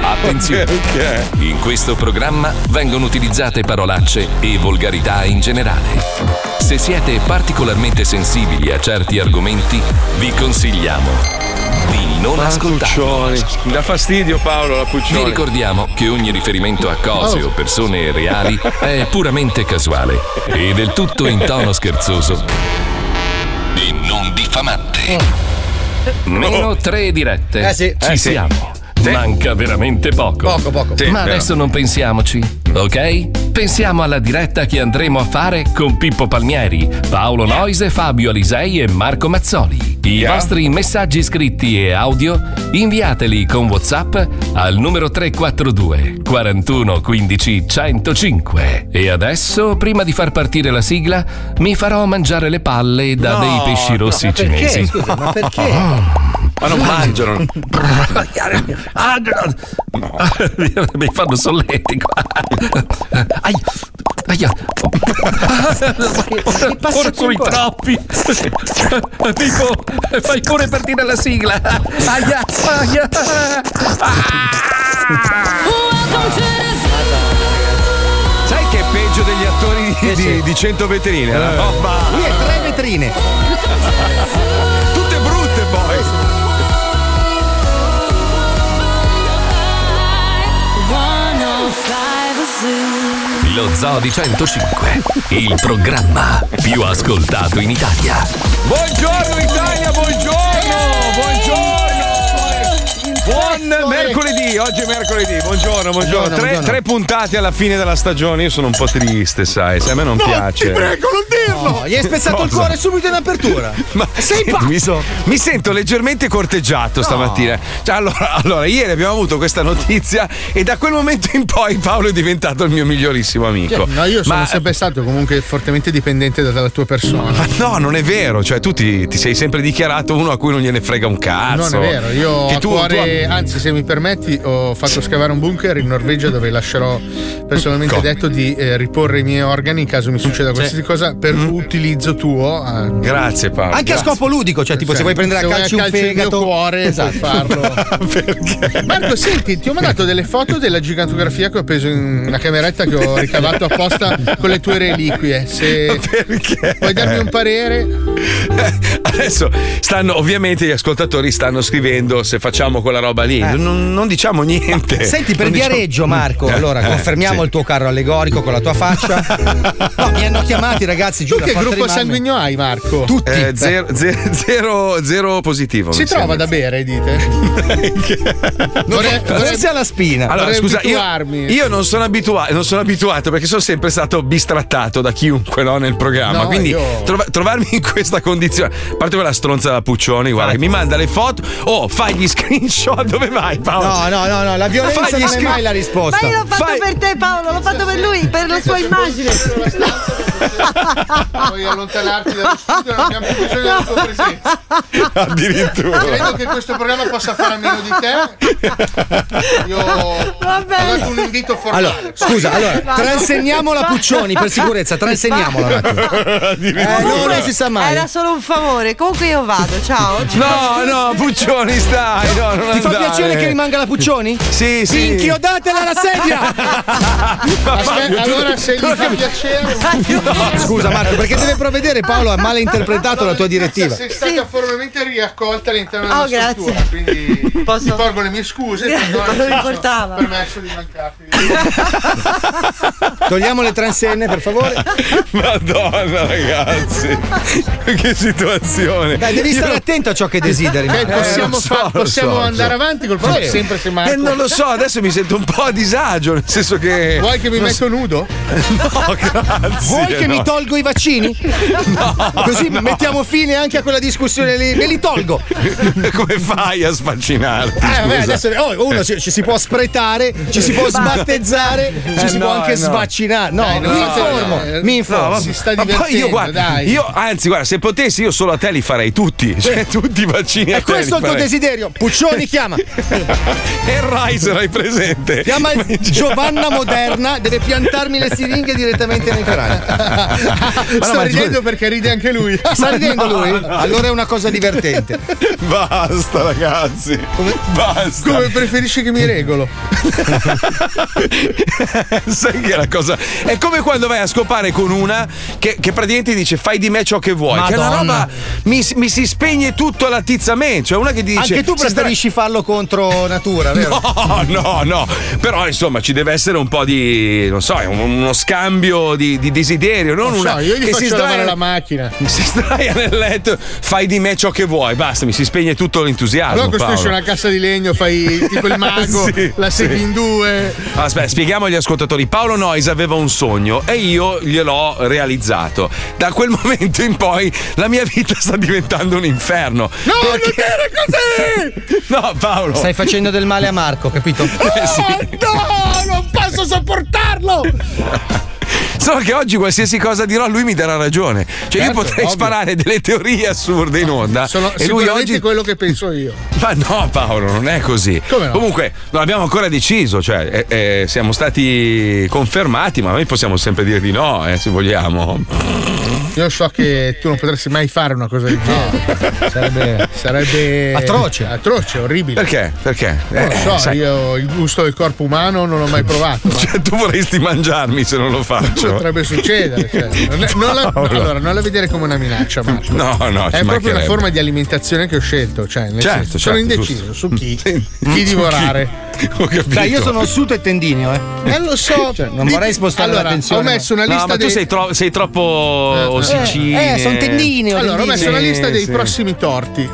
Attenzione. In questo programma vengono utilizzate parolacce e volgarità in generale. Se siete particolarmente sensibili a certi argomenti, vi consigliamo di non ascoltarli. Mi dà fastidio Paolo la Vi Puccioni. ricordiamo che ogni riferimento a cose o persone reali è puramente casuale e del tutto in tono scherzoso e non diffamante. Mm. Meno tre dirette. Eh sì. Ci Eh sì. siamo. Manca veramente poco. Poco, poco. Sì, Ma vero. adesso non pensiamoci, ok? Pensiamo alla diretta che andremo a fare con Pippo Palmieri, Paolo Noise, Fabio Alisei e Marco Mazzoli. I vostri messaggi scritti e audio inviateli con WhatsApp al numero 342 41 15 105. E adesso, prima di far partire la sigla, mi farò mangiare le palle da No, dei pesci rossi ma perché? cinesi. Scusa, ma perché? Ma non mangiano. Ah, Mi fanno solletti qua. Ai, ai, che passa Or- sono i ancora? troppi. Pippo, fai pure partire la sigla. Aia, aia. Sai che è peggio degli attori di, di, Eh. 100 Eh. vetrine? La Oh, roba. Qui è tre vetrine. Tutte brutte poi. Lo Zoo di 105, il programma più ascoltato in Italia. Buongiorno Italia, buongiorno, buongiorno. Buon mercoledì, oggi è mercoledì, buongiorno, buongiorno. Buongiorno, tre, buongiorno. tre puntate alla fine della stagione, io sono un po' triste, sai, se a me non piace. non dirlo! gli hai spezzato il Cosa? cuore subito in apertura. Ma Sei pazzo! Mi, mi sento leggermente corteggiato stamattina. Cioè, allora, allora, ieri abbiamo avuto questa notizia e da quel momento in poi Paolo è diventato il mio migliorissimo amico. Cioè, No, io sono Ma- sempre stato comunque fortemente dipendente da- dalla tua persona. Ma no, non è vero, cioè tu ti, ti sei sempre dichiarato uno a cui non gliene frega un cazzo. Non è vero, io Che ho a tu- cuore, anzi se mi permetti, ho fatto scavare un bunker in Norvegia dove lascerò personalmente Co- detto di eh, riporre i miei organi in caso mi succeda qualsiasi cosa per Mm. utilizzo tuo. tu- Grazie Paolo. Anche a grazie. scopo ludico, cioè tipo se Cioè, vuoi prendere a se vuoi calci un il mio fegato. cuore Esatto. puoi farlo. Marco, senti, ti ho mandato delle foto della gigantografia che ho preso in una cameretta che ho ricavato apposta con le tue reliquie. Se Perché? vuoi darmi un parere, Adesso stanno, ovviamente gli ascoltatori stanno scrivendo se facciamo quella roba Eh. lì. Non, non diciamo niente. Senti, per Non diciamo- Viareggio, Marco, allora eh, confermiamo sì. il tuo carro allegorico con la tua faccia. No, mi hanno chiamati, ragazzi, giù tu da che Porta gruppo di Marmi. sanguigno hai, Marco? Tutti. Eh, zero, zero- zero- zero positivo. Si mi trova sembra. da bere, dite? vorrei, Dove vorrei- sia la spina? Allora, Vorrei scusa, io, abituarmi. io non, sono abitua- non sono abituato perché sono sempre stato bistrattato da chiunque no, nel programma. No, quindi io- trova- trovarmi in questa condizione. A parte quella stronza da Puccioni, guarda, che mi manda le foto. Oh, fai gli screenshot. Dove vai, Paolo? No, no, no, no, la violenza Fagli non è scri- mai la risposta. Ma io l'ho fatto Fai- per te Paolo, l'ho fatto per lui, per la sua immagine. Eh, Vuoi allontanarti dallo studio? Non abbiamo più bisogno della tua presenza. Addirittura. Credo che questo programma possa fare a meno di te. Io ho Vabbè. dato un invito formale. Allora, scusa, allora, Vai. transegniamola Puccioni per sicurezza, transegniamola un attimo. Eh, no, non si sa mai. Era solo un favore. Comunque io vado, ciao. No, no, Puccioni, stai. Ah, No, non Ti fa andare. piacere che rimanga la Puccioni? Sì, sì. Inchiodatela alla sedia! Ma Fabio, Aspe- tu- allora se gli fa piacere, Scusa Marco, perché deve provvedere Paolo ha malinterpretato la tua direttiva. sei stata formalmente riaccolta all'interno della Oh, grazie. struttura, quindi Posso- ti porgo le mie scuse, ti do Non mi importava. il permesso di mancarti. Togliamo le transenne, per favore. Madonna, ragazzi. che situazione. Eh, Dai, devi stare attento a ciò che desideri. Cioè, Marco. possiamo lo so, fa- lo so, possiamo lo so. andare avanti col problema, Sì. sempre se Eh, Marco... non lo so, adesso mi sento un po' a disagio, nel senso che. Vuoi che mi non metto nudo? so, grazie, Vuoi che no. mi tolgo i vaccini? Così mettiamo fine anche a quella discussione lì. Me li tolgo. Come fai a sfaccinarti? Eh, vabbè, scusa? Eh. adesso oh, uno ci, ci si può spretare, ci si può sbattezzare, ci Eh, si no, può anche no. svaccinare. No, eh, Dai, no, mi no, informo, no, no. mi informo. No, vabbè, Si sta ma poi io divertendo, guarda, dai. io anzi, guarda, se potessi io solo a te li farei tutti, cioè tutti i vaccini a è te questo il tuo li farei. desiderio. Puccioni chiama. Hellraiser, hai presente? Chiama il- Giovanna Moderna, deve piantarmi le siringhe direttamente nei crani. Sto ma- ridendo perché ride anche lui. Sta ridendo lui? Allora è una cosa divertente. Basta, ragazzi. Basta. Come preferisci che mi regolo? Sai che è la cosa. È come quando vai a scopare con una che, che praticamente dice fai di me ciò che vuoi. Che è una Madonna. roba. Mi, mi si spegne tutto all'attizzamento. Cioè, una che dice. Anche tu "Si sta- preferisci farlo contro natura, vero? No, no, no. Però insomma ci deve essere un po' di. non so, un- uno scambio di, di desiderio. Non, Non una. so, io gli che si faccio lavare sdraia, la macchina. si sdraia nel letto, fai di me ciò che vuoi. Basta, mi si spegne tutto l'entusiasmo. Allora costruisci Paolo. una cassa di legno, fai tipo il mago, Sì, la segui sì. in due. Aspetta, spieghiamo agli ascoltatori. Paolo Nois aveva un sogno e io gliel'ho realizzato. Da quel momento in poi la mia vita sta diventando un inferno. No, Ah, non dire così! No, Paolo. Stai facendo del male a Marco, capito? Eh, sì. Oh, no, non posso sopportarlo! Solo che oggi qualsiasi cosa dirò lui mi darà ragione. Cioè io Certo, potrei ovvio. sparare delle teorie assurde in onda. Sono e lui sicuramente oggi... quello che penso io. Ma no Paolo, non è così. Come no? Comunque non abbiamo ancora deciso, cioè eh, eh, siamo stati confermati, ma noi possiamo sempre dire di no, eh, se vogliamo. Io so che tu non potresti mai fare una cosa del genere. Sarebbe, sarebbe Atroce. atroce, orribile. Perché? Perché? Non lo Eh, so, sai- io il gusto del corpo umano non l'ho mai provato. ma Cioè, tu vorresti mangiarmi se non lo faccio. Cioè, Potrebbe succedere. cioè, non, è- non la, Paolo. allora, non la vedere come una minaccia, Marco. No, no, ci È proprio una mancherebbe. forma di alimentazione che ho scelto. Cioè, nel Certo, senso, sono certo, indeciso su chi, Sì. chi divorare. Ho capito. Dai, io sono ossuto e tendineo, eh. Eh, lo so. Cioè, non Di- vorrei spostare allora, l'attenzione, Ho messo una No, lista ma tu dei... sei, tro- sei troppo ossicine. Eh, sono tendineo. Allora, ho messo una tendineo. lista dei sì. Mm. prossimi torti.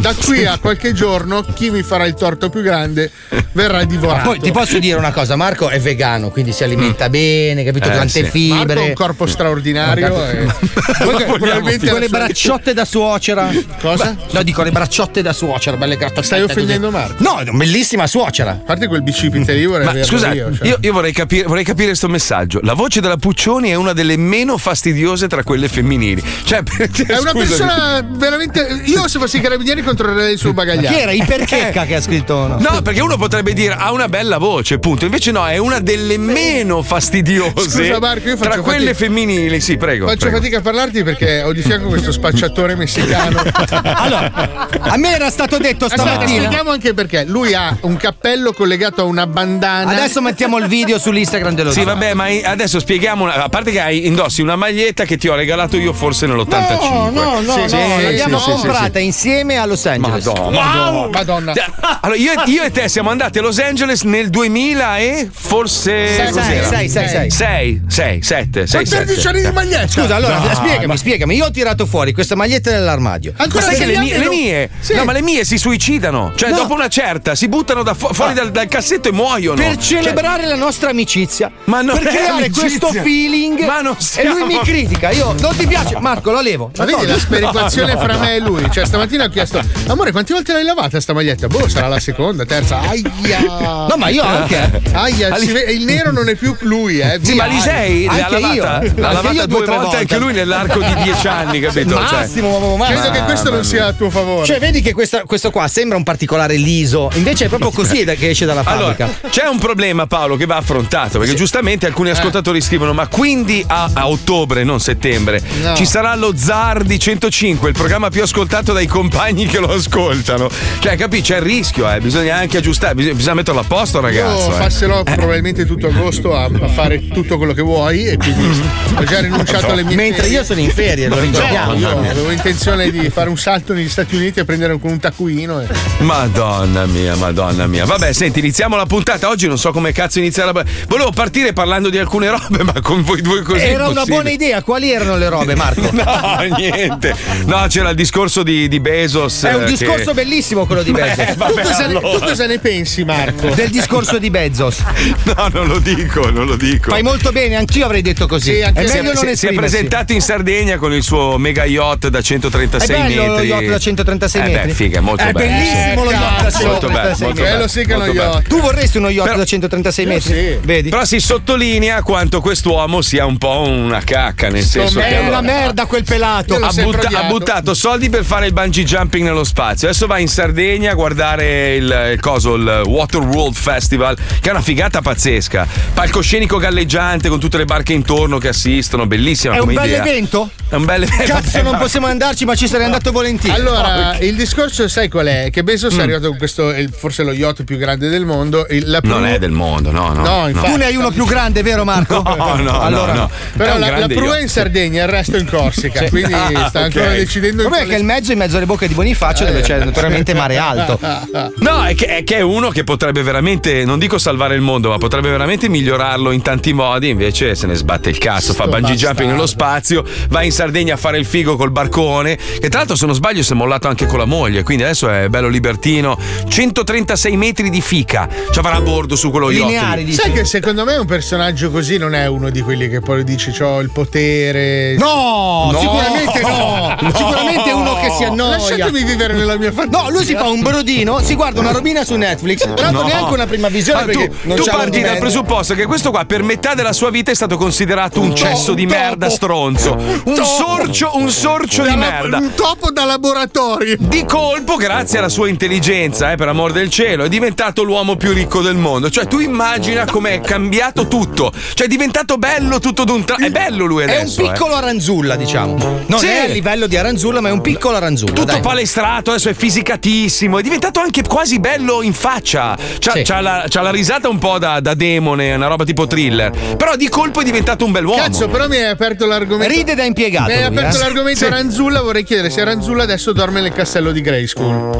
Da qui a qualche giorno, chi mi farà il torto più grande Ah, verrà divorato. Poi ti posso dire una cosa, Marco è vegano, quindi si alimenta bene, capito? Eh, Tante sì. Marco ha fibre. Eh, un corpo straordinario. eh. e- Ma vogliamo probabilmente finire? Con le bracciotte da suocera. Cosa? No, dico le bracciotte da suocera, belle grattate. Stai offendendo Marco. No, è una bellissima suocera. A parte quel bicipite lì vorrei Ma averlo scusa, io. io, cioè. io vorrei capire vorrei capire sto messaggio. La voce della Puccioni è una delle meno fastidiose tra quelle femminili. Cioè, È una persona veramente. Io se fossi i carabinieri controllerei il suo Chi bagagliaio. Eh. era? Iperchecca che ha scritto no. No, perché uno potrebbe dire ha una bella voce, punto. Invece no, è una delle meno fastidiose Scusa, Marco, io faccio tra quelle fatica. femminili. Sì, prego. Faccio prego. fatica a parlarti perché ho di fianco questo spacciatore messicano. Allora, a me era stato detto Aspetta, stamattina. spieghiamo anche perché. Lui ha un cappello collegato a una bandana. Adesso mettiamo il video sull'Instagram dello Sì, zoo. vabbè, ma i- adesso spieghiamo. una- a parte che hai indossi una maglietta che ti ho regalato io forse nell'85. No, no, no, Sì, no, sì, l'abbiamo sì, sì, comprata insieme a Los Angeles. Ah, Madonna. Wow! Madonna. Cioè, Allora, io, io e te siamo andati a Los Angeles nel 2000 e forse. Sei, sei, sei, sei, sei. 6, 6, 7, 6, 14 anni di maglietta. Scusa, allora No, spiegami, ma- spiegami. Io ho tirato fuori questa maglietta dall'armadio. Ancora sai che sei le anni mie, e le non- mie- Sì. no, ma le mie si suicidano. Cioè, No. Ah. dopo una certa, si buttano da fu- fuori dal, dal cassetto e muoiono. Per Cioè, celebrare la nostra amicizia, Ma non per è creare amicizia. questo feeling, Ma non e siamo- lui mi critica. Io non ti piace, Marco, lo levo. Ma vedi la sperequazione fra me e lui? Cioè, stamattina ho chiesto, amore, quante volte l'hai lavata sta maglietta? Boh, sarà la seconda, terza. Aia. No, ma io anche. Aia, si ve- il nero non è più lui, eh. Sì, via. ma Lisei l'ha Anche io, lavata, eh. l'ha Anche lavata io due due, tre volte anche volte. lui nell'arco di dieci anni, capito? Cioè, Massimo, massimo. Credo che questo non sia a tuo favore. Cioè, vedi che questa- questo qua sembra un particolare liso, invece è proprio così da- che esce dalla Allora, fabbrica. Eh. c'è un problema Paolo che va affrontato perché giustamente alcuni ascoltatori scrivono ma quindi a, a ottobre, non settembre, No. ci sarà lo Zar di 105, il programma più ascoltato dai compagni che lo ascoltano. Cioè, capi, c'è il rischio, eh, bisogna anche aggiustare, bisogna, bisogna metterlo a posto ragazzo. Io Oh, eh. passerò probabilmente tutto agosto a, a fare tutto quello che vuoi e quindi ho già rinunciato alle mie Mentre io sono in ferie, lo ricordiamo. No, io avevo intenzione di fare un salto negli Stati Uniti e prendere un, un taccuino. e- Madonna mia, madonna mia. Vabbè, senti, iniziamo la puntata. Oggi non so come cazzo iniziare la... Volevo partire parlando di alcune robe, ma con voi due così è Era una impossibile. buona idea, quali erano le robe, Marco? No, niente. No, c'era il discorso di, di Bezos. È un eh, discorso che- bellissimo quello di Bezos. tu, cosa ne, tu cosa ne pensi, Marco? Del discorso di Bezos. No, No, non lo dico, non lo dico. Fai molto bene, anch'io avrei detto così. è meglio si non si- si è esprimersi. presentato in Sardegna con il suo mega yacht da 136 È bello lo metri. yacht da 136 Eh beh, metri. figa, molto È bello. bellissimo lo yacht da Molto bello, 136 molto metri. bello, molto bello. Tu vorresti uno yacht da 136 metri? Vedi? Però si sottolinea quanto quest'uomo sia un po' una cacca, nel senso che è allora- una merda quel pelato. ha, butta- ha buttato soldi per fare il bungee jumping nello spazio. Adesso va in Sardegna a guardare il, il coso, il Water World Festival, che è una figata pazzesca. Palcoscenico galleggiante con tutte le barche intorno che assistono, bellissima È un come bel idea. evento? È un bel evento. Cazzo, non possiamo andarci, ma ci sarei andato volentieri. Ah, Allora, il discorso sai qual è? Che Bezos Mm. è arrivato con questo, è il- forse lo yacht più grande del mondo. il- la Non prima- è del mondo, no, no. No, infatti. tu ne hai uno più grande, vero Marco? No, no, no, Allora, no. È Però un la, la grande prua è yacht. in Sardegna, il resto è in Corsica, Sì. quindi Ah, sta ancora ok. decidendo Il in problema è che quale- il mezzo è in mezzo alle bocche di Bonifacio, dove c'è naturalmente mare alto. No, è che, è che è uno che potrebbe veramente, non dico salvare il mondo, ma potrebbe veramente migliorarlo in tanti modi. Invece se ne sbatte il cazzo, fa bungee jumping nello spazio, va in Sardegna a fare il figo col barcone. Che tra l'altro, se non sbaglio, si è mollato anche con la moglie. Quindi adesso è bello libertino. 136 metri di fica. Ci avrà a bordo su quello yacht. Lineari, lì. dici. Sai che secondo me un personaggio così non è uno di quelli che poi dici c'ho il potere. No, sicuramente no. No. Sicuramente uno che si annoia. Lasciatemi vivere nella mia famiglia. No, lui si fa un brodino, si guarda una robina su Netflix. Tra l'altro No. neanche una prima visione Ah, perché tu, non tu c'ha parti dal rendimento. presupposto che questo qua per metà della sua vita è stato considerato un cesso di merda stronzo. Un sorcio, un sorcio di merda. Un topo da laboratorio. Di colpo, grazie alla sua intelligenza, eh, per amor del cielo, è diventato l'uomo più ricco del mondo. Cioè, tu immagina com'è cambiato tutto. Cioè, è diventato bello tutto d'un tratto. È bello lui È un adesso. eh. piccolo Aranzulla, diciamo. Non Sì. è a livello di Aranzulla, ma è un piccolo Aranzulla. Tutto dai. palestrato, adesso è fisicatissimo, è diventato anche quasi bello in faccia. C'ha, Sì. c'ha la, c'ha la risata un po' da, da demone, una roba tipo thriller. Però di colpo è diventato un bell'uomo. Cazzo, però mi hai aperto l'argomento. Ride da impiegato. Mi hai lui, aperto eh. l'argomento Aranzulla, vorrei chiedere se Aranzulla adesso dorme nel castelllo di Grey School.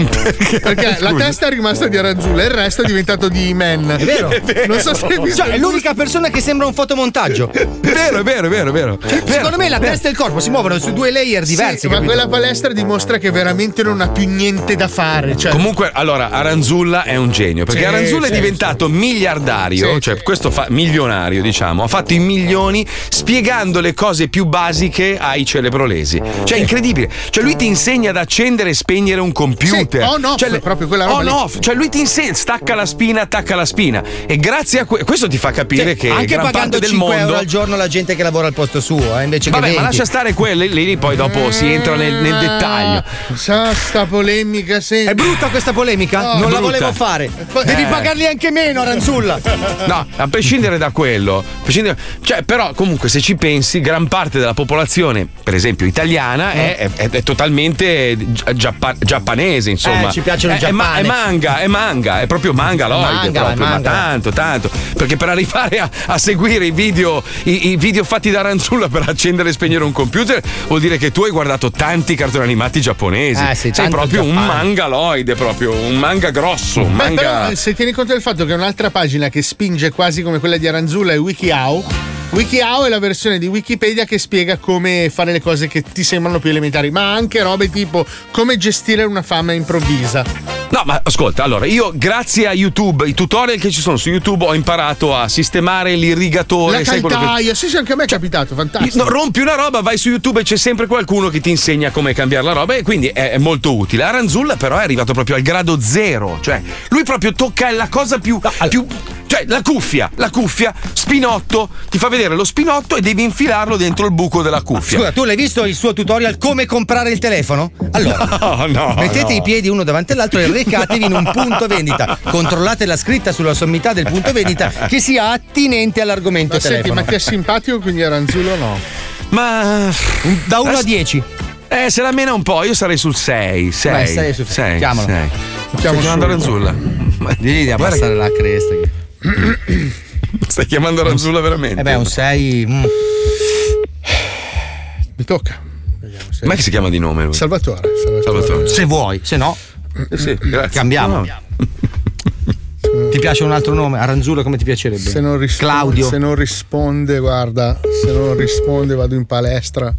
Perché, la testa è rimasta di Aranzulla e il resto è diventato di Imen. È vero. Non so se hai visto. Cioè, è l'unica persona che sembra un fotomontaggio. È vero, è vero, è vero, è vero. Secondo me la testa e il corpo si muovono su due layer diversi. Eh, certo, Sì, ma capito? quella palestra dimostra che veramente non ha più niente da fare. Cioè, Comunque, allora, Aranzulla è un genio perché Sì, Aranzulla sì, è diventato miliardario, Sì, cioè sì. questo fa, milionario, diciamo, ha fatto i milioni spiegando le cose più basiche ai celebrolesi. Cioè, è incredibile. Cioè, lui ti insegna ad accendere e spegnere un computer. Sì, on-off, cioè, proprio quella roba On lì. off, cioè lui ti insegna, stacca la spina, attacca la spina. E grazie a que- questo ti fa Cioè, capire che anche gran pagando parte del 5 mondo euro al giorno la gente che lavora al posto suo, eh, invece Vabbè, che ma 20. lascia stare quelle lì, lì poi dopo si entra nel, nel dettaglio. Sa, sta polemica È sempre. brutta questa polemica? non brutta. Eh. la volevo fare. Devi pagarli anche meno, Aranzulla. No, a prescindere da quello, a prescindere- cioè, però comunque se ci pensi, gran parte della popolazione, per esempio italiana, è, Eh. è- è totalmente giappa- giappanese, insomma. Eh, ci piacciono i È- è ma- È, giappanesi. manga, è manga, è proprio manga loide, Manga, proprio, ma manga. tanto, tanto. Perché per arrivare a, a seguire i video, i, i video fatti da Ranzulla per accendere e spegnere un computer, vuol dire che tu hai guardato tanti cartoni animati giapponesi. Eh, sì, Sei tanto proprio un Giappone. mangaloide, proprio un manga grosso, Eh, un Beh, manga. però, eh, se tieni conto del fatto che un'altra pagina che spinge quasi come quella di Aranzulla è WikiHow. WikiHow è la versione di Wikipedia che spiega come fare le cose che ti sembrano più elementari, ma anche robe tipo come gestire una fama improvvisa. No, ma ascolta, allora, io grazie a YouTube, i tutorial che ci sono su YouTube, ho imparato a sistemare l'irrigatore. la sai quello che- caldaia, sì, sì, anche a me è capitato, fantastico. No, rompi una roba, vai su YouTube e c'è sempre qualcuno che ti insegna come cambiare la roba e quindi è, è molto utile. Aranzulla però è arrivato proprio al grado zero, cioè lui proprio tocca la cosa più... più- cioè la cuffia, la cuffia, spinotto, ti fa vedere lo spinotto e devi infilarlo dentro il buco della cuffia. Scusa, tu l'hai visto il suo tutorial come comprare il telefono? Allora, No, no, mettete no. i piedi uno davanti all'altro e recatevi in un punto vendita. Controllate la scritta sulla sommità del punto vendita che sia attinente all'argomento Ma senti, telefono. ma ti è simpatico quindi Aranzulla o no? Ma... Da 1 a Adesso- 10. Eh, se la mena un po', io sarei sul 6. 6. Vai, sei sul- chiamalo. Stiamo chiamando Ranzulla. Ma digli di guarda che- la cresta. Stai chiamando Ranzulla veramente? Eh beh, un 6. Mi tocca. Ma che si chiama di nome lui? Salvatore. Salvatore. Salvatore. Se vuoi, se no, Eh Sì, grazie. Ah. cambiamo. No, Ti piace un altro nome? Aranzulla come ti piacerebbe? Se non, risponde, Claudio. se non risponde, guarda, se non risponde vado in palestra.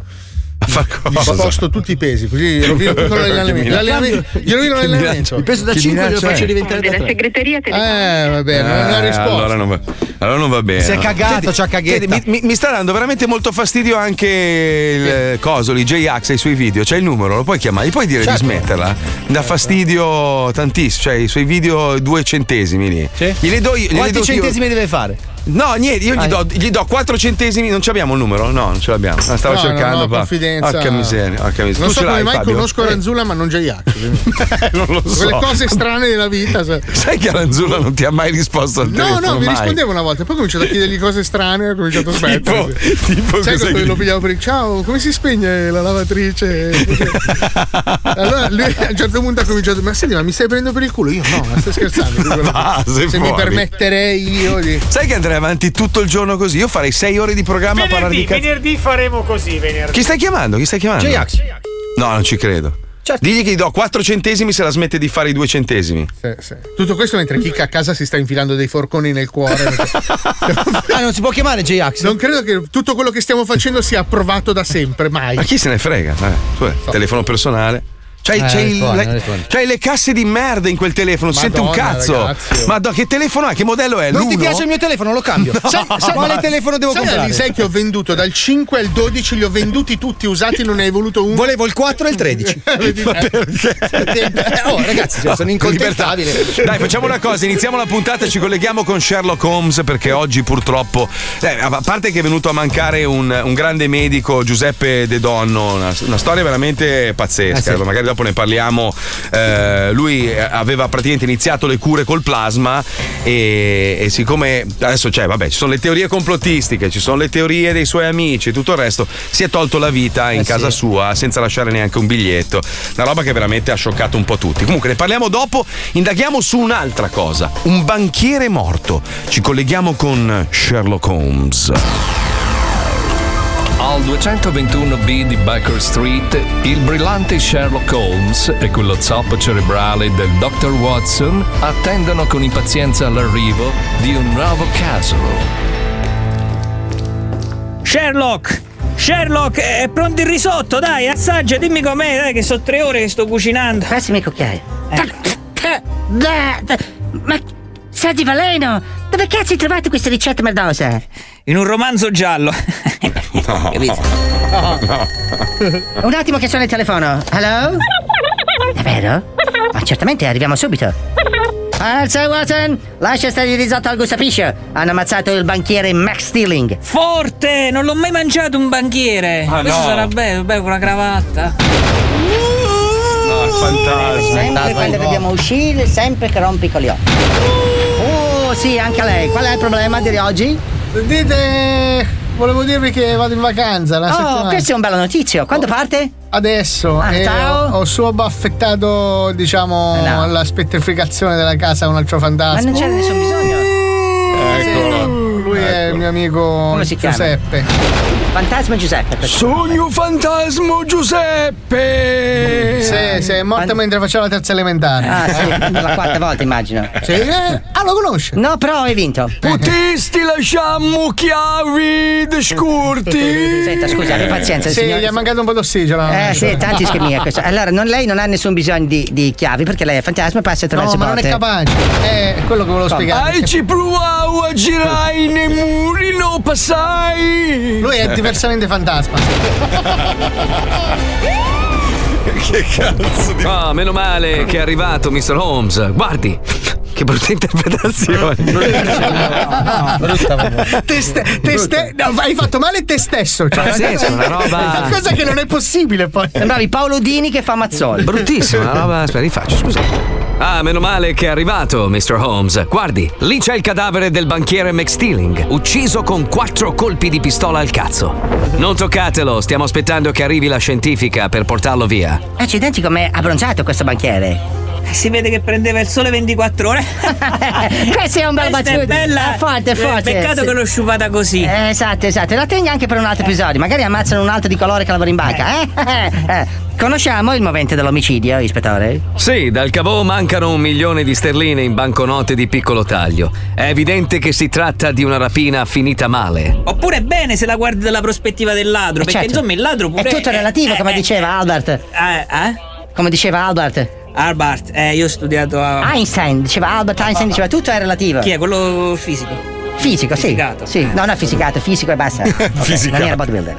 far Gli cosa? sposto tutti i pesi, così rovino tutto Che l'allenamento. minaccia. L'allenamento- Gli rovino Che l'allenamento. minaccia. Il peso da Che cinque glielo minaccia faccio è? diventare da tre. segreteria Eh, vabbè, non Eh, ho risposto. Allora non va, allora non va bene. Si è cagato, Senti, c'ha caghetta. senti, mi, mi- mi sta dando veramente molto fastidio anche il eh, coso lì, J-Ax ai suoi video. C'è il numero, lo puoi chiamare, gli puoi dire Certo. di smetterla. Eh, Dà fastidio tantissimo, cioè i suoi video due centesimi lì. Glieli do io. glieli do Quanti io- centesimi deve fare? No, niente, Ah, io gli do, gli do 4 centesimi. Non ci abbiamo il numero? No, non ce l'abbiamo. Ah, No, Stavo no, cercando. no, qua. confidenza. Porca miseria, porca miseria. Non Tu so ce come l'hai, mai Fabio? Eh, conosco Ranzulla, ma non Giacchi. non lo so. Quelle cose strane della vita. sai. Sai che Aranzulla non ti ha mai risposto al No, telefono? no, mi mai. rispondeva una volta, poi ho cominciato a chiedergli cose strane, ho cominciato a Tipo, smettere. tipo Sai cosa quando gli- lo pigliavo per il ciao, come si spegne la lavatrice? allora lui a un certo punto ha cominciato, ma senti, ma mi stai prendendo per il culo? Io no, ma stai scherzando. Dico, Va, Ah, sei se mi fuori. permetterei io di. Sai che andrei avanti tutto il giorno così? Io farei 6 ore di programma a parlare Venerdì, di cazzo. venerdì faremo così, venerdì. Chi stai chiamando? Chi stai chiamando? J-Ax. Certo. No, non ci credo. Digli che gli do 4 centesimi se la smette di fare i 2 centesimi. Sì, sì. Tutto questo mentre Chicca a casa si sta infilando dei forconi nel cuore. Ah, non si può chiamare J-Ax? non credo che tutto quello che stiamo facendo sia approvato da sempre, mai. Ma chi se ne frega? Vabbè, tu, eh, Telefono personale. C'hai, Eh, c'hai il- rispondi, la- rispondi. c'hai le casse di merda in quel telefono, sente un Madonna, cazzo. ragazzi. Ma che telefono è? Che modello è? oh. Non L'uno? ti piace il mio telefono, lo cambio. sai, sai quale telefono devo Sai comprare? Alisei che ho venduto dal 5 al 12, li ho venduti tutti usati, non ne hai voluto uno. Volevo il 4 e il 13. Eh, oh, ragazzi, cioè, sono incontentabile. Dai, facciamo una cosa, iniziamo la puntata, ci colleghiamo con Sherlock Holmes perché oggi purtroppo, eh, a parte che è venuto a mancare un, un grande medico, Giuseppe De Donno, una, una storia veramente pazzesca, Eh, sì. magari dopo ne parliamo, Eh, lui eh, aveva praticamente iniziato le cure col plasma e, e siccome adesso c'è, vabbè, ci sono le teorie complottistiche, ci sono le teorie dei suoi amici e tutto il resto, si è tolto la vita in Eh, casa sì. sua senza lasciare neanche un biglietto. Una roba che veramente ha scioccato un po' tutti. Comunque ne parliamo dopo, indaghiamo su un'altra cosa, un banchiere morto. Ci colleghiamo con Sherlock Holmes. Al 221B di Baker Street, il brillante Sherlock Holmes e quello zoppo cerebrale del Dr. Watson attendono con impazienza l'arrivo di un nuovo caso. Sherlock! Sherlock, è pronto il risotto, dai, assaggia, dimmi com'è, dai, che sono tre ore che sto cucinando. Passami il cucchiaio. Ma sa di Valeno, dove cazzo hai trovato questa ricetta merdosa? In un romanzo giallo. Un attimo che suona il telefono. Hello? Davvero? Ma certamente arriviamo subito. Alza Eh, Watson, lascia stare il risotto al gusto piscio. Hanno ammazzato il banchiere Max Stealing. Forte! Non l'ho mai mangiato un banchiere! Ah, Questo no. sarà bello, bello con la cravatta. fantasma. Sempre quando dobbiamo uscire, sempre che rompi con gli occhi. Oh sì, anche lei. Qual è il problema di oggi? Sentite, Eh, volevo dirvi che vado in vacanza la Oh, settimana. Oh. questo è un bello notizio. Quando parte? Adesso Ah, eh, ciao. ho, ho solo baffettato, diciamo, No. la spettrificazione della casa a un altro Ma fantasma. non c'era nessun bisogno. Ecco. Eccolo. Lui è Ecco. il mio amico Come si chiama? Giuseppe. Fantasma Giuseppe. questo. Sogno fantasma Giuseppe. Sì, sì, è morto Fan- mentre faceva la terza elementare. Eh. Ah, sì, per la quarta volta immagino. Sì, eh? Ah, lo conosce? No, però hai vinto. Potesti lasciamo chiavi de scurti. Senta, scusa, abbi pazienza, Eh, Sì, signor- gli è mancato un po' d'ossigeno. Eh sì, tanti ischemia questo. Allora, non, lei non ha nessun bisogno di, di chiavi perché lei è fantasma e No, passa attraverso ma le non è porte. capace. È quello che volevo spiegare. Ai ci provavo a girare nei muri, no passai. Lui è diversamente fantasma. Oh, meno male che è arrivato, Mr. Holmes. Guardi, che brutta interpretazione. Te ste- te ste- no, hai fatto male te stesso. Cioè, Pazzesco, una roba- Una cosa che non è possibile poi. Sembravi Paolo Dini che fa Mazzoli. Bruttissima una roba. Aspetta, rifaccio, scusa. Ah, meno male che è arrivato, Mr. Holmes. Guardi, lì c'è il cadavere del banchiere McStealing, ucciso con quattro colpi di pistola al cazzo. Non toccatelo, stiamo aspettando che arrivi la scientifica per portarlo via. Accidenti com'è abbronzato questo banchiere. Si vede che prendeva il sole 24 ore. Questo è un bel Questa battuto. è bella. È forte, Eh, è forte. peccato sì. che l'ho sciupata così. Eh. Eh, esatto, esatto. La tenga anche per un altro episodio. Magari ammazzano un altro di colore che lavora in banca. Eh? Eh, eh. Conosciamo il movente dell'omicidio, ispettore? Sì, dal cavò mancano un milione di sterline in banconote di piccolo taglio. È evidente che si tratta di una rapina finita male. Oppure è bene se la guardi dalla prospettiva del ladro, Eh, perché certo. insomma il ladro pure È tutto relativo, come diceva Albert. Eh, eh? Come diceva Albert. Albert, eh, io ho studiato a. Einstein, diceva Albert Einstein, diceva tutto è relativo. Chi è quello fisico? Fisico, sì. Fisicato. Sì, no, no, fisicato, fisico e basta. Ok, Fisicato. Non era bodybuilder.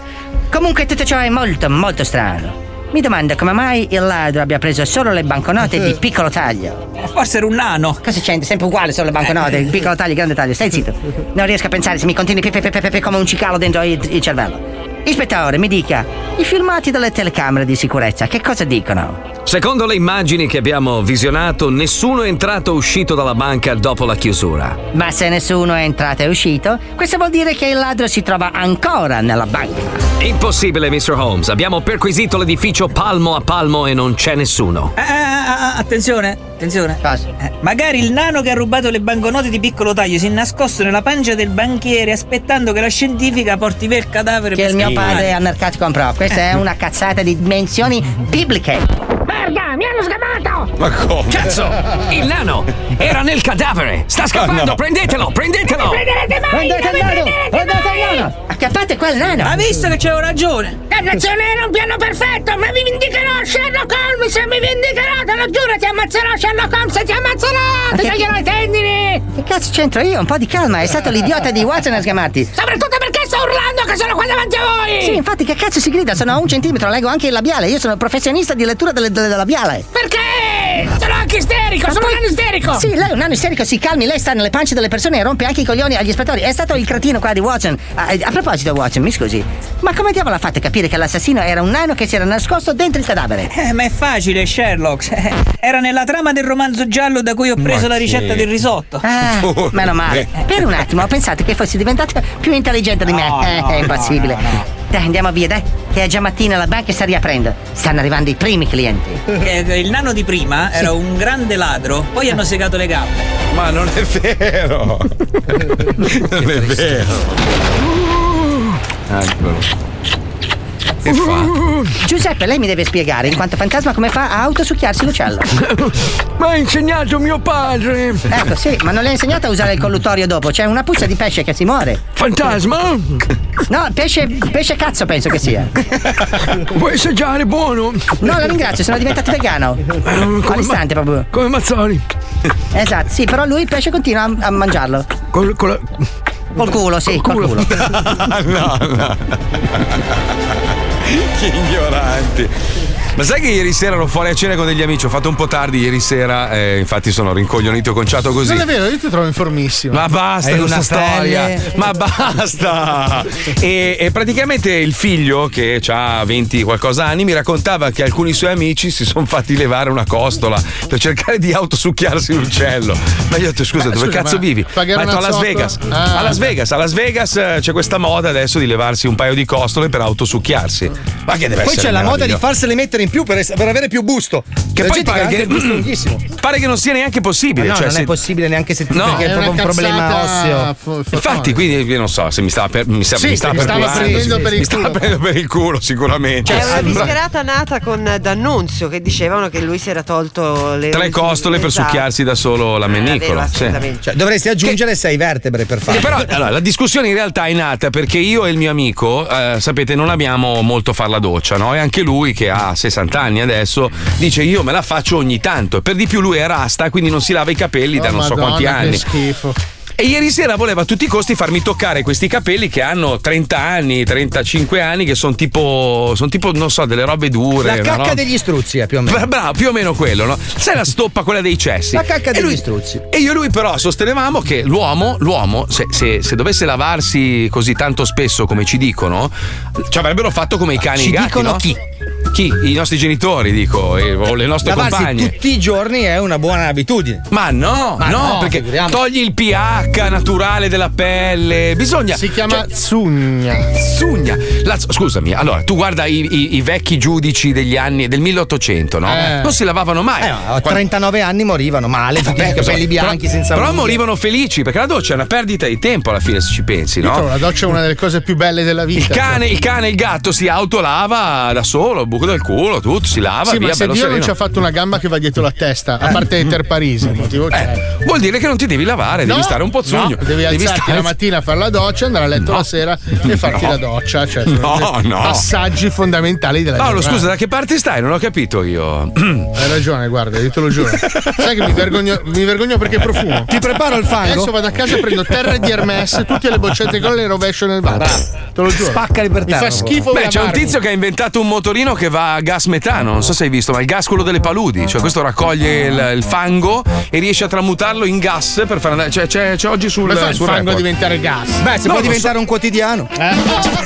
Comunque tutto ciò è molto, molto strano. Mi domando come mai il ladro abbia preso solo le banconote di piccolo taglio. Forse era un nano. Cosa c'entra? Sempre uguale, solo le banconote, di piccolo taglio, grande taglio. Stai zitto. Non riesco a pensare se mi continui pe- pe- pe- pe- pe- come un cicalo dentro il, il cervello. Ispettore, mi dica, i filmati delle telecamere di sicurezza che cosa dicono? Secondo le immagini che abbiamo visionato, nessuno è entrato o uscito dalla banca dopo la chiusura. Ma se nessuno è entrato e uscito, questo vuol dire che il ladro si trova ancora nella banca. Impossibile, Mr. Holmes. Abbiamo perquisito l'edificio palmo a palmo e non c'è nessuno. Ah, ah, ah, attenzione, attenzione. Eh, magari il nano che ha rubato le banconote di piccolo taglio si è nascosto nella pancia del banchiere aspettando che la scientifica porti via il cadavere che per il mio scrivere. padre ha narcato comprò. Questa è una cazzata di dimensioni bibliche. Ah, Merda, mi hanno sgamato! Ma come? Cazzo! Il nano era nel cadavere! Sta scappando! Ah, no. Prendetelo! Prendetelo! Eh, Prendete il nano! Prendete il nano! Accappate qua il nano! Eh, Ha visto che c'avevo ragione! Dannazione, era un piano perfetto, ma vi vendicherò Sherlock Holmes, se mi vendicherò, te lo giuro, ti ammazzerò Sherlock Holmes, ti ammazzerò, ti taglierò i tendini! Che cazzo c'entro io? Un po' di calma, è stato l'idiota di Watson a sgamarti. Soprattutto perché sto urlando che sono qua davanti a voi! Sì, infatti, che cazzo si grida? Sono a un centimetro, leggo anche il labiale. Io sono professionista di lettura delle- delle- del labiale. Perché? Sono anche isterico, Ecco, sono un nano isterico! Sì, lei è un nano isterico, si calmi, lei sta nelle pance delle persone e rompe anche i coglioni agli spettatori. È stato il cretino qua di Watson. A, a proposito, Watson, mi scusi, ma come diavolo ha fatto a capire che l'assassino era un nano che si era nascosto dentro il cadavere? Eh, ma è facile, Sherlock. Eh, Era nella trama del romanzo giallo da cui ho preso la ricetta del risotto. Ah, meno male. Per un attimo ho pensato che fossi diventata più intelligente di me. Eh, è impossibile. Dai, andiamo via, dai, che è già mattina la banca sta riaprendo. Stanno arrivando i primi clienti. Eh, il nano di prima era un grande ladro, poi hanno segato le gambe. Ma non è vero! non è vero! Eccolo. Che fa? Giuseppe, lei mi deve spiegare, in quanto fantasma, come fa a autosucchiarsi l'uccello. Mi ha insegnato mio padre! Ecco, sì, ma non le ha insegnato a usare il colluttorio dopo. C'è una puzza di pesce che si muore. Fantasma? No, pesce, pesce cazzo penso che sia. Vuoi assaggiare buono? No, la ringrazio, sono diventato vegano. All'istante proprio. Come Mazzoni? Esatto, sì, però lui il pesce continua a, a mangiarlo. Col, col, Col culo, sì, col culo. no, no. che ignoranti. Ma sai che ieri sera ero fuori a cena con degli amici, ho fatto un po' tardi ieri sera, eh, infatti sono rincoglionito e conciato così. Non è vero, io ti trovo informissimo. Ma basta È con una sta storia. pelle. Ma basta. E, e praticamente il figlio, che ha 20 qualcosa anni, mi raccontava che alcuni suoi amici si sono fatti levare una costola per cercare di autosucchiarsi l'uccello. Ma io ho detto, scusa, Ma dove Eh, scusa, cazzo ma vivi? Ma pagare ha detto, a una Las zoccola? Vegas. Ah. A Las Vegas, a Las Vegas eh, c'è questa moda adesso di levarsi un paio di costole per autosucchiarsi. Ma che deve Poi essere c'è la moda di meraviglioso. farsele mettere in più per, es- per avere più busto. Che La poi gente pare ha anche che, il busto lunghissimo. pare che non sia neanche possibile. Ma no, cioè, non è se- possibile neanche se No. perché è È proprio un una problema cazzata osseo. fo- fo- Infatti, quindi io non so se mi stava per mi sta- Sì, mi stava mi stava perculando, prendendo sì, per mi il stava culo. Cioè, prendendo per il culo, sicuramente. C'è una Sembra- discherata nata con D'Annunzio che dicevano che lui si era tolto le Tre costole per Esatto. succhiarsi da solo Eh, la Eh, menicola. aveva sì. assolutamente. Cioè, dovresti aggiungere sei vertebre per farlo. Che Però allora, la discussione in realtà è nata perché io e il mio amico, eh, sapete, non abbiamo molto far la doccia, no? E anche lui, che ha 60 anni adesso, dice: Io me la faccio ogni tanto. E per di più lui è rasta, quindi non si lava i capelli da Oh, non so Madonna, quanti anni. Che schifo. E ieri sera voleva a tutti i costi farmi toccare questi capelli che hanno 30 anni, 35 anni, che sono tipo, son tipo, non so, delle robe dure. La una cacca roba- degli struzzi, eh, più o meno. Bra- Bravo, più o meno quello, no? Sai la stoppa, quella dei cessi. La cacca E degli lui- struzzi. E io e lui però sostenevamo che l'uomo, l'uomo se, se- se dovesse lavarsi così tanto spesso come ci dicono, ci avrebbero fatto come i cani e i Ci gatti. dicono no? chi? Chi? I nostri genitori, dico, e- o le nostre Lavarsi compagne. tutti i giorni è una buona abitudine. Ma Ah, no, Ma no, no, perché figuriamoci. togli il pH naturale della pelle. Bisogna. cioè, Si chiama Zugna. Zugna. La- scusami, allora, tu guarda i, i- i vecchi giudici degli anni del 1800, no? Eh. Non si lavavano mai. Eh, a Quando- 39 anni morivano male, tutti i Beh, cosa- capelli bianchi però, senza Però unghie. morivano felici perché la doccia è una perdita di tempo alla fine, se ci pensi, Io trovo no? la doccia è una delle cose più belle della vita. Il cane, il cane e il gatto si autolava da solo, buco del culo, tutto si lava, sì, Ah, via, ma se bello Dio non sereno. ci ha fatto una gamba che va dietro la testa, a Eh. parte Inter Parisi, il motivo c'è. Vuol dire che non ti devi lavare, devi No, stare un po' zugno. no, devi alzarti stare- la mattina a fare la doccia, andare a letto la sera e farti No. la doccia. Cioè, sono No, dei no. passaggi fondamentali della Paolo, vita. scusa, da che parte stai? Non ho capito io. Hai ragione, guarda, io te lo giuro. Sai che mi vergogno, mi vergogno perché profumo. Ti preparo il fango? Adesso vado a casa e prendo terra di Hermes, tutte le boccette con le rovescio nel bar. Te lo giuro. Spaccali per Mi fa schifo Beh, la c'è un barba. tizio che ha inventato un motorino che va a gas metano, non so se hai visto, ma il gas quello delle paludi, cioè questo raccoglie il, il fango e riesce a tramutarlo in gas per far andare. Cioè, c'è, c'è oggi sul Come fa il sul fango a report. diventare gas? Beh, se No, può Eh, lo diventare un quotidiano.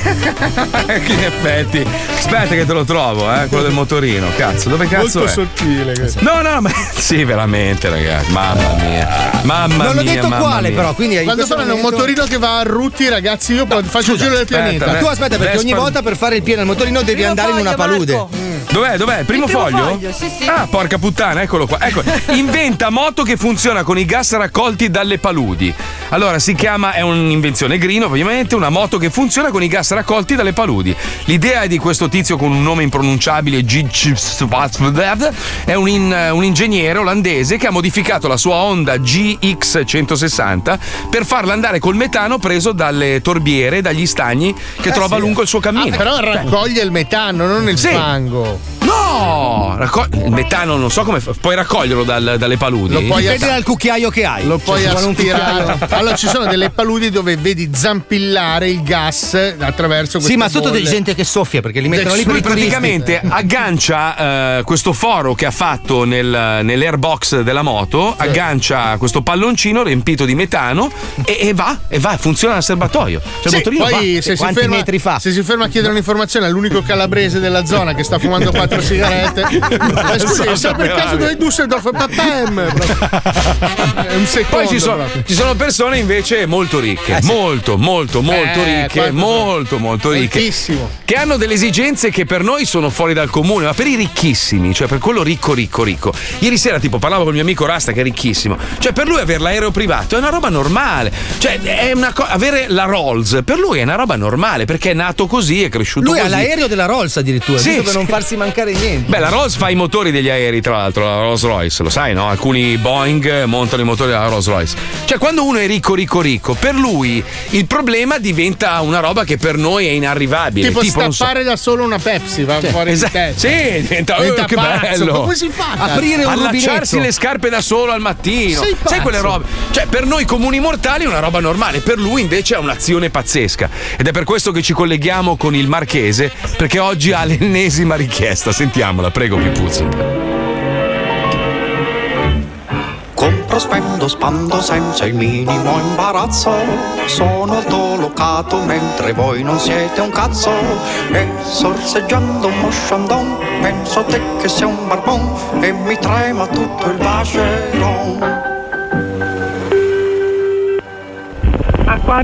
in effetti. Aspetta che te lo trovo, eh, quello del motorino. Cazzo, dove cazzo Molto è? sottile. questo. No, no, ma sì, veramente, ragazzi. Mamma mia. Mamma Non l'ho mia, detto mamma quale, mia. però, quindi in Quando questo faranno un momento- motorino che va a rutti, ragazzi, io poi faccio il giro del aspetta, pianeta. Ma tu aspetta, perché ogni Vespa- volta per fare il pieno al motorino devi andare in una palude. Dov'è? Dov'è? Il primo, Il primo foglio? foglio, sì, sì. Ah, porca puttana, eccolo qua. Ecco, inventa moto che funziona con i gas raccolti dalle paludi. Allora, si chiama, è un'invenzione green, ovviamente, una moto che funziona con i gas raccolti dalle paludi. L'idea è di questo tizio con un nome impronunciabile, Gigi Schwarzenegger, è un, in- un ingegnere olandese che ha modificato la sua Honda GX160 per farla andare col metano preso dalle torbiere, dagli stagni che Eh, trova sì. lungo il suo cammino. Ah, però raccoglie il metano, non il Sì. fango. No! Raccog- il metano non so come. fa- Puoi raccoglierlo dal- dalle paludi. Lo puoi Dipende atta- dal cucchiaio che hai. Lo Cioè, puoi ci vuole un aspirare. cucchiaio. Allora, ci sono delle paludi dove vedi zampillare il gas attraverso queste Sì, ma sotto bolle. c'è gente che soffia perché li mettono lì per lui i turisti. praticamente aggancia eh, questo foro che ha fatto nel- nell'airbox della moto, aggancia questo palloncino riempito di metano e, e va, e va, funziona il serbatoio. Cioè, il Sì, motorino poi va. se si, ferma, se si ferma a chiedere un'informazione all'unico calabrese della zona che sta fumando quattro sigarette, eh, scusa, Sì, sa per sapevamo. caso dove è Dusseldorf? Papem! È un secondo. Poi ci sono, proprio. ci sono persone invece molto ricche, molto, molto, molto Eh, ricche, quanto- molto, molto ricche. Moltissimo. Che hanno delle esigenze che per noi sono fuori dal comune, ma per i ricchissimi, cioè per quello ricco, ricco, ricco. Ieri sera, tipo, parlavo con il mio amico Rasta, che è ricchissimo. Cioè, per lui avere l'aereo privato è una roba normale. Cioè, è una co- avere la Rolls per lui è una roba normale perché è nato così, è cresciuto Lui così. ha l'aereo della Rolls addirittura, Sì, giusto per sì. non farsi mancare niente. Beh, la Rolls fa i motori degli aerei, tra l'altro, la Rolls Royce, lo sai, no? Alcuni Boeing montano i motori della Rolls Royce. Cioè, quando uno è ricco, ricco, ricco, per lui il problema diventa una roba che per noi è inarrivabile. Tipo, non so- stappare da solo una Pepsi, va fuori esatto. di testa. Sì, diventa, eh, che pazzo. bello. Ma Come si fa? Aprire un Allacciarsi le scarpe da solo al mattino. Sei Sai pazzo. quelle robe? Cioè, per noi comuni mortali è una roba normale, per lui invece è un'azione pazzesca. Ed è per questo che ci colleghiamo con il Marchese, perché oggi ha l'ennesima richiesta. Sentiamola, prego, Pipuzzi. Compro, spendo, spando senza il minimo imbarazzo. Sono altolocato mentre voi non siete un cazzo. E sorseggiando uno sciandon, penso a te che sei un barbon e mi trema tutto il vacheron. Acqua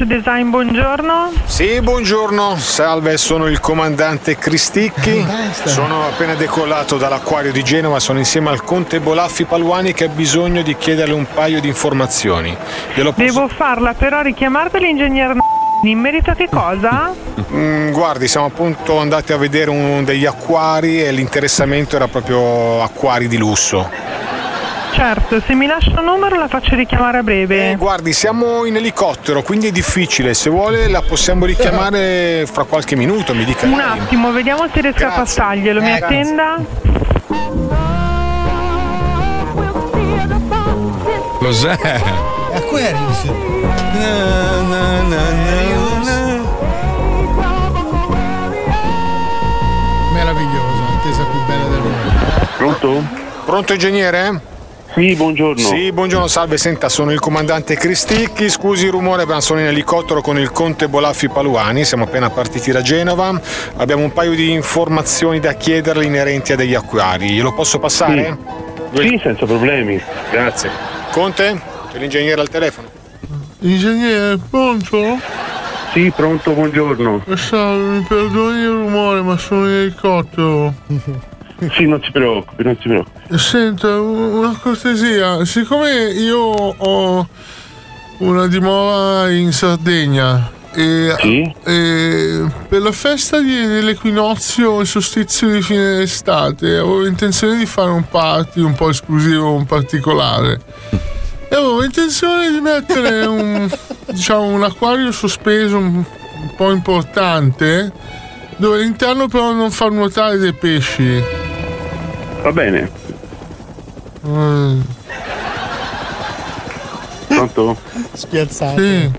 Design, buongiorno. Sì, buongiorno, salve, sono il comandante Cristicchi. Sono appena decollato dall'acquario di Genova, sono insieme al conte Bolaffi Paluani che ha bisogno di chiederle un paio di informazioni. Glielo posso- Devo farla però richiamarti l'ingegnere in merito a che cosa? Mm, guardi, siamo appunto andati a vedere uno degli acquari e l'interessamento era proprio acquari di lusso. Certo, se mi lascia un numero la faccio richiamare a breve. Eh, Guardi, siamo in elicottero, quindi è difficile. Se vuole la possiamo richiamare fra qualche minuto, mi dica. Un lei. attimo, vediamo se riesco a passarglielo, mi Eh, grazie. attenda? Cos'è? Aquarius. Meraviglioso, l'attesa più bella del mondo. Pronto? Pronto ingegnere? Sì, buongiorno. Sì, buongiorno, salve, senta, sono il comandante Cristicchi. Scusi il rumore, ma sono in elicottero con il conte Bolaffi Paluani. Siamo appena partiti da Genova. Abbiamo un paio di informazioni da chiederle inerenti a degli acquari. Glielo posso passare? Sì, senza problemi. Grazie. Conte, c'è l'ingegnere al telefono. Ingegnere, pronto? Sì, pronto, buongiorno. Salve, mi perdoni il rumore, ma sono in elicottero. Sì, non si preoccupi, non si preoccupi. Senta, un- una cortesia, siccome io ho una dimora in Sardegna e, e per la festa di- dell'equinozio e solstizio di fine estate avevo intenzione di fare un party un po' esclusivo, un particolare. E avevo intenzione di mettere un, diciamo, un acquario sospeso un, un po' importante, dove all'interno però non far nuotare dei pesci. Va bene. Mm. Pronto? Spiazzato. Sì.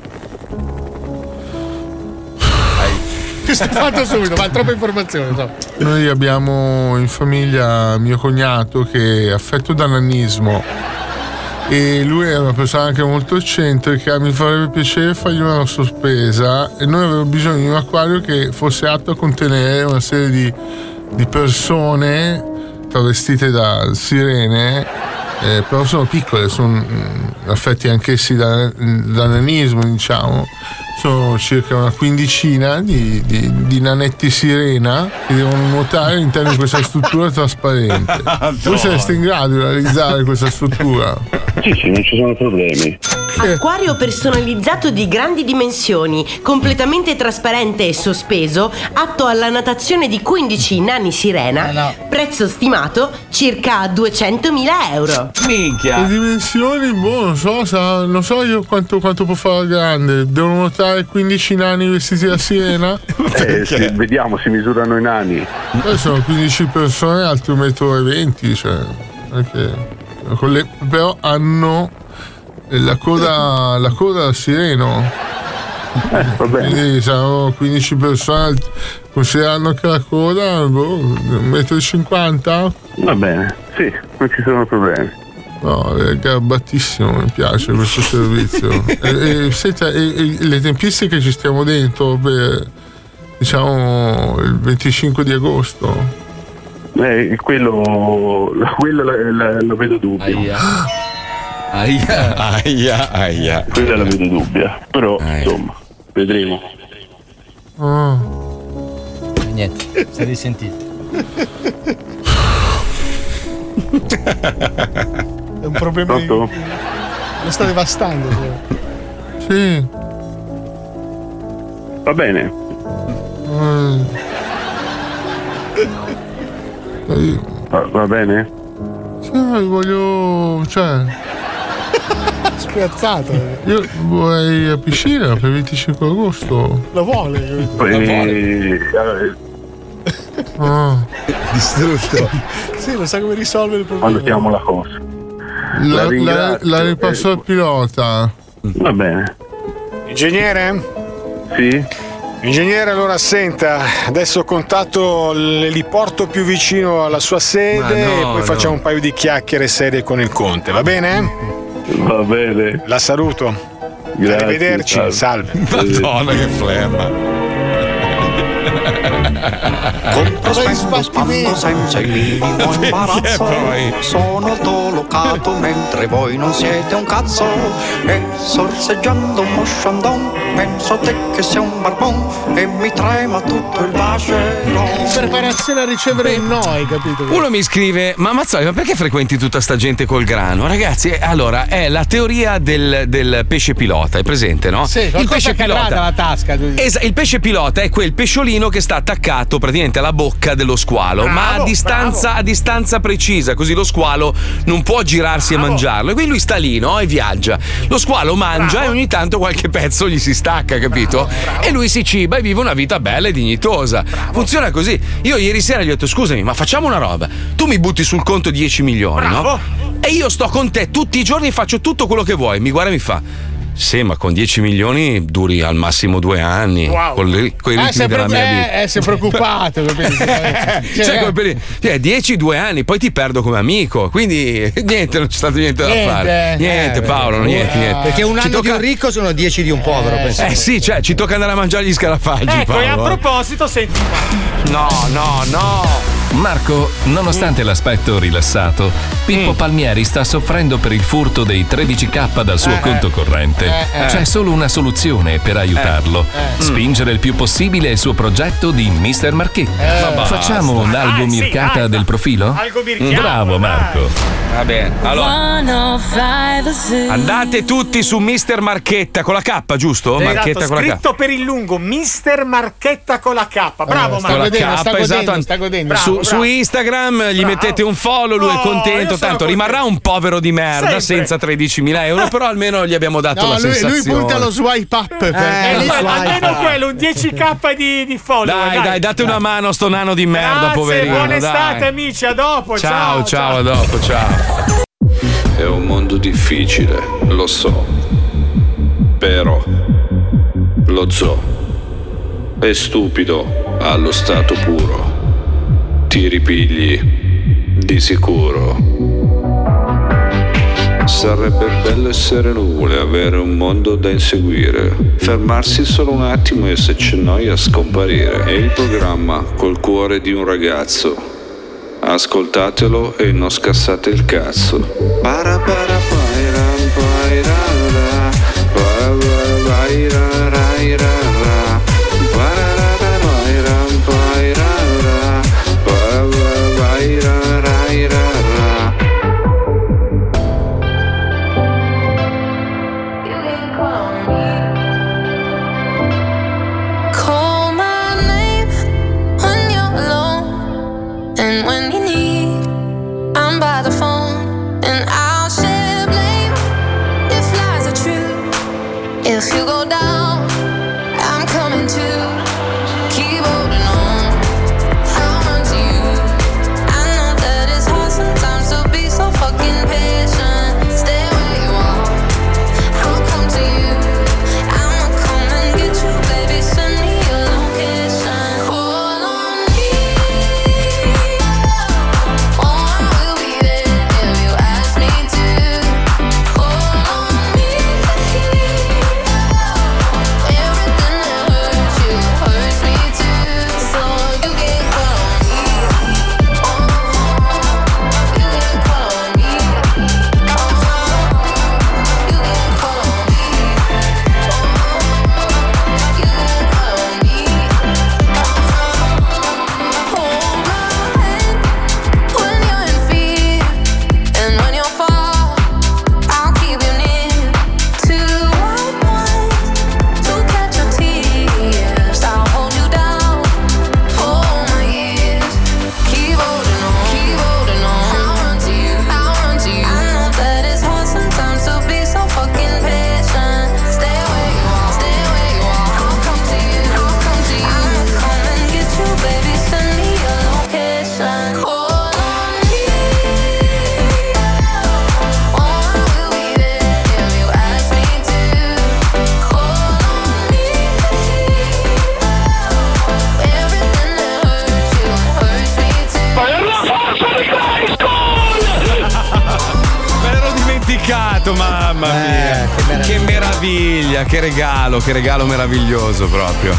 Questo è fatto subito, ma troppa informazione. so. Noi abbiamo in famiglia mio cognato che è affetto da nanismo e lui è una persona anche molto eccentrica, mi farebbe piacere fargli una sorpresa e noi avevamo bisogno di un acquario che fosse atto a contenere una serie di, di persone travestite da sirene, eh, però sono piccole, sono mm, affetti anch'essi da, mm, da nanismo diciamo. Sono circa una quindicina di, di- di nanetti sirena che devono nuotare all'interno di questa struttura trasparente. Voi sareste in grado di realizzare questa struttura? Sì, sì, non ci sono problemi. Acquario personalizzato di grandi dimensioni, completamente trasparente e sospeso, atto alla natazione di 15 nani Eh, sirena, prezzo stimato circa 200.000 euro. Le dimensioni, boh, non so, sa- non so io quanto, quanto può fare grande. Devono nuotare 15 nani vestiti da sirena? Eh, sì, vediamo, si misurano i nani. Poi sono 15 persone altre 1,20 m, cioè. ok. Con le- però hanno la coda, la coda da sireno. Quindi saranno 15 persone, alt- considerando che la coda, boh, 1,50 m. Va bene, sì, non ci sono problemi. No, è garbatissimo, mi piace questo servizio. e, e, senta, e- e le tempistiche ci stiamo dentro per diciamo il 25 di agosto. Eh, quello quello la- la- lo vedo dubbio. Aia, aia, aia. Quella la vedo dubbia, però insomma, vedremo. Niente, si è risentito. È un problema. di- Pronto? Lo sta devastando. Sì. Va bene. Mm. Va, va bene? Sì, voglio. cioè. Spiazzato. eh. Io vorrei la piscina per il 25 agosto. Lo vuole. Eh, allora, Ah. Distrutto. Sì, lo sa come risolvere il problema. valutiamo la cosa. La, la, ringrazio, la ripasso al pilota. Va bene. Ingegnere? Sì? Ingegnere, allora senta, adesso contatto l'eliporto più vicino alla sua sede Ma no, e poi no. facciamo un paio di chiacchiere serie con il conte, va bene? Va bene. La saluto. Grazie, Arrivederci, salve. Madonna, che flemma. Compro, spendo, spando senza il minimo imbarazzo Sono dolocato mentre voi non siete un cazzo E sorseggiando uno sciandon Penso a te che sei un barbon E mi trema tutto il vascello Preparazione a ricevere il no, hai capito? Uno mi scrive: Ma Mazzoli, ma perché frequenti tutta sta gente col grano? Ragazzi, eh, allora è la teoria del, del pesce pilota, è presente, no? Sì, il pesce pilota. dalla tasca. tu dici. Esa- il pesce pilota è quel pesciolino che sta attaccato praticamente alla bocca dello squalo, ma a Bravo, distanza, a distanza precisa, così lo squalo non può girarsi e mangiarlo. E quindi lui sta lì no? e viaggia. Lo squalo mangia e ogni tanto qualche pezzo gli si stacca, capito? E lui si ciba e vive una vita bella e dignitosa. Funziona così. Io ieri sera gli ho detto: scusami, ma facciamo una roba. Tu mi butti sul conto 10 milioni, no? E io sto con te tutti i giorni e faccio tutto quello che vuoi. Mi guarda e mi fa. Sì, ma con 10 milioni duri al massimo due anni. Wow. Con le- coi Ah, ritmi si è della preoccup- mia vita. eh, eh, si è preoccupato. capito? Cioè, Cioè, eh, come per- cioè, 10-2 anni, poi ti perdo come amico. Quindi niente, non c'è stato niente da Niente, fare. eh. Niente, Eh, Paolo, beh, niente, niente. Perché un anno Ci di tocca- un ricco sono dieci di un povero, pensavo. Eh sì, cioè, ci tocca andare a mangiare gli scarafaggi. Ecco, e a Paolo. eh. proposito, senti. No, no, no. Marco, nonostante l'aspetto rilassato, Mm. Pippo Palmieri sta soffrendo per il furto dei 13k dal suo Eh, conto corrente. eh, eh. C'è solo una soluzione per aiutarlo. eh. Spingere il più possibile il suo progetto di Mr. Marchetti. Eh, ma Facciamo basta. un'algomircata del profilo? Algomirchiamo, Bravo Marco. Va bene, allora. Andate Andate tutti su Mister Marchetta con la K, giusto? Marchetta Esatto, con la K. scritto per il lungo, Mister Marchetta con la K. Bravo, Eh, sta Marco. Esatto, godendo, sta godendo, sta godendo. su, su Instagram gli mettete un follow, lui è contento. Tanto rimarrà un povero di merda senza 13.000 euro, però almeno gli abbiamo dato No, la lui, lui sensazione. punta allo swipe up. per- Eh, lo lì- swipe almeno up. quello, un 10k di, di follower. Dai, dai, date una mano a sto nano di merda, Grazie, poverino. buona dai. estate, amici. A dopo. Ciao, ciao, a dopo, ciao. È un mondo difficile, lo so. Però lo zoo è stupido allo stato puro. Ti ripigli di sicuro. Sarebbe bello essere nuvole, avere un mondo da inseguire, fermarsi solo un attimo e se c'è noia scomparire. È il programma col cuore di un ragazzo. Ascoltatelo e non scassate il cazzo. Para para paira, paira, ra. Para para paira, rai, ra, ra. Para ra, ra, paira, paira, ra. Para para paira, rai, ra, ra. Call my name when you're alone and when you need. I'm by the phone and I'll share blame if lies are true. If you go down, I'm coming too. Keep holding on. How much you? I know that it's hard sometimes to be so fucking patient. Stay where you are. I'll come to you. I'ma come and get you, baby. Send me your location. Call on me. Oh, I will be there if you ask me to. Call on me. Everything that hurts you hurts me too. So you can call on me. Oh, you can call on me. Oh, you can call on me. Oh, you can call on me. Hold my hand when you're in fear and when you fall. I'll keep you near. Two white wines to catch your tears. I'll hold you down, hold my ears. Keep holding on, keep holding on. I'll run to you, I'll run to you. I know that it's hard sometimes to be so fucking patient. Stay where you are, stay where you are. I'll come to you, I'll come to you. I'll come and get you, baby. Send me your location. Call on me. Oh, I will be there if you ask me to. Call on me. Everything that hurts you hurts me too. Me l'ero dimenticato, mamma Eh, mia. che, meraviglia, che regalo, che regalo meraviglioso proprio.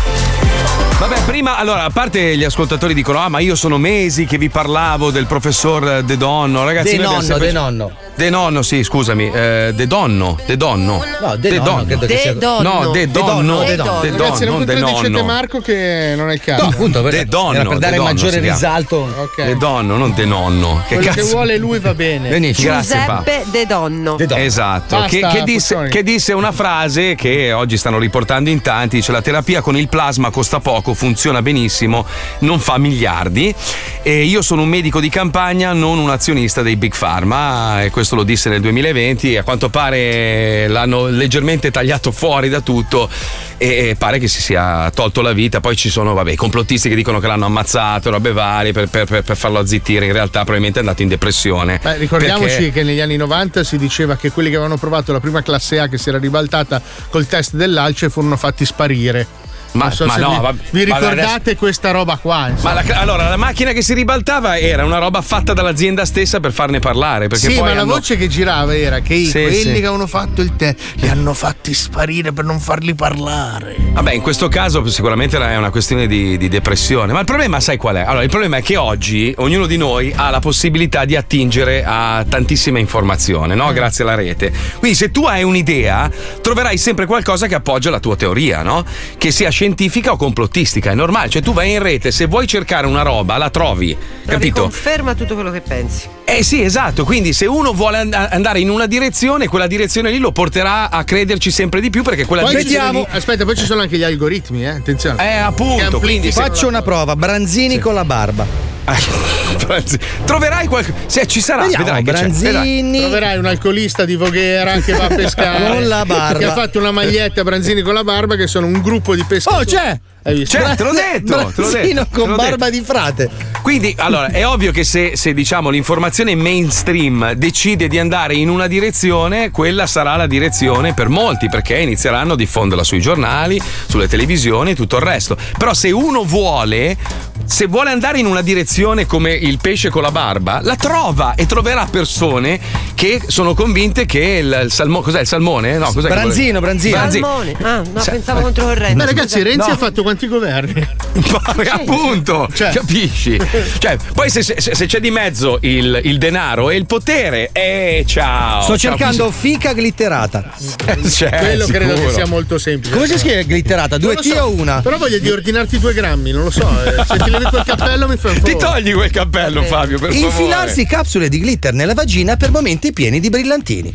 Vabbè, prima, allora, a parte gli ascoltatori dicono, ah, ma io sono mesi che vi parlavo del professor eh, De Donno, ragazzi. De noi abbiamo Nonno, sempre- De Nonno. De Nonno, sì, scusami. eh, de Donno, De Donno. "Ah, No, De Nonno, credo che De sia- Donno. No, De De Donno, Donno. De De Donno. Donno, Ragazzi, non non De contraddicete Nonno. Marco che non è il caso. No, appunto, per, De Donno, era per De dare Donno maggiore si chiama. risalto. Ok. De Donno, non De Nonno. Che Quello cazzo? che vuole lui va bene. Benissimo. Grazie, pa. Giuseppe De Donno. Esatto, Basta, che, che disse, Puccioni. che disse una frase che oggi stanno riportando in tanti, dice la terapia con il plasma costa poco, funziona benissimo, non fa miliardi. E io sono un medico di campagna, non un azionista dei Big Pharma, e questo lo disse nel 2020. A quanto pare l'hanno leggermente tagliato fuori da tutto e pare che si sia tolto la vita. Poi ci sono, vabbè, i complottisti che dicono che l'hanno ammazzato, robe varie per, per- per- per farlo azzittire. In realtà, probabilmente è andato in depressione. Beh, ricordiamoci Perché- che negli anni 90 si diceva che quelli che avevano provato la prima classe A che si era ribaltata col test dell'alce furono fatti sparire. Ma- Non so ma se no, vi, vabbè, vi vabbè, ricordate questa roba qua? Ma insomma? la, allora, la macchina che si ribaltava era una roba fatta dall'azienda stessa per farne parlare. Perché sì, poi ma la hanno- voce che girava era che i- Sì, quelli sì. che avevano fatto il test li hanno fatti sparire per non farli parlare. Vabbè, in questo caso sicuramente è una questione di, di depressione, ma il problema sai qual è? Allora, il problema è che oggi ognuno di noi ha la possibilità di attingere a tantissima informazione, Mm. no? Grazie alla rete. Quindi se tu hai un'idea, troverai sempre qualcosa che appoggia la tua teoria, no? Che sia scientifica o complottistica, è normale. Cioè tu vai in rete, se vuoi cercare una roba, la trovi, capito? Conferma tutto quello che pensi. Eh sì, esatto, quindi se uno vuole and- andare in una direzione, quella direzione lì lo porterà a crederci sempre di più perché quella Poi ci direzione sono lì- gli- aspetta, poi ci sono anche gli algoritmi, eh? Attenzione. Eh, appunto, quindi se- Faccio una prova, Branzini con la barba. Anzi, Ah, Troverai qualcosa. Se ci sarà, Vediamo, vedrai che c'è, vedrai. Troverai un alcolista di Voghera che va a pescare. Con la barba. Che ha fatto una maglietta Branzini con la barba, che sono un gruppo di pescatori. Oh, c'è! Hai visto? Cioè, te l'ho detto, te l'ho detto, te l'ho detto. di frate. Quindi, allora, è ovvio che se, se, diciamo l'informazione mainstream decide di andare in una direzione, quella sarà la direzione per molti, perché inizieranno a diffonderla sui giornali, sulle televisioni e tutto il resto. Però se uno vuole, se vuole andare in una direzione come il pesce con la barba, la trova e troverà persone che sono convinte che il, il salmone. Cos'è il salmone? No, cos'è che vuole- Branzino, Branzino. Salmone. Ah, no, Sa- eh, pensavo contro corrente. Ma ragazzi, Renzi No. ha fatto quanti governi? Ma appunto, capisci? Cioè, poi se, se- se c'è di mezzo il, il denaro e il potere, eh ciao. Sto ciao, cercando fica glitterata. Cioè, Quello credo sicuro. che sia molto semplice. Come si scrive glitterata? Non Due lo T so, o una? Però voglio di ordinarti due grammi, non lo so. eh. Se ti levi quel cappello mi fai un Ti favore. togli quel cappello, Fabio, per Infilarsi capsule di glitter nella vagina per momenti pieni di brillantini.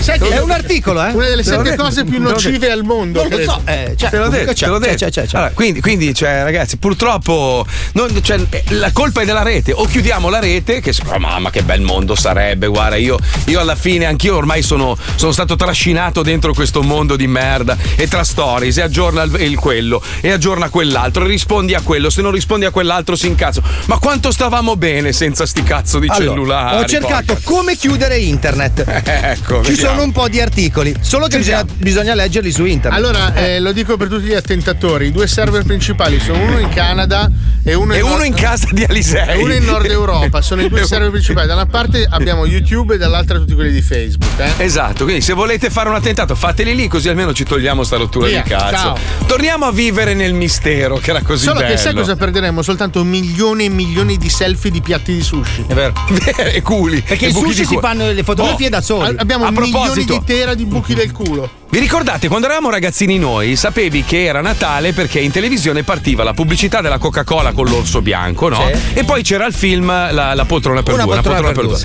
Sai che è un articolo, eh? Una delle Te l'ho sette detto. cose più Te l'ho nocive detto. al mondo. Non lo credo. so, eh, cioè, Te l'ho comunque detto, c'è, te l'ho c'è, detto. c'è, c'è, c'è. Allora, quindi, quindi, cioè, ragazzi, purtroppo non- cioè, eh, la colpa è della rete. O chiudiamo la rete, che oh, mamma che bel mondo sarebbe, guarda, io, io alla fine anch'io ormai sono, sono stato trascinato dentro questo mondo di merda e tra stories e aggiorna il, il quello e aggiorna quell'altro, e rispondi a quello, se non rispondi a quell'altro si incazzo. Ma quanto stavamo bene senza sti cazzo di Allora, cellulari? Ho cercato porca. come chiudere internet. Ecco, Ci vediamo. sono un po' di articoli, solo che bisogna, bisogna leggerli su internet. Allora, eh, lo dico per tutti gli attentatori: i due server principali sono uno in Canada e uno in, E uno nord- in casa di e Alisei. uno in Nord Europa. Sono i due server principali. Da una parte abbiamo YouTube e dall'altra tutti quelli di Facebook. Eh? Esatto, quindi se volete fare un attentato fateli lì così almeno ci togliamo sta rottura Via, di cazzo. ciao. Torniamo a vivere nel mistero che era così Solo bello. che sai cosa perderemo? Soltanto milioni e milioni di selfie di piatti di sushi. È vero. e culi. Perché E i buchi sushi di si culo. fanno le fotografie Oh, da soli. a- Abbiamo a milioni proposito, di tera di buchi del culo. vi ricordate quando eravamo ragazzini noi, sapevi che era Natale perché in televisione partiva la pubblicità della Coca-Cola con l'orso bianco, no? E poi c'era il film La, la poltrona per Una due, poltrona per due,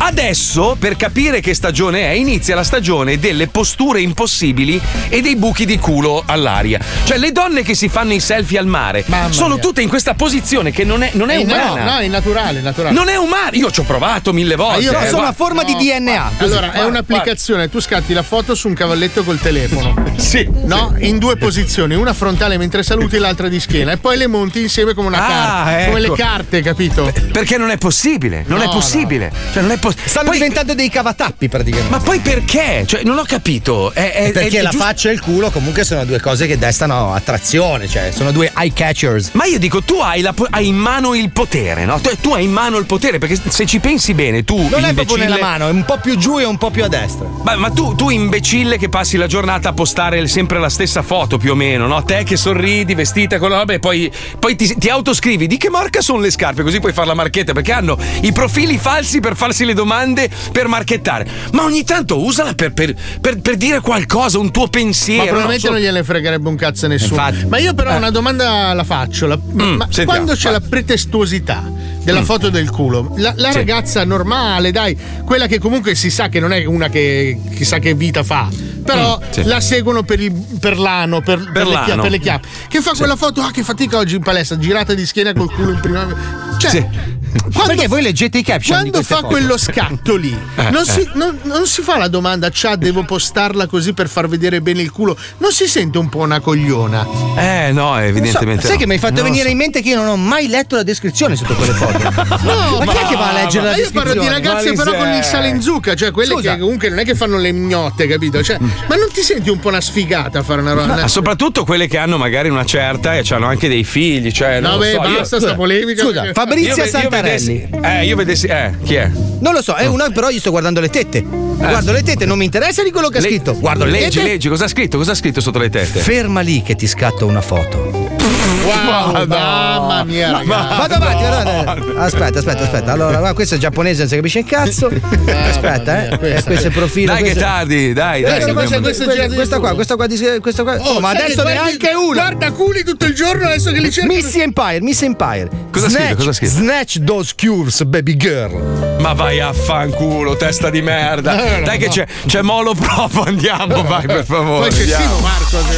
Adesso, per capire che stagione è, inizia la stagione delle posture impossibili e dei buchi di culo all'aria. Cioè, le donne che si fanno i selfie al mare sono mia. tutte in questa posizione che non è, non è Eh, no, umana. no, è naturale, è naturale. Ah, Non è umano, io ci ho provato mille volte. io- eh, guarda. No, guarda. allora, è un'applicazione, tu scatti la foto su un cavalletto col telefono. sì. No, in due posizioni, una frontale mentre saluti e l'altra di schiena e poi le monti insieme come una Ah, carta, ecco. come le carte, capito? Perché non è possibile, non No, è possibile. Cioè, non è poss- Stanno diventando dei cavatappi praticamente. Ma poi perché? Cioè, non ho capito. È, è- perché è la giusto- faccia e il culo comunque sono due cose che destano attrazione, cioè sono due eye catchers. Ma io dico, tu hai, la po- hai in mano il potere, no? Tu, tu hai in mano il potere, perché se ci pensi bene, tu. Non è proprio imbecille- nella mano, è un po' più giù e un po' più a destra. Ma, ma tu, tu imbecille che passi la giornata a postare sempre la stessa foto più o meno, no? Te che sorridi, vestita con la roba e poi, poi ti, ti autoscrivi di che marca sono le scarpe, così puoi fare la marchetta, perché hanno i profili falsi per farsi le domande per marchettare. Ma ogni tanto usala per, per- per- per dire qualcosa, un tuo pensiero. Ma no? probabilmente So- non gliene fregherebbe un cazzo a nessuno. Infatti. Ma io però Eh. Mm, una domanda la faccio. la- ma sentiamo, quando c'è la vai. pretestuosità della Mm. foto del culo, la, la Sì. ragazza normale, dai, quella che comunque si sa che non è una che chissà che vita fa, però Mm, sì. la seguono per, il- per l'ano, per, per le l'ano. chia- per le chiappe. Che fa quella foto, ah che fatica oggi in palestra, girata di schiena col culo in prima... Cioè, quando, Perché voi leggete i caption? di Quando queste fa foto? quello scatto lì, Eh, non, eh. Si, non- non si fa la domanda, ciao, devo postarla così per far vedere bene il culo. Non si sente un po' una cogliona. Eh no, evidentemente. sai no. che mi hai fatto Non lo venire so. in mente che io non ho mai letto la descrizione sotto quelle foto. No, ma, chi è che va a leggere la ma Io descrizione? parlo di ragazze però con il sale in zucca, cioè quelle Scusa. che comunque non è che fanno le mignotte, capito? Cioè, ma non ti senti un po' una sfigata a fare una roba? Ma soprattutto quelle che hanno magari una certa e hanno anche dei figli. Cioè, non No, lo beh, so, io- basta sta polemica. Scusa, Fabrizia Io ve- io vedessi- Santarelli. eh, io vedessi. Eh, chi è? Non lo so, è una, però io sto guardando le tette. Guardo le tette, non mi interessa di quello che ha Eh. Le- scritto. Guardo le leggi, tette. leggi, cosa ha scritto? Cosa ha scritto sotto le tette? Ferma lì che ti scatto una foto. Wow, mamma mia, No, ragazzi. vado avanti, vado avanti. Aspetta, aspetta, aspetta. Allora, va, questo è giaponese, non si capisce un cazzo. Eh, Aspetta, eh. Eh, Questo è profilo. Dai, che questo- tardi, dai, dai. Questa, questa, dobbiamo- questa, questa, qua, questa qua, di- questa qua. Oh, Oh, ma sai adesso che guardi- neanche uno. guarda culi tutto il giorno adesso che li cerco. Miss Empire, Miss Empire. Cosa ha snatch, scritto? Cosa ha scritto? Snatch those cures, baby girl. Ma vai a fanculo, testa di merda. Eh, Dai, che no. c'è, c'è Molo Provo. Oh, Andiamo, vai, per favore. andiamo.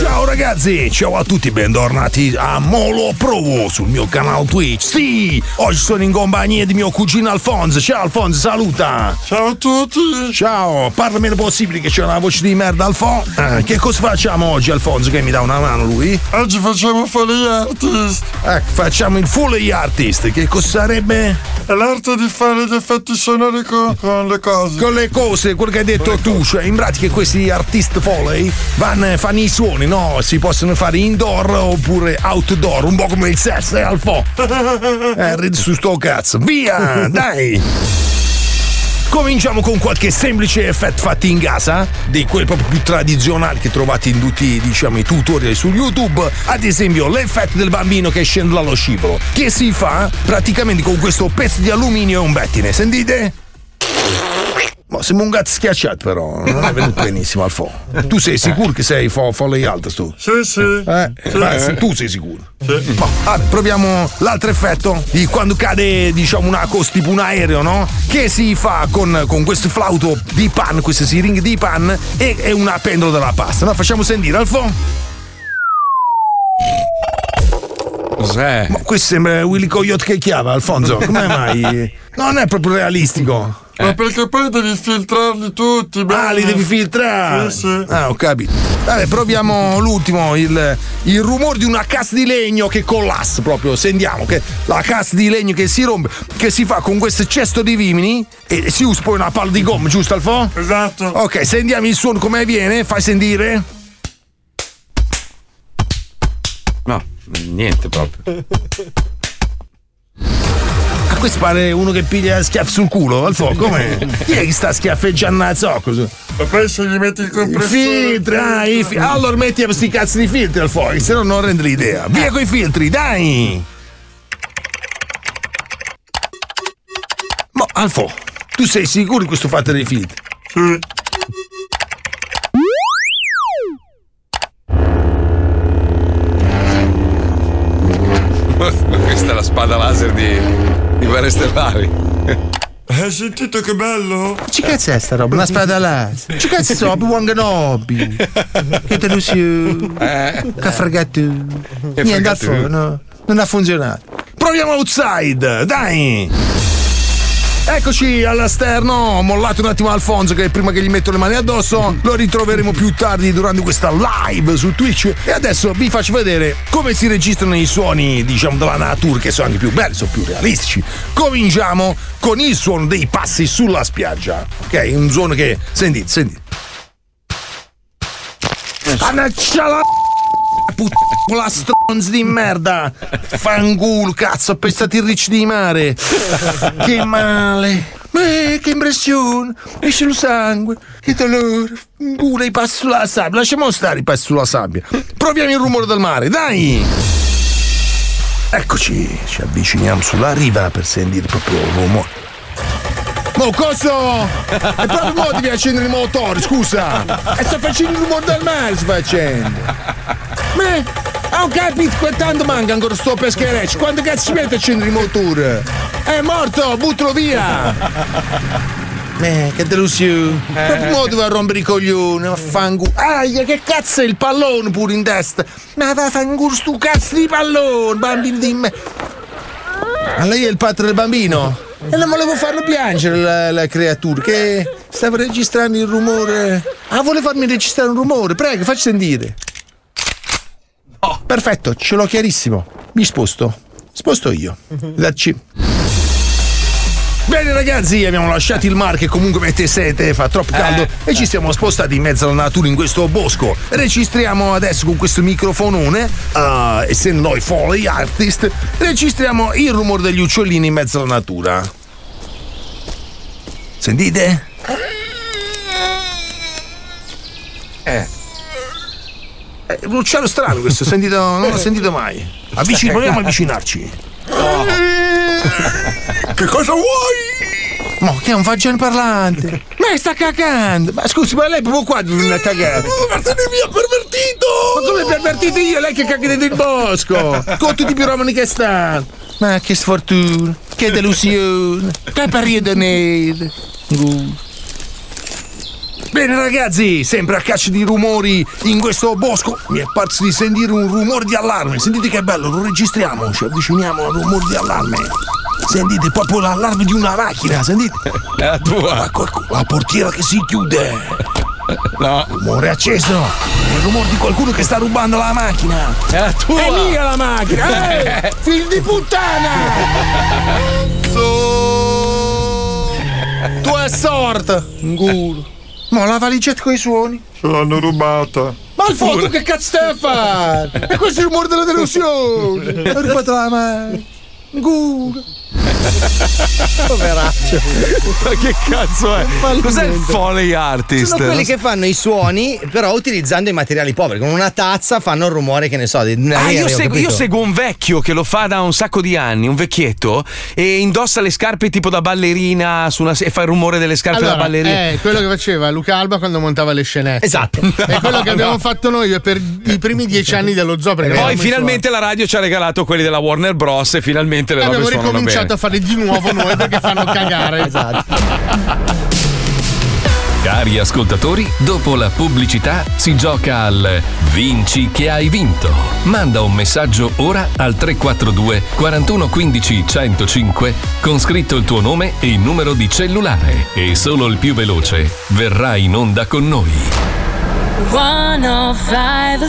Ciao ragazzi, ciao a tutti, bentornati a Molo Provo sul mio canale Twitch. Sì, oggi sono in compagnia di mio cugino Alfonso. Ciao Alfonso, saluta. Ciao a tutti. Ciao, parla meno possibile che c'è una voce di merda Alfonso. Ah, che cosa facciamo oggi Alfonso che mi dà una mano lui? Oggi facciamo Foley Artist. Ecco, facciamo il Foley Artist. Che cosa sarebbe? È l'arte di fare gli effetti sonori con, le cose. Con le cose, quello che hai detto tu, cioè in pratica questi artist foley van- fanno i suoni, no? Si possono fare indoor oppure outdoor, un po' come il sesso, eh, Alfo. Eh, ridi su sto cazzo. Via, dai! Cominciamo con qualche semplice effetto fatti in casa, di quelli proprio più tradizionali che trovate in tutti diciamo, i tutorial su YouTube. Ad esempio, l'effetto del bambino che scende dallo scivolo, che si fa praticamente con questo pezzo di alluminio e un bettine. Sentite? Ma sembra un gatto schiacciato, però. Non è venuto benissimo al fo. Eh, Tu sei sicuro che sei fo, folle alta, tu? Sì, sì. Eh, tu sei sicuro. Ma, vabbè, proviamo l'altro effetto di quando cade, diciamo, una cosa tipo un aereo, no? Che si fa con, con questo flauto di pan, questo siring di pan e, e una pendola della pasta. No, facciamo sentire al fo. Cos'è? Ma questo sembra Willy Coyote che chiava, Alfonso. Come mai? Non è proprio realistico. Ma perché poi devi filtrarli tutti? Eh. Ah, li devi filtrare. Sì, sì. Ah, ho capito. Vabbè, proviamo l'ultimo, il, il rumore di una cassa di legno che collassa proprio. Sentiamo che la cassa di legno che si rompe, che si fa con questo cesto di vimini e si usa poi una palla di gomma, giusto Alfo? Esatto. Ok, sentiamo il suono come viene, fai sentire. No, niente proprio. A questo pare uno che piglia schiaffi sul culo, Alfo, come? Chi è che sta schiaffeggiando a zocco? Ma poi se gli metti il compressore... Eh. Filtra, i fi- allora metti questi cazzo di filtri al fuoco, se no non rende l'idea. Via coi filtri, dai! Ma Alfo, tu sei sicuro di questo fatto dei filtri? Sì. Ma questa è la spada laser di, di Guerre Stellari. Eh, Hai sentito che bello? Ci cazzo è sta roba? Una spada là. Ci cazzo so, Obi-Wan Kenobi. Che te lo si. Eh. Che ha fregato. Niente fregato. al forno. Non ha funzionato. Proviamo outside, dai! Eccoci all'esterno, ho mollato un attimo Alfonso che prima che gli metto le mani addosso lo ritroveremo più tardi durante questa live su Twitch e adesso vi faccio vedere come si registrano i suoni diciamo della natura che sono anche più belli, sono più realistici. Cominciamo con il suono dei passi sulla spiaggia, ok? Un suono che... sentite, sentite. Annaccia Ah, la Puttola stronz di merda! Fangulo, cazzo, pestati ricci di mare! Che male! Eh, che impressione! Esce il sangue! Che dolore! Pure i passi sulla sabbia! Lasciamo stare i passi sulla sabbia! Proviamo il rumore del mare, dai! Eccoci, ci avviciniamo sulla riva per sentire proprio il rumore. Mo coso! E proprio mo devi accendere il motore, scusa! E sto facendo il rumore del mare, sto facendo! Ma ho capito che tanto manca ancora sto peschereccio! Quanto cazzo ci mette a accendere il motore? È morto, buttalo via! Eh, che delusione. Eh. Proprio mo doveva rompere i coglioni, vaffanculo. Aia, che cazzo è il pallone pure in testa? Ma vaffanculo stu cazzo di pallone, bambino di me. Ma lei è il padre del bambino? E non volevo farlo piangere la, la creatura, che stava registrando il rumore. Ah, vuole farmi registrare un rumore, prego, facci sentire. Perfetto, ce l'ho chiarissimo. Mi sposto. Sposto io. Dacci. Bene ragazzi, abbiamo lasciato il mar che comunque mette sete, fa troppo caldo e ci siamo spostati in mezzo alla natura in questo bosco. Registriamo adesso con questo microfonone, eh, essendo noi foley artist, registriamo il rumore degli uccellini in mezzo alla natura. Sentite? Eh. È Eh, un uccello strano questo, sentito, non l'ho sentito mai. Eh. Avvicin- proviamo ad avvicinarci. Che cosa vuoi? Ma che è un fagione parlante? Ma sta cagando! Ma scusi, ma lei proprio qua deve andare a cagare! Ma se ne oh, mi ha pervertito! Ma come pervertito io? Lei che caga dentro il bosco! Con tutti i piromani che stanno! Ma che sfortuna! Che delusione! Che periodo nero! Bene ragazzi, sempre a caccia di rumori in questo bosco mi è parso di sentire un rumore di allarme. Sentite che bello, lo registriamo, ci avviciniamo al rumore di allarme. Sentite proprio l'allarme di una macchina, sentite. La tua. Ah, La portiera che si chiude. No. Rumore acceso. Il rumore di qualcuno che sta rubando la macchina. È la tua. È mia la macchina. eh! Figlio di puttana! Tu è sorta! Ngulo! Ma la valigetta con i suoni? Ce l'hanno rubata. Ma il foto che cazzo stai a fare? E questo è il rumore della delusione! Ho rubato la mano! Ngulo! Poveraccio! Ma che cazzo è? Cos'è il foley artist? Sono quelli che fanno i suoni, però utilizzando i materiali poveri. Con una tazza fanno il rumore, che ne so, di un Ah, aereo, io, seguo, io capito? seguo un vecchio che lo fa da un sacco di anni, un vecchietto, e indossa le scarpe tipo da ballerina su una se- e fa il rumore delle scarpe da ballerina. è eh, quello che faceva Luca Alba quando montava le scenette. Esatto. è quello che No, abbiamo no. fatto noi per i primi dieci anni dello zoo. perché Poi eravamo i finalmente la radio ci ha regalato quelli della Warner Bros. E finalmente le suoni. robe abbiamo suonano bene. ricominciato a fare di nuovo noi perché fanno cagare. Cari ascoltatori, dopo la pubblicità si gioca al Vinci che hai vinto. Manda un messaggio ora al 342 4115 105 con scritto il tuo nome e il numero di cellulare e solo il più veloce verrà in onda con noi. 105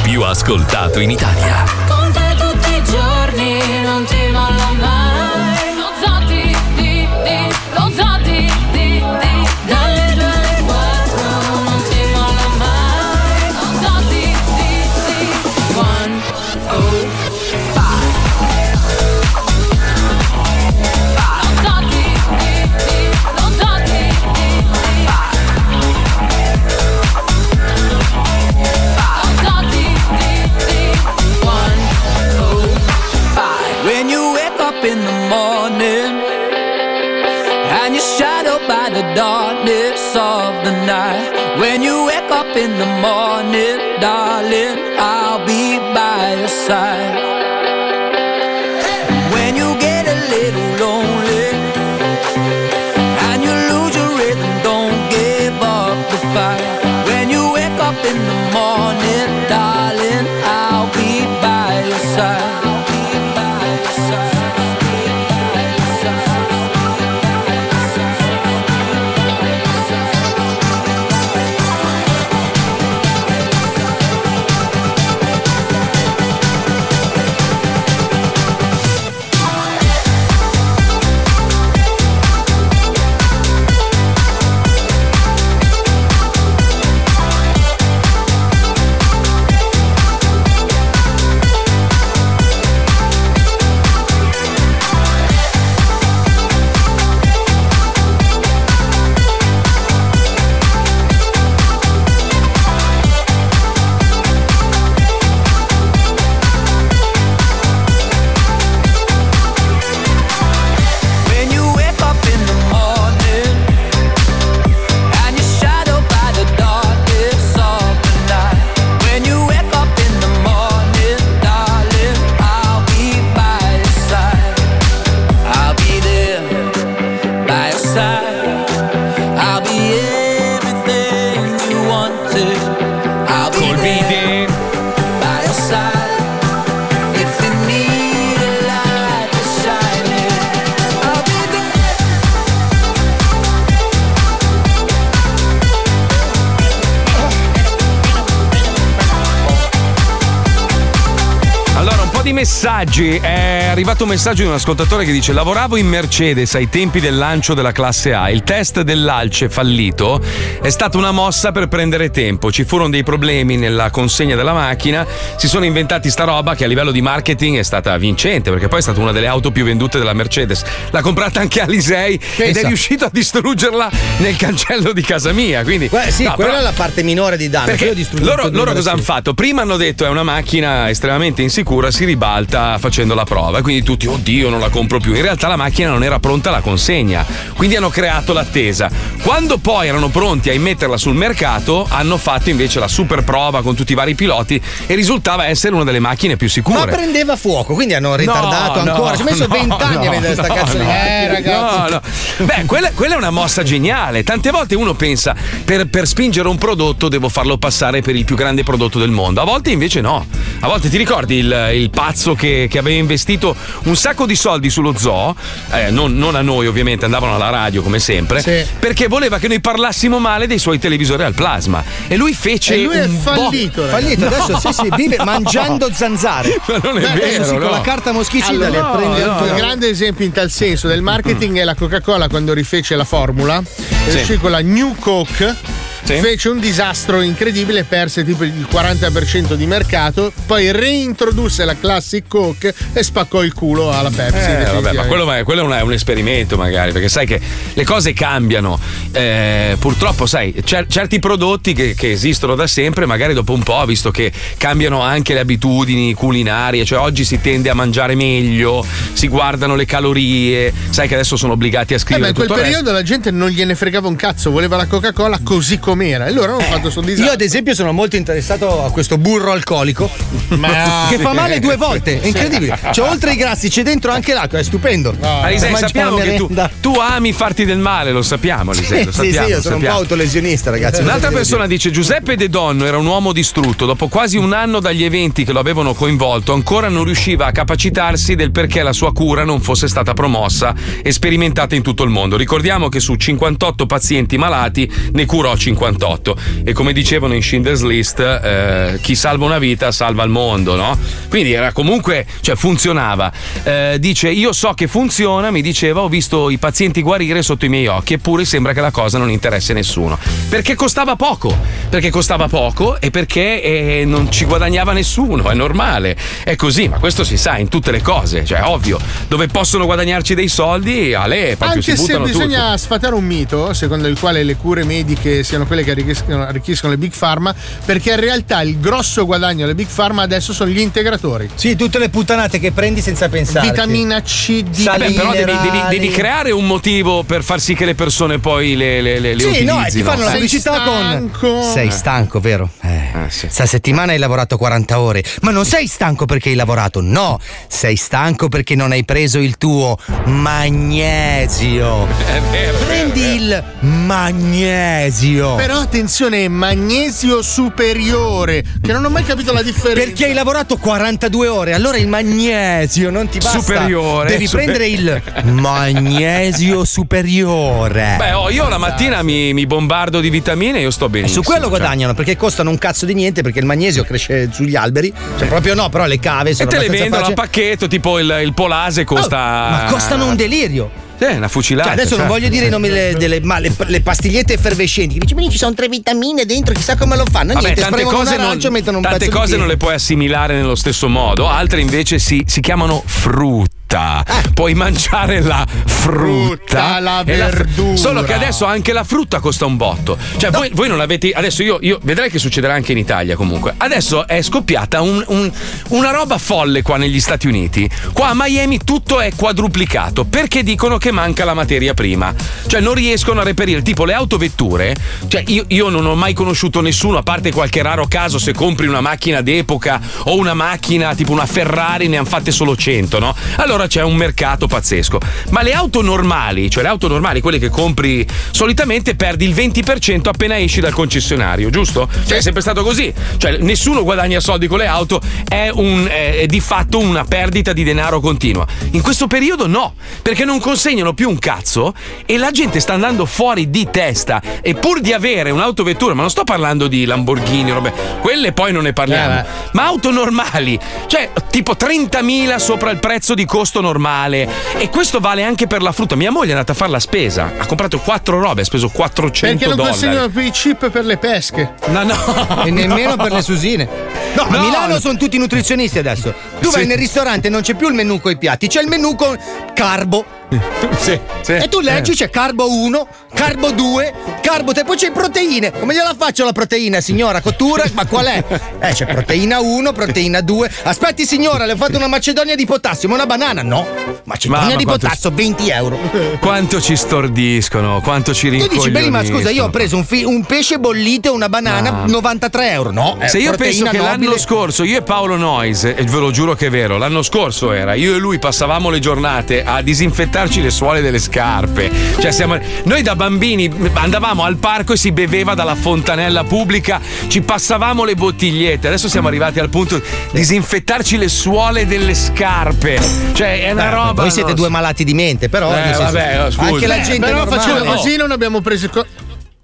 più ascoltato in Italia. Con te tutti i giorni non ti molla mai. Lo zodi, di, di, lo zodi, di, di. Dalle due alle quattro non ti molla mai. Lo zodi, di, di. One, oh, five. Lo zodi, di, di, lo zodi, di, di. Lo zodi, di, di. One, When you wake up in the morning and you're shadowed by the darkness of the night. When you wake up in the morning, darling, I'll be by your side. When you get a little lonely and you lose your rhythm, don't give up the fight. When you wake up in the morning, darling, I'll be by your side. di messaggi. È arrivato un messaggio di un ascoltatore che dice: Lavoravo in Mercedes ai tempi del lancio della classe A. Il test dell'alce fallito è stata una mossa per prendere tempo. Ci furono dei problemi nella consegna della macchina. Si sono inventati sta roba che a livello di marketing è stata vincente, perché poi è stata una delle auto più vendute della Mercedes. L'ha comprata anche Alisei ed è Pensa. riuscito a distruggerla nel cancello di casa mia. Quindi, Beh, sì, No, quella però- è la parte minore di danno. perché quello distrugge loro, tutto il loro numero cosa hanno sì. fatto? Prima hanno detto è una macchina estremamente insicura, si ribalta facendo la prova. E quindi tutti, oddio, non la compro più. In realtà la macchina non era pronta alla consegna. Quindi hanno creato l'attesa. Quando poi erano pronti a immetterla sul mercato, hanno fatto invece la super prova con tutti i vari piloti e risultava essere una delle macchine più sicure. Ma prendeva fuoco, quindi hanno ritardato No, ancora. no, Ci ho messo no, 20 anni a no, vedere sta no, cazzo Eh, di no. Eh, macchina. No, no. Beh, quella, quella è una mossa geniale. Tante volte uno pensa, per, per spingere un prodotto devo farlo passare per il più grande prodotto del mondo. A volte invece no. A volte ti ricordi il, il pazzo che, che aveva investito un sacco di soldi sullo zoo, Eh, non, non a noi ovviamente, andavano alla radio come sempre, perché voleva che noi parlassimo male dei suoi televisori al plasma. E lui fece... E lui è un bo- fallito, ragazzi. Fallito, adesso sì, sì, vive mangiando zanzare. Ma non è Beh, adesso vero, sì, con no. la carta moschicida Allora, le no, prende no, Mm. ancora. Un grande esempio in tal senso del marketing è la Coca-Cola quando rifece la formula, Sì. e uscì con la New Coke. Fece un disastro incredibile, perse tipo il 40% di mercato, poi reintrodusse la Classic Coke e spaccò il culo alla Pepsi. Eh, vabbè, ma definitivamente. quello, ma- quello è, un, è un esperimento, magari, perché sai che le cose cambiano. Eh, purtroppo, sai, cer- certi prodotti che, che esistono da sempre, magari dopo un po', visto che cambiano anche le abitudini culinarie, cioè oggi si tende a mangiare meglio, si guardano le calorie, sai che adesso sono obbligati a Eh, ma scrivere in quel tutto il resto. periodo la gente non gliene fregava un cazzo, voleva la Coca-Cola così com'era. E loro hanno fatto sto disastro. Eh, Io ad esempio sono molto interessato a questo burro alcolico Ma- che fa male due volte, è incredibile. Sì. Cioè oltre ai grassi c'è dentro anche l'acqua, è stupendo. Alisei, Mangi sappiamo la che tu, merenda. tu ami farti del male, lo sappiamo, Alisei, lo Sì, sì, sappiamo. io lo sono un po' sappiamo. autolesionista ragazzi. Un'altra persona dice: Giuseppe De Donno era un uomo distrutto. Dopo quasi un anno dagli eventi che lo avevano coinvolto, ancora non riusciva a capacitarsi del perché la sua cura non fosse stata promossa e sperimentata in tutto il mondo. Ricordiamo che su 58 pazienti malati ne curò 58. E come dicevano in Schindler's List, eh, chi salva una vita salva il mondo, no? Quindi era comunque, cioè funzionava. Eh, dice: Io so che funziona, mi diceva, ho visto i pazienti guarire sotto i miei occhi, eppure sembra che la cosa non interessi nessuno. Perché costava poco, perché costava poco e perché eh, non ci guadagnava nessuno, è normale. È così, ma questo si sa in tutte le cose, cioè ovvio, dove possono guadagnarci dei soldi, ale, proprio Anche se si buttano bisogna tutti. sfatare un mito, secondo il quale le cure mediche siano quelle che arricchiscono, arricchiscono le big pharma, perché in realtà il grosso guadagno delle big pharma adesso sono gli integratori. Sì, tutte le puttanate che prendi senza pensare. Vitamina C, D, Eh beh, però devi, devi- minerali. devi creare un motivo per far sì che le persone poi le, le, le, le Sì, utilizzino. no, e ti fanno la Sei pubblicità con. stanco? Sei stanco, vero? Eh. Sta settimana hai lavorato 40 ore, ma non sei stanco perché hai lavorato, no! Sei stanco perché non hai preso il tuo magnesio. È vero. Prendi il magnesio. Però attenzione, magnesio superiore, che non ho mai capito la differenza. Perché hai lavorato 42 ore, allora il magnesio non ti basta. Superiore. Devi Super- prendere il magnesio superiore. Beh, oh, io la mattina mi, mi bombardo di vitamine e io sto E benissimo. Eh, esatto. su quello cioè. guadagnano perché costano un cazzo di niente perché il magnesio cresce sugli alberi, cioè proprio no, però le cave E sono te le abbastanza vendono a facili. pacchetto, tipo il, il polase costa. ma costano un delirio. Sì, una fucilata. Cioè, adesso non certo. voglio dire i nomi delle, delle- ma le, le pastigliette effervescenti. che Dici, "Ma ci sono tre vitamine dentro, chissà come lo fanno. Vabbè, niente, tante spremono cose, un arancio e non, mettono un tante pezzo cose di pietra. non le puoi assimilare nello stesso modo, altre invece si, si chiamano frutta. Eh. Puoi mangiare la frutta, Frutta, la e fr- verdura. solo che adesso anche la frutta costa un botto. Cioè, voi, voi non avete. Adesso io, io vedrei che succederà anche in Italia comunque. Adesso è scoppiata un- un- una roba folle qua negli Stati Uniti. Qua a Miami tutto è quadruplicato perché dicono che manca la materia prima. Cioè, non riescono a reperire. Tipo le autovetture. Cioè, io, io non ho mai conosciuto nessuno, a parte qualche raro caso, se compri una macchina d'epoca o una macchina tipo una Ferrari, ne hanno fatte solo 100, no? Allora c'è un mercato pazzesco. Ma le auto normali, cioè le auto normali, quelle che compri solitamente, perdi il 20% appena esci dal concessionario, giusto? Cioè è sempre stato così. Cioè nessuno guadagna soldi con le auto, è, un- è- è di fatto una perdita di denaro continua. In questo periodo no, perché non consegnano più un cazzo e la gente sta andando fuori di testa Eh, e pur di avere un'autovettura, ma non sto parlando di Lamborghini, robe, quelle poi non ne parliamo. ma auto normali, cioè tipo 30.000 sopra il prezzo di costo normale. E questo vale anche per la frutta. Mia moglie è andata a fare la spesa, ha comprato quattro robe, ha speso 400 Perché non dollari. consegnano più i chip per le pesche. No, no. E nemmeno per le susine. No, a No. Milano sono tutti nutrizionisti adesso. Tu vai Sì. nel ristorante e non c'è più il menù con i piatti, c'è il menù con carbo. E tu Eh. leggi, c'è carbo 1, carbo 2, carbo 3, poi c'è proteine. Come gliela faccio la proteina, signora? Cottura? Ma qual è? Eh, c'è proteina 1, proteina 2. Aspetti, signora, le ho fatto una macedonia di potassio, ma una banana? No. Macedonia Mamma, di quanto- potassio, 20 euro. Quanto ci stordiscono, quanto ci Tu rincoglioniscono. dici, beh, ma scusa, io ho preso un, fi- un pesce bollito e una banana, Ah. 93 euro. No, è Se io penso proteina che nobile. l'anno scorso io e Paolo Noyes, e ve lo giuro che è vero, l'anno scorso era, io e lui passavamo le giornate a disinfettarci le suole delle scarpe. Cioè siamo- noi da bambini andavamo al parco e si beveva dalla fontanella pubblica, ci passavamo le bottigliette. Adesso siamo arrivati al punto di disinfettarci le suole delle scarpe. Cioè è una Beh, roba. Voi siete non due so. malati di mente, però. Eh, nel senso- vabbè, Eh, no, scusa. anche la Beh, gente. Però normale- facendo così non abbiamo preso. il co-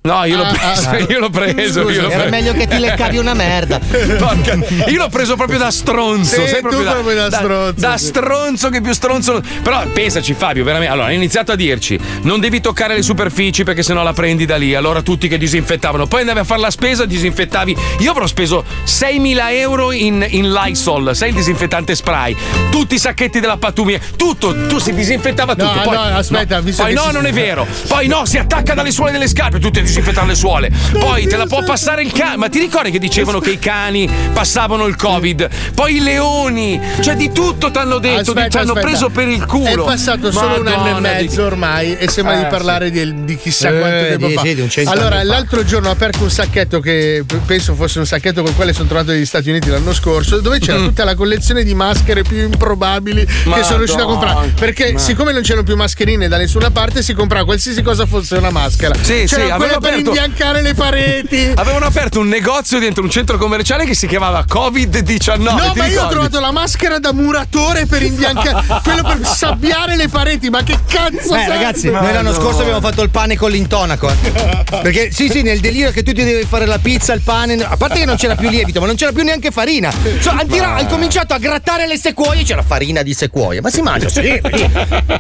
No, io l'ho Ah, preso, ah. io l'ho preso. Scusa, io l'ho era preso. meglio che ti leccavi una merda. Porca- io l'ho preso proprio da stronzo. Sì, sai, proprio tu da, proprio da stronzo, da sì. stronzo che più stronzo. Però pensaci, Fabio, veramente. Allora, ha iniziato a dirci: non devi toccare le superfici perché sennò la prendi da lì. Allora tutti che disinfettavano. Poi andavi a fare la spesa, disinfettavi. Io avrò speso 6.000 euro in, in Lysol, sai il disinfettante spray, tutti i sacchetti della pattumia, tutto. Tu si disinfettava tutto. No, poi, no, aspetta, no, visto poi che no, si- non è vero. Poi no, si attacca dalle suole delle scarpe, tutti a disinfettare le suole. Poi te la può passare il cane. Ma ti ricordi che dicevano che i cani passavano il Covid? Poi i leoni, cioè di tutto ti hanno detto, Aspetta, ti hanno aspetta. preso per il culo. È passato solo un anno e Madonna, mezzo di- ormai e sembra Eh, di parlare di, di chissà quanto Eh, tempo di- fa. sì, di un cent'anni allora, fa. l'altro giorno ho aperto un sacchetto che p- penso fosse un sacchetto col quale sono tornato dagli Stati Uniti l'anno scorso, dove c'era Mm. tutta la collezione di maschere più improbabili che sono riuscito a comprare. Madonna. Perché Ma- siccome non c'erano più mascherine da nessuna parte, si comprava qualsiasi cosa fosse una maschera. Sì, sì, c'era quella avevano per aperto- imbiancare le pareti. Avevano aperto un negozio dentro un centro commerciale che si chiamava Covid-19. No, ti ma io ho ricordi? trovato la maschera da muratore per imbiancare. quello per sabbiare le pareti. Ma che cazzo Eh, serve? ragazzi, noi l'anno scorso abbiamo fatto il pane con l'intonaco. eh. Perché sì, sì, nel delirio che tu ti devi fare la pizza, il pane. A parte che non c'era più lievito, ma non c'era più neanche farina. Cioè, hanno tira- Ma- hanno cominciato a grattare le sequoie, c'era farina di sequoia. Ma si mangia? Ah, Sì. sì.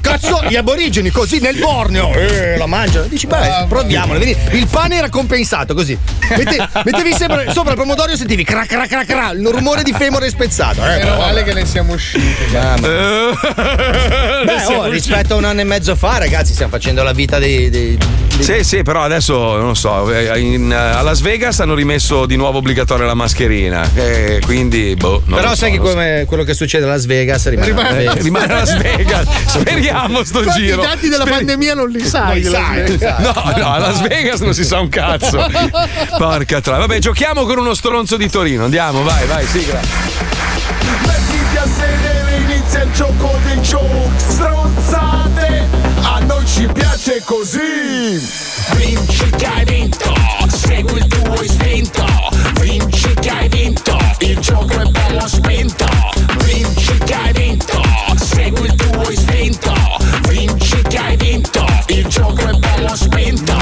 Cazzo, gli aborigeni così nel Borneo. Eh, la mangiano. Dici, Ah, beh, proviamolo. vedi. Il pane era compensato così. Mette- mettevi sempre sopra il pomodoro e sentivi crac crac crac crac, il rumore di femore spezzato. Eh, Meno però, vabbè. male che ne siamo usciti. Eh, Beh, oh, rispetto a un anno e mezzo fa, ragazzi, stiamo facendo la vita dei. dei- Sì, sì, però adesso non lo so. eh, in, eh, a Las Vegas hanno rimesso di nuovo obbligatoria la mascherina. eh, quindi, boh. non Però lo so, sai che non lo so. come- quello che succede a Las Vegas rimane, a Las Rimane- Vegas. rimane a Las Vegas. Speriamo sto Infatti, giro. I dati della Speri- pandemia non li sai. eh? Non li Las sai, non li Vegas. No, no, a Las Vegas non si sa un cazzo. Porca tra. Vabbè, giochiamo con uno stronzo di Torino. Andiamo, vai, vai, sigla. Mettiti a sedere, inizia il gioco dei giochi Stronzate, a noi ci piace così Vinci che hai vinto, segui il tuo istinto Vinci che hai vinto, il gioco è bello spinto Vinci che hai vinto, segui il tuo istinto Vinci che hai vinto, il gioco è bello spinto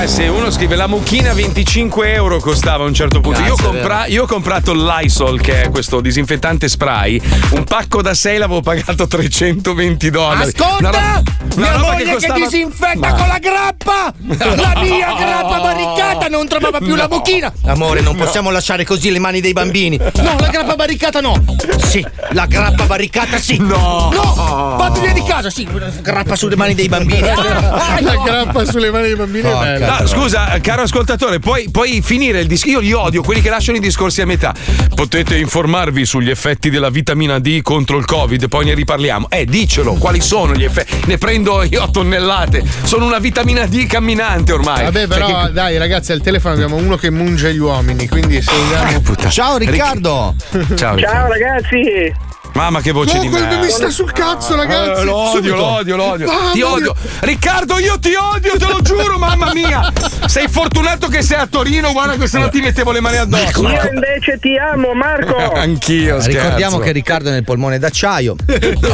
Eh, se uno scrive la mucchina 25 euro costava a un certo punto. Io, Cazzo, è compra- io ho comprato l'Isol, che è questo disinfettante spray. Un pacco da 6 l'avevo pagato 320 dollari. Ascolta! una Mia roba moglie che disinfetta Ma- con la grappa! La mia grappa barricata non trovava più la No. bocchina! Amore, non possiamo lasciare così le mani dei bambini. No, la grappa barricata no! Sì, la grappa barricata sì! No! No! Vatti via di casa, sì! Grappa sulle mani dei bambini! Ah, La no. grappa sulle mani dei bambini è bella. No, scusa, eh, caro ascoltatore, puoi, puoi finire il discorso. Io li odio, quelli che lasciano i discorsi a metà. Potete informarvi sugli effetti della vitamina D contro il Covid, poi ne riparliamo. Eh, dicelo, quali sono gli effetti? Ne prendo io a tonnellate. Sono una vitamina D camminante ormai. Cioè, Vabbè, però, Perché- dai, ragazzi, al telefono abbiamo uno che munge gli uomini. Quindi se andiamo. Ah, Ciao, Riccardo. Ciao, Ciao, ragazzi! Mamma che voce No, di quello merda. mi sta sul cazzo, ragazzi. Eh, L'odio, Subito. l'odio, l'odio. Mamma Ti mia. odio. Riccardo, io ti odio, te lo giuro, mamma mia. Sei fortunato che sei a Torino, guarda che se no ti mettevo le mani addosso. Io invece ti amo, Marco. Anch'io, scherzo. Ricordiamo che Riccardo è nel polmone d'acciaio.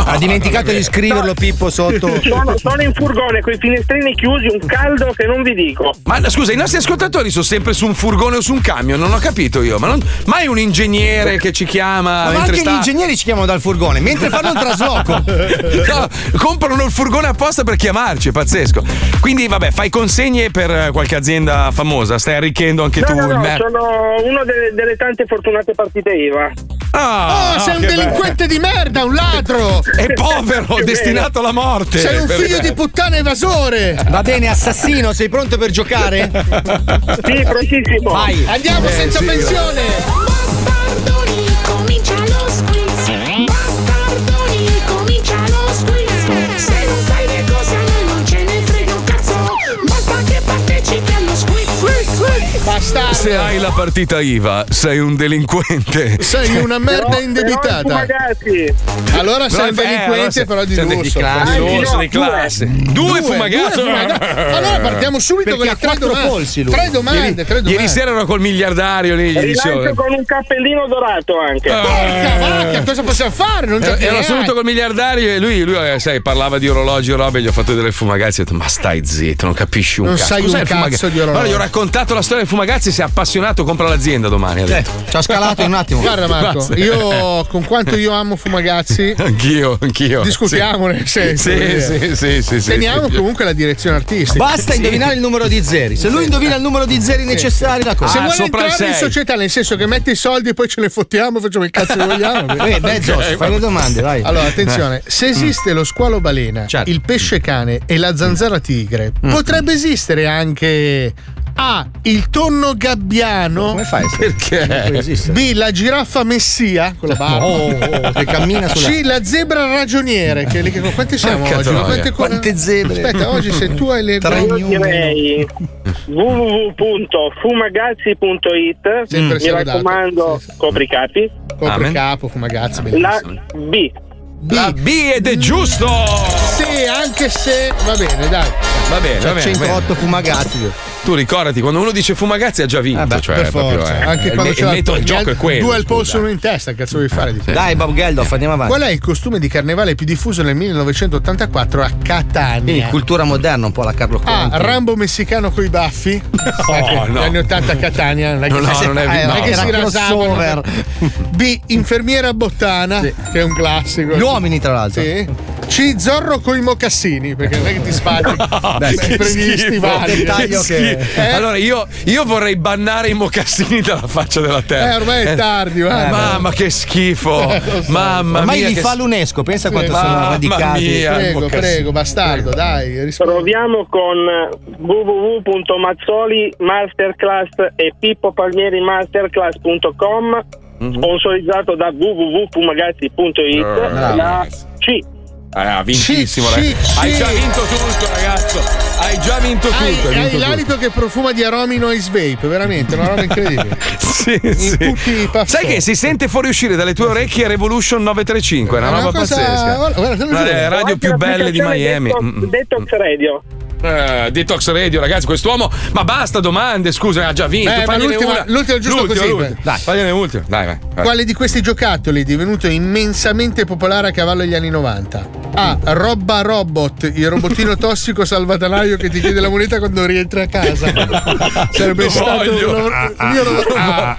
ha dimenticato di scriverlo Pippo sotto. Sono, sono in furgone con i finestrini chiusi, un caldo che non vi dico. Ma no, scusa, i nostri ascoltatori sono sempre su un furgone o su un camion, non ho capito io. Ma non, mai un ingegnere che ci chiama. Ma Ah, mentre anche sta... gli ingegneri ci chiamano dal furgone mentre fanno il trasloco. No, comprano il furgone apposta per chiamarci, è pazzesco. Quindi, vabbè, fai consegne per eh, qualche azienda famosa, stai arricchendo anche tu no, il no, no, mer- sono uno delle, delle tante fortunate partite IVA. Ah, oh, sei un che delinquente di merda, un ladro. È povero, destinato alla morte. Sei un Per- figlio di puttana evasore. Va bene, assassino, sei pronto per giocare? Sì, prontissimo. Vai. Andiamo Eh, senza sì, pensione. Comincia lo squiz, bastardoni, comincia lo squiz. Se non sai le cose a noi non ce ne frega un cazzo, basta che partecipi allo squiz. Bastardo. Se hai la Cioè, partita IVA, sei un delinquente. Sei una merda indebitata. Allora sei un Però, eh, allora delinquente, sei- però di sei un lusso. delinquente Dai. di lusso, di classe. due Due, fumagazzi. fumagazzi. Allora partiamo subito Perché con le ha tre quattro domande. polsi lui. tre domande. Ieri- tre domande. Ieri sera ero col miliardario lì, gli Rilancio dicevo. con un cappellino dorato anche. Ah. Porca vacca, cosa possiamo fare? Eh, Non Ero, giocherai. ero seduto col miliardario e lui, lui, eh, sai, parlava di orologi e roba e gli ho fatto delle fumagazzi. Ho detto, ma stai zitto, non capisci un Non cazzo. sai Cos'è un il cazzo fumagazzi? di orologi. Allora, gli ho raccontato la storia del fumagazzi, si è appassionato, compra l'azienda domani. Ha detto. Ci ha scalato in un attimo. Guarda Marco, Basta. io con quanto io amo Fumagazzi, Anch'io, anch'io. discutiamone. nel Sì, senso, voglio sì, dire. sì, sì, sì, sì. Teniamo sì. comunque la direzione artistica. Basta indovinare il numero di zeri. Se lui indovina il numero di zeri Sì. necessari, la cosa. Ah, Se vuole entrare in società, nel senso che metti i soldi e poi ce ne fottiamo, facciamo il cazzo che vogliamo. Eh, beh, Zos, fai le domande, vai. Allora, attenzione: Eh. Certo. se esiste lo squalo balena, il pesce cane e la zanzara tigre, Mm. potrebbe esistere anche. A. Il tonno gabbiano. Come fai? Perché? B. La giraffa messia. Con la barba. Oh, oh, che cammina sulla- C. La zebra ragioniere. Che lì, che- quanti siamo Porca oggi? troia. quante zebre? Aspetta, oggi se tu hai le. Io direi www.fumagazzi.it Sempre Mi saldato. raccomando, copri i capi. Copre capo, fumagazzi, La bellissimo. B. La B ed è giusto! Sì, anche se. Va bene, dai. Va bene, va bene, va bene. fumagazzi. Tu ricordati, quando uno dice fumagazzi ha già vinto. cioè, Ah, per proprio, forza. eh, Anche il, quando il c'è la- metodo del gli gioco al- è quello. Due al scusa. polso uno in testa, cazzo vuoi fare di te? Dai, Bob Geldof, andiamo avanti. Qual è il costume di carnevale più diffuso nel 1984 a Quindi Catania? cultura moderna, un po' la Carlo A. Conti. Rambo messicano coi baffi. No, Oh, no. Gli anni 80 a Catania. Non è che, No, no, non è- eh, non è no, che no. si Era rasavano. crossover. B. Infermiera bottana, che è un classico. Gli uomini, tra l'altro. Sì. C. Zorro coi mocassini, perché non è che ti spacci. Dai, Sempre che gli schifo. stivali. Che Eh? schifo. Allora io, io vorrei bannare i mocassini dalla faccia della terra. Eh, ormai è tardi, guarda. Mamma che schifo. Mamma Ormai mia. li che fa s- l'UNESCO, pensa Sì. quanto sono Mamma radicati. mia, Prego, prego, bastardo, dai. Proviamo con www.mazzoli masterclass e Pippo Palmieri masterclass.com sponsorizzato da www.fumagazzi.it Bravo, la C Ah, vintissimo, Sì, ragazzi. sì, Hai sì. già vinto tutto, ragazzo. Hai già vinto tutto. Hai, hai hai vinto tutto. l'alito che profuma di aromi noise vape, veramente, una roba incredibile. Sì, sì. Sai che si sente fuoriuscire dalle tue orecchie Revolution 935, è una, È una roba cosa- pazzesca. guarda, guarda, te lo Una giuro. delle radio più belle di Miami. Mm, mm. Detox Radio Eh, detox Radio, ragazzi, quest'uomo. Ma basta domande, scusa, ha già vinto. Beh, ma fagliene l'ultima- una. l'ultima giusto così, beh. Dai, fagliene ultimo. Dai, vai. vai. Quale di questi giocattoli è divenuto immensamente popolare a cavallo degli anni 90? A. Robba Robot, il robotino tossico salvatanaio che ti chiede la moneta quando rientri a casa. Sarebbe Lo stato. voglio. lo- Ah, ah, io lo- ah, ah,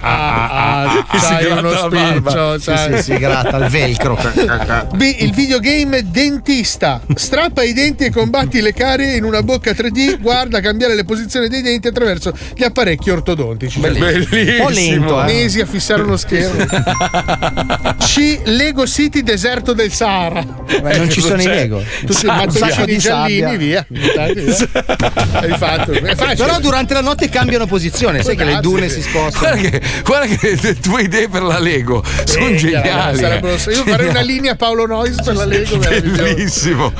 ah, Ah, si c'hai gratta uno la barba. spiccio, Sì, c'hai- sì, si gratta il velcro. B. Il videogame Dentista. Strappa i denti e combatti le carie in una bocca 3D. Guarda cambiare le posizioni dei denti attraverso gli apparecchi ortodontici. Bellissimo. Un po' lento, eh. Mesi a fissare uno schermo. C. Lego City Deserto del Sahara. Ma non ci Cioè, sono i Lego. Tu sei un Sabbia. sacco di giallini, Sabbia. via. Hai fatto. È facile. Però durante la notte cambiano posizione, sai che le dune si spostano. Guarda che, guarda che le tue idee per la Lego sono Eh, geniali. sarebbero- eh. Io farei una Geniali. linea Paolo Noyes per la Lego. meravigliosa. Bellissimo.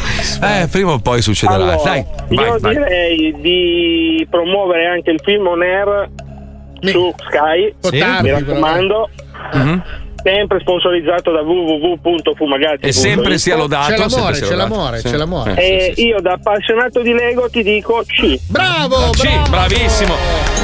Eh, prima o poi succederà. Allora, Dai, io vai, vai. direi di promuovere anche il film on air su Sky Sì. eh. mi raccomando Mhm. sempre sponsorizzato da www.fumagazzi. E sempre sia lodato, C'è sempre l'amore, sia c'è lodato. l'amore, Sì. c'è Eh, l'amore. sì, E sì, sì. io da appassionato di Lego ti dico C. Bravo! Sì, bravissimo.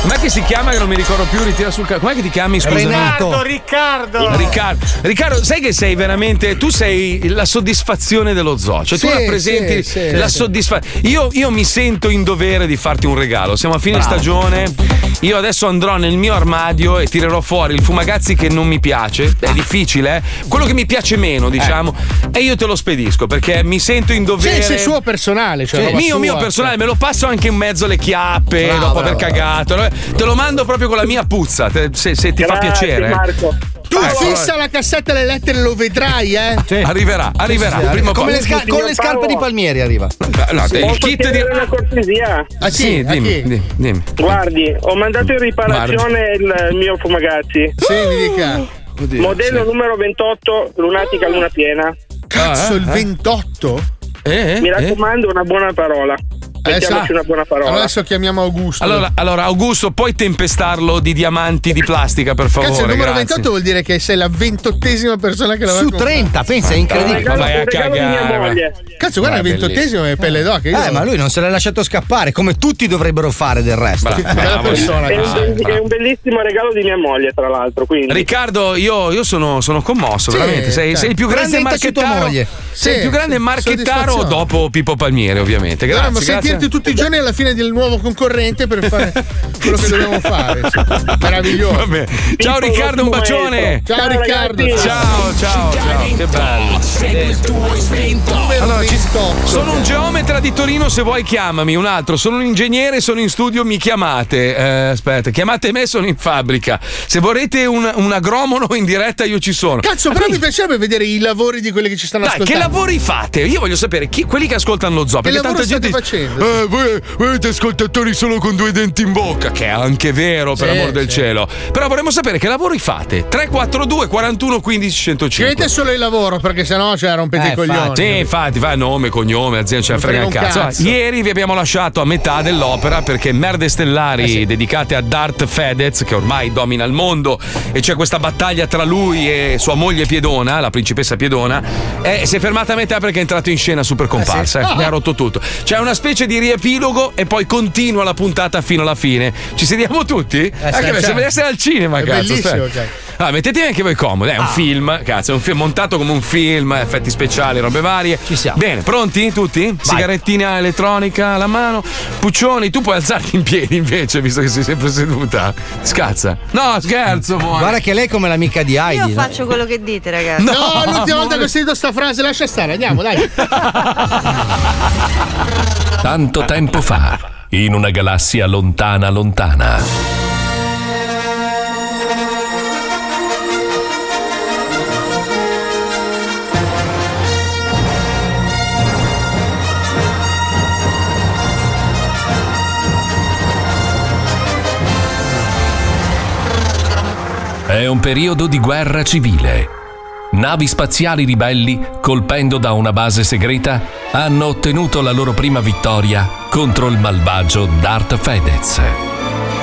Com'è che si chiama che non mi ricordo più? Ritira sul cazzo. Com'è che ti chiami? Scusa. Riccardo, Riccardo. Riccardo, Riccardo, sai che sei veramente. Tu sei la soddisfazione dello zoo. Cioè, tu Sì, rappresenti sì, sì, la sì. soddisfazione. Io, io mi sento in dovere di farti un regalo. Siamo a fine Bravo. stagione. Io adesso andrò nel mio armadio e tirerò fuori il fumagazzi che non mi piace. È difficile, eh? Quello che mi piace meno, diciamo. E io te lo spedisco perché mi sento in dovere. Sì, sì, suo personale. Cioè, Sì, roba mio, sua. mio personale, me lo passo anche in mezzo alle chiappe Bravo, dopo aver bravo, cagato. Te lo mando proprio con la mia puzza, te- se, se ti fa Grazie, piacere. eh. Marco. Tu Vai, vai, fissa la cassetta delle lettere, lo vedrai, eh. Arriverà, arriverà. Sì, sì, prima o come poi. le sca- con le scarpe di Palmieri arriva. No, Sì. il Posso kit di. chiedere Una cortesia. Ah, sì, dimmi, dimmi, dimmi. Guardi, ho mandato in riparazione il mio fumagazzi. Sì, mi dica. Oh! Oddio, Modello numero 28, lunatica luna piena. Cazzo, Ah, eh, il eh. 28? Eh, Mi raccomando, una buona parola. Mettiamoci una buona parola. Eh, Allora adesso chiamiamo Augusto. Allora, allora, Augusto, puoi tempestarlo di diamanti di plastica, per favore. Cazzo, il numero grazie. 28 vuol dire che sei la ventottesima persona che l'aveva Su comprato. 30, pensa, è incredibile. Ma vai a cagare, Cazzo, guarda, il ventottesimo è pelle d'oca. io- Eh, ma lui non se l'ha lasciato scappare, come tutti dovrebbero fare del resto. Bravo, bravo. è, un Ah, be- è un bellissimo regalo di mia moglie, tra l'altro. Quindi. Riccardo, io, io sono, sono commosso, Sì, veramente. Sei, dai. sei il più grande Presenta su tua marchettaro. moglie. Sei il Sì, più grande sì, marchettaro soddisfazione. dopo Pippo Palmieri, ovviamente. Grazie. Dovremmo grazie. sentirti tutti i giorni alla fine del nuovo concorrente per fare quello che dobbiamo fare. Meraviglioso. Vabbè. Ciao Riccardo, un bacione. Ciao, Riccardo. Ciao, ciao, ciao. Che bello. Allora, ci- sono un geometra di Torino, se vuoi chiamami, un altro, sono un ingegnere, sono in studio, mi chiamate. Eh, aspetta, chiamate me, sono in fabbrica. Se vorrete un, un agromono in diretta io ci sono. Cazzo, però mi piacerebbe vedere i lavori di quelli che ci stanno Dai, che ascoltando. lavori fate? Io voglio sapere chi, quelli che ascoltano lo zoo. Che Perché lavoro tanta gente. state facendo? Eh, voi, voi avete ascoltatori solo con due denti in bocca, che è anche vero, per Sì, amor del cielo. Però vorremmo sapere che lavori fate. 342 41 15 105. Scrivete solo il lavoro, perché sennò cioè, Eh, rompete i coglioni. Sì, Eh, infatti, fa nome, cognome, azienda, ce ne frega un frega un cazzo. cazzo. Ah, Ieri vi abbiamo lasciato a metà dell'opera perché Merde Stellari, Eh dedicate a Dart Fedez, che ormai domina il mondo, e c'è questa battaglia tra lui e sua moglie Piedona, la principessa Piedona, e si è fermata a metà perché è entrato in scena super comparsa. Eh sì. eh, Ah. Ne ha rotto tutto. C'è una specie di riepilogo e poi continua la puntata fino alla fine. Ci sediamo tutti? Anche perché certo. sembra di essere al cinema, È cazzo. bellissimo, aspetta. cioè. Ah. Allora, mettetevi anche voi comodi, è un film, cazzo, è un film montato come un film, effetti speciali, robe varie. Ci siamo. Bene, pronti tutti? Sigarettina elettronica alla mano. Puccioni, tu puoi alzarti in piedi invece, visto che sei sempre seduta. Scazza. No, scherzo, buono. Guarda che lei è come l'amica di Heidi. eh. Io no? faccio quello che dite, ragazzi. No, l'ultima volta che ho sentito sta frase, lascia stare, andiamo, dai. Tanto tempo fa, in una galassia lontana lontana. È un periodo di guerra civile. Navi spaziali ribelli, colpendo da una base segreta, hanno ottenuto la loro prima vittoria contro il malvagio Darth Fedez.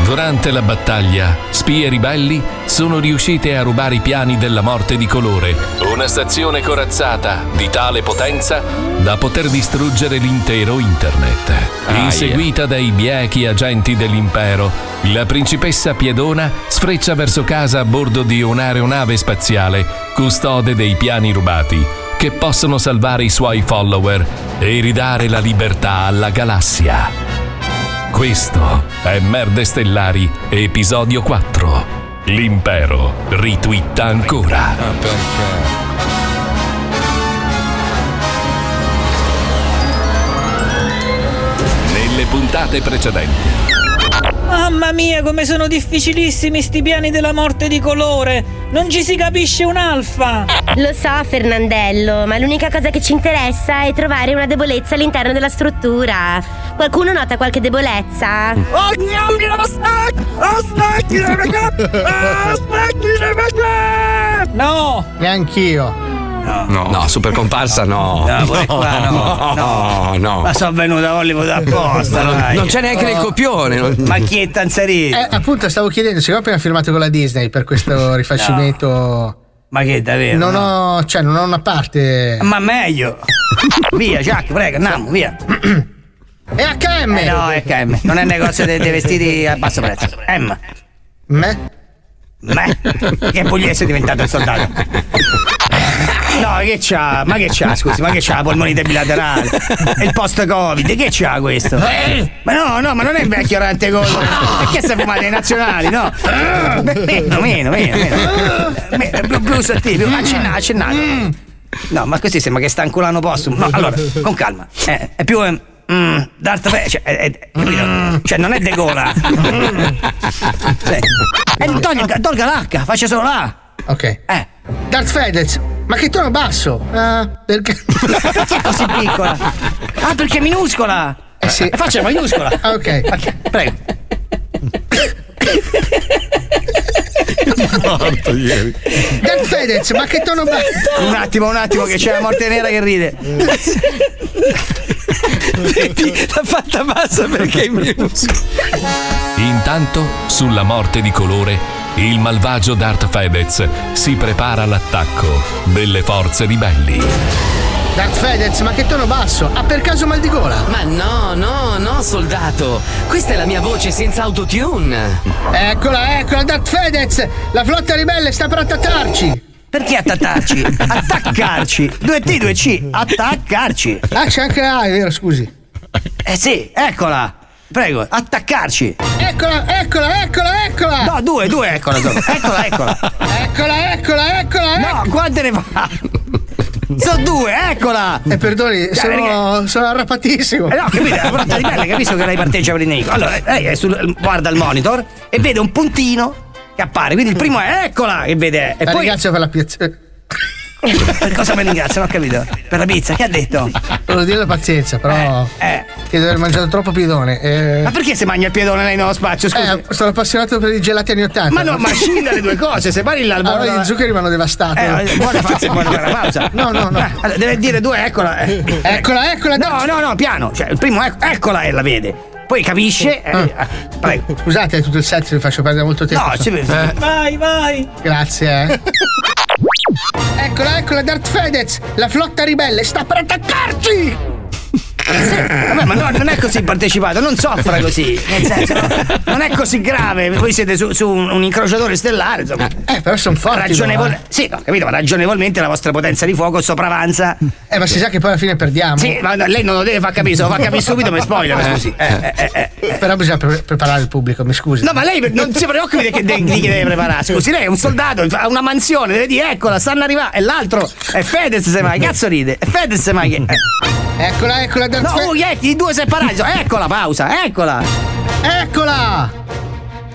Durante la battaglia, spie ribelli sono riuscite a rubare i piani della morte di colore, una stazione corazzata di tale potenza da poter distruggere l'intero internet. Aia. Inseguita dai biechi agenti dell'impero, la principessa Piedona sfreccia verso casa a bordo di un'aeronave spaziale, custode dei piani rubati, che possono salvare i suoi follower e ridare la libertà alla galassia. Questo è Merde Stellari, episodio 4. L'impero ritwitta ancora. Nelle puntate precedenti. Mamma mia, come sono difficilissimi sti piani della morte di colore! Non ci si capisce un'alfa! Lo so, Fernandello, ma l'unica cosa che ci interessa è trovare una debolezza all'interno della struttura. Qualcuno nota qualche debolezza? Oh, gnam, gnam, aspetta! Eh, Aspetta! Aspetta! No! Neanch'io. No, super comparsa no. No, pure qua no, no, no. Ma sono venuto a Hollywood apposta. Non- dai. non c'è neanche nel copione, non- Ma chi è Tanzarino? Eh, appunto, stavo chiedendo se ho appena firmato con la Disney per questo rifacimento. Ma che davvero? non, Eh, no? ho, cioè, non ho una parte. Ma meglio. via, Jack, prego, andiamo, via. È HM! Eh no, è HM. Non è un negozio dei, dei vestiti a basso prezzo. M. Me? Me? Che pugliese è diventato il soldato. No, che c'ha? Ma che c'ha, scusi, ma che c'ha la polmonite bilaterale? È il post-Covid, che c'ha questo? Eh? Ma no, no, ma non è il vecchio rantegolo. Perché stai fumando ai nazionali, no? Eh. Meno, meno, meno, meno. Meno, Più, più sottile, più accennato, accennato. No, ma così sembra che sta anculando possum. No, allora, con calma. Eh, è più. eh, mm, d'altra parte, cioè, è- è- capito? Cioè, non è de gola. Cioè, Mm. eh, tolga, tolga l'H, faccia solo l'A. Ok. Eh. Darth Fedez, ma che tono basso? Ah, perché. Cioè, Così piccola. Ah, perché è minuscola. Eh sì. E faccia maiuscola. Ah, ok. Prego. Morto ieri. Darth Fedez, ma che tono basso? Un attimo, un attimo, che c'è la morte nera che ride. L'ha fatta bassa perché è minuscola. Intanto, sulla morte di colore, il malvagio Darth Fedez si prepara all'attacco delle forze ribelli. Darth Fedez, ma che tono basso? Ha per caso mal di gola? Ma no, no, no, soldato. Questa è la mia voce senza autotune. Eccola, eccola, Darth Fedez! La flotta ribelle sta per attaccarci! Perché attaccarci? Attaccarci! 2T, 2C, attaccarci! Ah, c'è anche la A, è vero, scusi. Eh sì, eccola! Prego, attaccarci! Eccola, eh. eccola, eccola, eccola! No, due, due, eccola, due. Eccola, eccola! Eccola, eccola, eccola! No, quante ne fa? Sono due, eccola! E Eh, perdoni, Dai, sono, sono arrapatissimo. Eh no, capito, la porta di pelle, capisco che lei parteggia per il nemico. Allora, eh, lei è sul- guarda il monitor e vede un puntino che appare. Quindi il primo è eccola che vede. E La poi. ringrazio per la piazza. Per cosa mi ringrazio? Non ho capito. Per la pizza, che ha detto? Volevo dire la pazienza, però. Eh, Che di aver mangiato troppo piedone. eh. Ma perché se mangia il piedone lei nello spazio? Scusa. Eh, sono appassionato per i gelati anni 80. Ma no, ma scinda le due cose, separi l'albero Allora dalla- gli zuccheri vanno devastati. Eh, guarda, faccia, guarda, guarda, pausa. No, no, no. Eh, allora, deve dire due, eccola. eh. Eccola, eccola. No, no, no, piano. Cioè, il primo, ec- eccola, e la vede. Poi capisce. eh, Ah. prego. Scusate, tutto il set vi faccio perdere molto tempo. No, ci- Eh. Vai, vai. Grazie, eh. Eccola, eccola, Darth Fedez! La flotta ribelle sta per attaccarci! Vabbè, ma no, non è così partecipato, non soffra così. Nel senso, non è così grave. Voi siete su, su un, un incrociatore stellare, insomma. Eh, però sono forti. Ragionevol- però, eh. Sì, no, capito, ma ragionevolmente la vostra potenza di fuoco sopravanza. Eh, ma si sa che poi alla fine perdiamo. Sì, ma no, lei non lo deve far capire, se lo fa capire subito mi spoiler, scusi. Eh, eh, eh, eh. Però bisogna pre- preparare il pubblico, mi scusi. No, ma lei non si preoccupi di, che- di- di chi deve preparare. Scusi, lei è un soldato, ha una mansione, deve dire eccola, stanno arrivando. E l'altro è Fedez, se mai, cazzo ride. È Fedez, se mai. che- eh. Eccola, eccola, Darth No, oh, yeah, i due separati. Eccola, pausa, eccola. Eccola!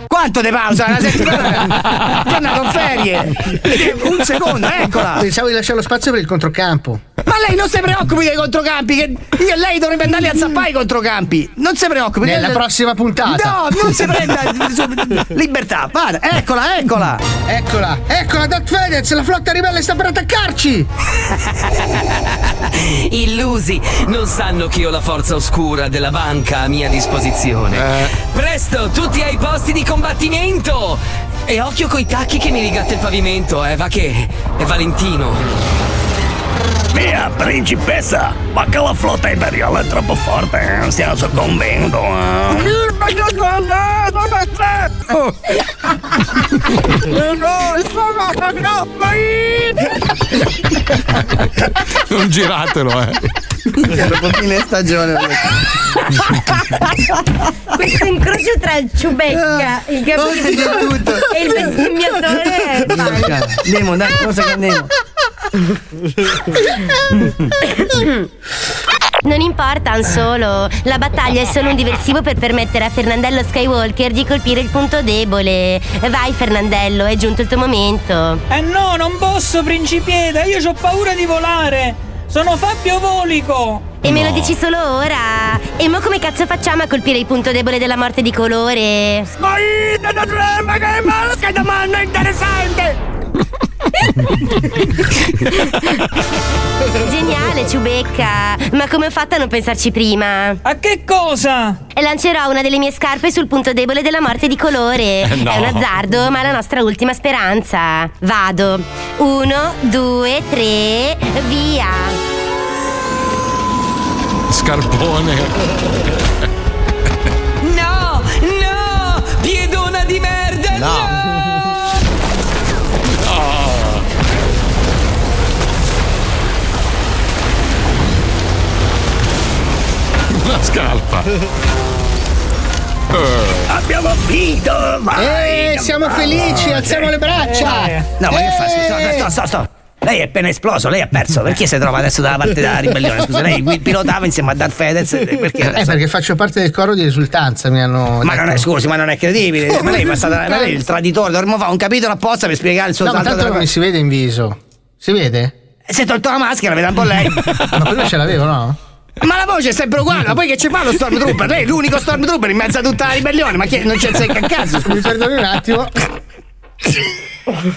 Quanto di pausa? Una settimana? Che è andato in ferie. Un secondo, eccola. Pensavo di lasciare lo spazio per il controcampo. Ma lei non si preoccupi dei controcampi, che io e lei dovrebbe andare a zappare i controcampi. Non si preoccupi. Nella lei- prossima puntata. No, non si prenda su- libertà. Vada, eccola, eccola. Eccola, eccola Darth Fedez, la flotta ribelle sta per attaccarci! Illusi, non sanno che ho la forza oscura della banca a mia disposizione. Presto, tutti ai posti di combattimento! E occhio coi tacchi che mi rigatta il pavimento, eh, va che è Valentino. Mia principessa, ma che la flotta imperiale è troppo forte, eh, stiamo soccombendo. eh. Oh. no, sono Non giratelo, eh. Dopo fine stagione. Questo incrocio tra il ciubecca, il gabinetto e il bestemmiatore è Dai, Andiamo, dai, cosa che andiamo. Non importa, un solo. La battaglia è solo un diversivo per permettere a Fernandello Skywalker di colpire il punto debole. Vai, Fernandello, è giunto il tuo momento. Eh no, non posso, principietta, io ho paura di volare. Sono Fabio Volico. E me lo dici solo ora? E mo come cazzo facciamo a colpire il punto debole della morte di colore? Ma che domanda interessante! Geniale, Ciubecca! Ma come ho fatto a non pensarci prima? A che cosa? Lancerò una delle mie scarpe sul punto debole della morte di colore. Eh, no. È un azzardo, ma è la nostra ultima speranza. Vado. Uno, due, tre, via! Eh, Scarpone. No, no, piedona di merda, no. Una scarpa. Eh. Abbiamo vinto! Eh, Vai! siamo felici, alziamo le braccia. No, ma che fa? Eh. Sto, sto, sto. Lei è appena esploso, lei ha perso. Perché si trova adesso dalla parte della ribellione? Scusa, lei qui pilotava insieme a Darth Fedez. Perché Eh, adesso? perché faccio parte del coro di risultanza, mi hanno. Ma non è, scusi, ma non è credibile. Ma lei, è passata, ma lei è il traditore. Dovremmo fare un capitolo apposta per spiegare il suo No, ma salto tanto della non mi si vede in viso. Si vede? Si è tolto la maschera, veda un po' lei. ma prima ce l'avevo, no? Ma la voce è sempre uguale, ma poi che ci fa lo Stormtrooper? Lei è l'unico Stormtrooper in mezzo a tutta la ribellione, ma che non c'è secca a caso? Mi perdoni un attimo.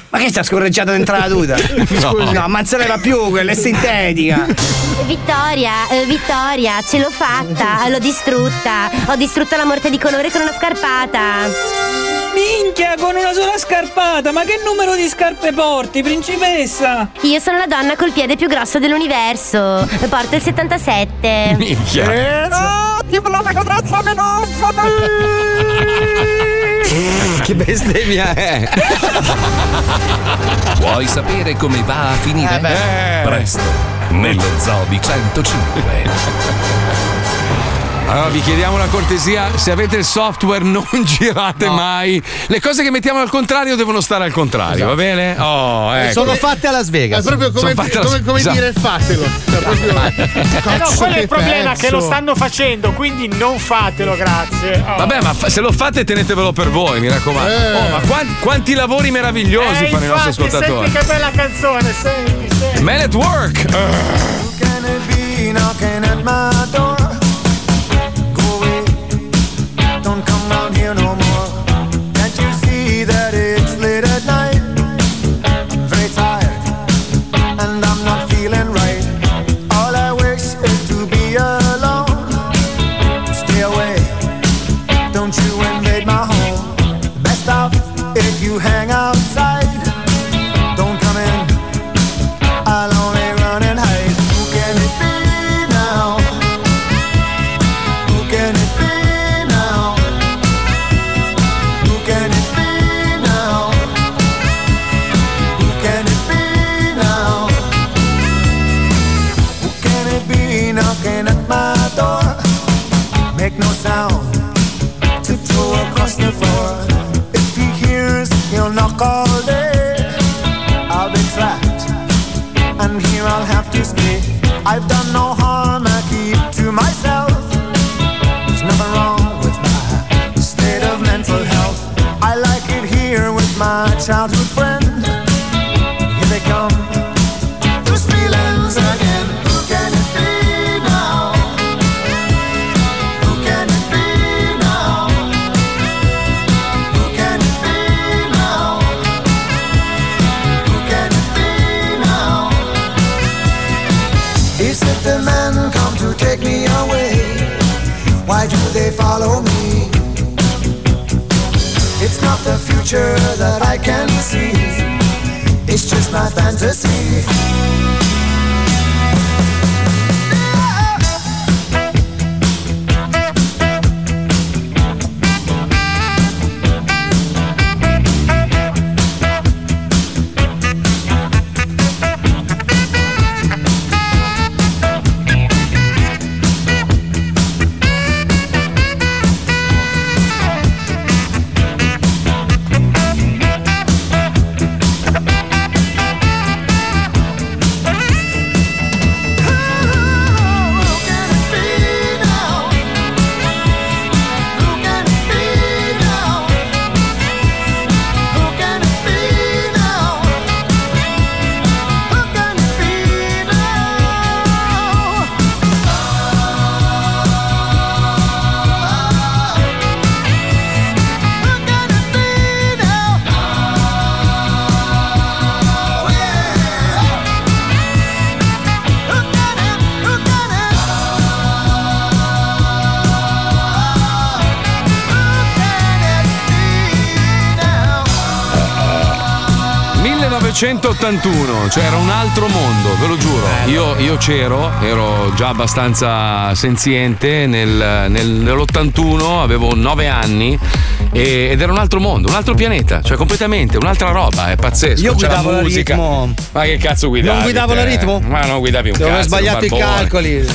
Ma che sta scorreggiato dentro la tuta? No, no ammazzerella più, quella è sintetica. Vittoria, eh, Vittoria, ce l'ho fatta, l'ho distrutta. Ho distrutto la morte di colore con una scarpata. Minchia, con una sola scarpata, ma che numero di scarpe porti, principessa? Io sono la donna col piede più grosso dell'universo. Porto il 77. Eh, Minchia. che bestemmia è? Vuoi sapere come va a finire? Eh. Presto, nello Zobi 105. Allora vi chiediamo una cortesia, se avete il software non girate mai. Le cose che mettiamo al contrario devono stare al contrario, va bene? Oh, Esatto. ecco. Eh, Sono fatte a Las Vegas. È proprio come- Sono fatte alla- come- come esatto. dire fatelo. Eh no, Cazzo, quello è che il problema, pezzo. che lo stanno facendo, quindi non fatelo, grazie. Oh. Vabbè, ma fa- se lo fate tenetevelo per voi, mi raccomando. Eh. Oh, ma quan- quanti lavori meravigliosi Eh, fanno i nostri infatti, ascoltatori. Senti che bella canzone, senti, senti. Man at work! Eh. Can it be knocking at my door? Go away. Don't come round here no more. Can't you see that it's late at night? I'm very tired and I'm not feeling right. All I wish is to be alone. Stay away. Don't you invade my home. Best off if you hang outside. Don't come in. I'll only run and hide. Who can it be now? Who can it be now? Who can it be now? Who can it be now? Who can it be knocking at my door? Make no sound. Tiptoe across the floor. If he hears, he'll knock all day. I'll be trapped and here I'll have to stay. I've done no harm, I keep to myself. There's nothing wrong with my state of mental health. I like it here with my childhood friend. Here they come, those feelings again. Who can it be now? Who can it be now? Who can it be now? Who can it be now? Is it the men come to take me away? Why do they follow me? It's not the future that I can see. It's just my fantasy. Who 1981, cioè era un altro mondo, ve lo giuro. Io, io c'ero, ero già abbastanza senziente nel- nel- nell'81, avevo 9 anni e- ed era un altro mondo, un altro pianeta, cioè completamente, un'altra roba, è pazzesco. Io C'è guidavo la la musica. ritmo. Ma che cazzo guidavi? Non guidavo te? la ritmo? eh, Ma non guidavi un Dove ho cazzo. eri un sbagliato i barbone. calcoli.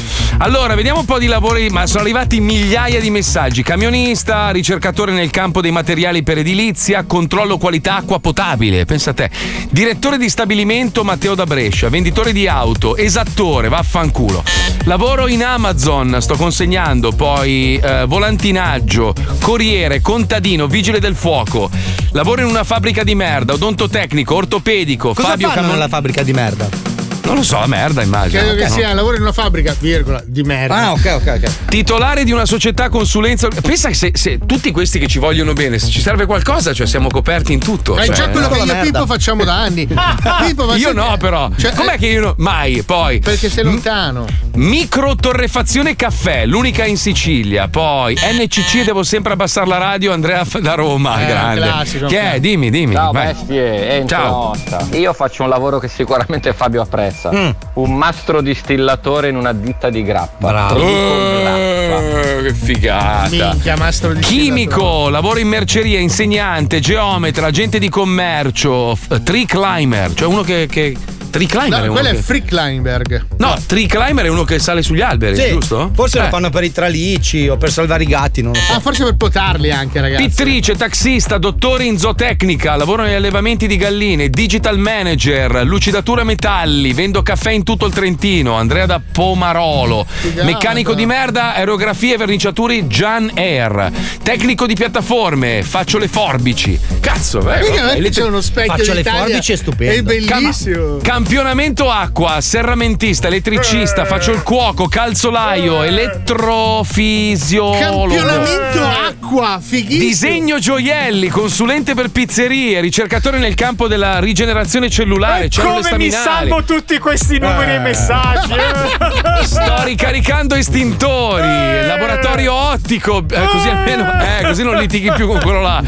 Allora, vediamo un po' di lavori, ma sono arrivati migliaia di messaggi. Camionista, ricercatore nel campo dei materiali per edilizia, controllo qualità acqua potabile, pensa a te. Direttore di stabilimento Matteo da Brescia, venditore di auto, esattore, vaffanculo. Lavoro in Amazon, sto consegnando, poi eh, volantinaggio, corriere, contadino, vigile del fuoco. Lavoro in una fabbrica di merda, odontotecnico, ortopedico, Cosa Fabio fanno Camon- nella fabbrica di merda? Non lo so, merda immagino. Eh, Credo che No. sia lavoro in una fabbrica, virgola, di merda. Ah, ok, ok, ok. Titolare di una società consulenza. Pensa che se, se tutti questi che ci vogliono bene, se ci serve qualcosa, cioè siamo coperti in tutto. Ma è cioè, già quello no? che io e Pippo facciamo da anni. Pippo, ma Io sai no, che- però. Cioè, Com'è eh, che io no? Mai, poi. Perché sei lontano. Micro torrefazione caffè, l'unica in Sicilia. Poi NCC, devo sempre abbassare la radio. Andrea F- da Roma, Eh, grande. classico. che è? Dimmi, dimmi. Ciao vai. bestie, Enzo Ciao. Motta. Io faccio un lavoro che sicuramente Fabio apprezza. Mm. Un mastro distillatore in una ditta di grappa. Produco Eh, che figata. Minchia, mastro di Chimico, lavoro in merceria, insegnante, geometra, agente di commercio, f- tree climber, cioè uno che. che tree climber? No, uno quello è che- Frick Kleinberg. No, tree climber è uno che sale sugli alberi, Sì, giusto? Forse Eh. lo fanno per i tralicci o per salvare i gatti, non lo so. Ah, forse per potarli anche, ragazzi. Pittrice, taxista, dottore in zootecnica, lavoro negli allevamenti di galline, digital manager, lucidatura metalli, vendo caffè in tutto il Trentino, Andrea da Pomarolo, Figata. meccanico di merda, aerografie e verniciature Gian Air, tecnico di piattaforme, faccio le forbici. Cazzo, beh, Vedi, vabbè, non è che c'è uno specchio Faccio le d'Italia? forbici, è stupendo. È bellissimo. Campionamento acqua, serramentista, elettricista, faccio il cuoco, calzolaio, elettrofisiologo. Eh. Campionamento acqua, fighissimo. Oh, Disegno gioielli, consulente per pizzerie, ricercatore nel campo della rigenerazione cellulare. cellule Come mi staminali. salvo tutti questi numeri Eh. e messaggi? eh? Sto ricaricando estintori, laboratorio ottico, eh, così almeno eh, così non litighi più con quello là.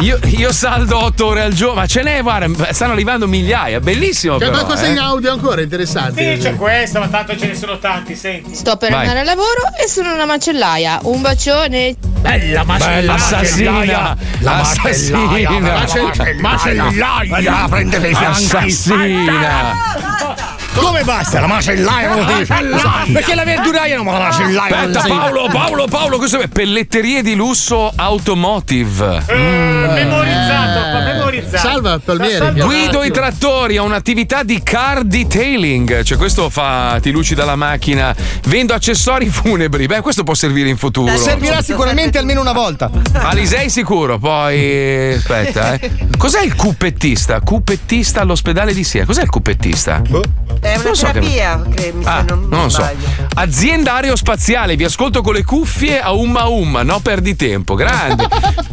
Io, io saldo 8 ore al giorno, ma ce n'è, guarda, stanno arrivando migliaia, bellissimo. C'è però, qualcosa eh. in audio ancora interessante? Sì, c'è questo, ma tanto ce ne sono tanti, senti. Sto per Vai. andare al lavoro e sono una macellaia. Un bacione. Bella Bella assassina, La assassina, macellaia, la Macell- macellaia. macellaia. Prende per i fianchi. assassina. Come basta? La macellaia Ah, non lo Esatto. dice. Perché la verduraia non me la macellaia. non Aspetta si- Paolo, Paolo, Paolo, questo è pelletterie di lusso automotive. Eh. memorizzato, fa memorizzato. Eh, Salva Palmieri. Guido i trattori ha un'attività di car detailing, cioè questo fa ti lucida la macchina, vendo accessori funebri. Beh, questo può servire in Eh, futuro. Servirà sicuramente almeno una volta. Alisei sicuro, poi aspetta, eh. Cos'è il cupettista? Cupettista all'ospedale di Siena. Cos'è il cupettista? Boh. È una Non so che- terapia, che mi Ah, se non, non lo so. sbaglio. Azienda aerospaziale, vi ascolto con le cuffie a umma umma, no perdi tempo, grande.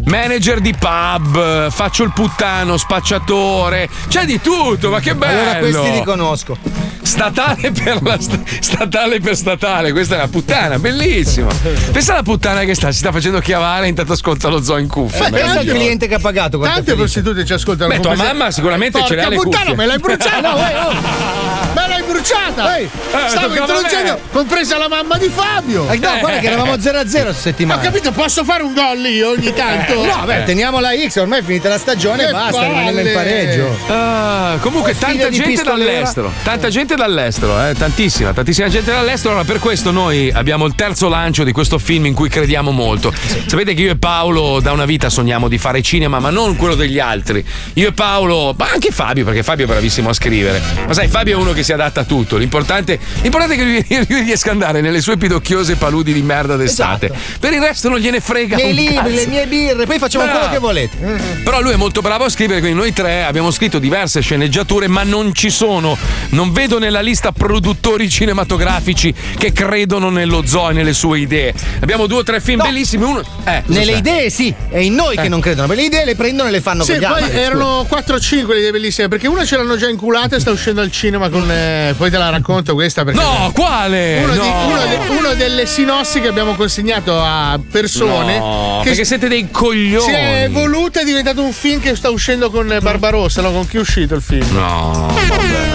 Manager di pub, faccio il puttano, spacciatore, c'è di tutto, ma che bello. Allora questi li conosco. Statale per, la sta- statale per statale, questa è una puttana, bellissima. Pensa alla puttana che sta, si sta facendo chiavare e intanto ascolta lo zoo in cuffia. Ma Eh, pensa al meraviglioso. cliente che ha pagato. quanto è Tante felice. prostitute ci ascoltano. Beh, come tua se- mamma sicuramente ce l'ha Porca le puttana, cuffie. eh, me l'hai bruciata! uè, oh. Me l'hai bruciata! Ehi, eh, Stavo toccava a me. introducendo, compresa la mamma di Fabio! Eh, no, guarda che eravamo 0 a 0 questa settimana. Ho capito, posso fare un gol io ogni tanto? Eh, No, Eh. beh, teniamo la X, ormai è finita la stagione e Che basta, palle. rimaniamo in pareggio. Ah, comunque, Poi figlio tanta di gente pistolera. dall'estero. Tanta gente dall'estero, eh, tantissima, tantissima gente dall'estero. Allora, per questo noi abbiamo il terzo lancio di questo film in cui crediamo molto. Sapete che io e Paolo da una vita sogniamo di fare cinema, ma non quello degli altri. Io e Paolo, ma anche Fabio, perché Fabio è bravissimo a scrivere. Ma sai, Fabio è uno che si adatta a tutto. L'importante, l'importante è che lui, lui riesca ad andare nelle sue pidocchiose paludi di merda d'estate. Per il resto non gliene frega. I miei un Esatto. libri, cazzo. le mie birre, poi facciamo Bravo. Mm-hmm. quello che volete. Però lui è molto bravo a scrivere, quindi noi tre abbiamo scritto diverse sceneggiature, ma non ci sono. Non vedo nella nella lista produttori cinematografici che credono nello zoo e nelle sue idee. Abbiamo due o tre film bellissimi. Uno. Eh, cosa Nelle c'è? Eh. idee sì, è in noi che non credono, perché le idee le prendono e le fanno Sì, con gli poi eh, altri. erano 4 o 5 le idee bellissime, perché una ce l'hanno già inculata e sta uscendo al cinema con. eh, poi te la racconto questa perché. No, quale? Uno, di- No. uno de- uno delle sinossi che abbiamo consegnato a persone. No, che perché siete dei coglioni. Si è evoluta è diventato un film che sta uscendo con eh, Barbarossa, no? Con chi è uscito il film? No.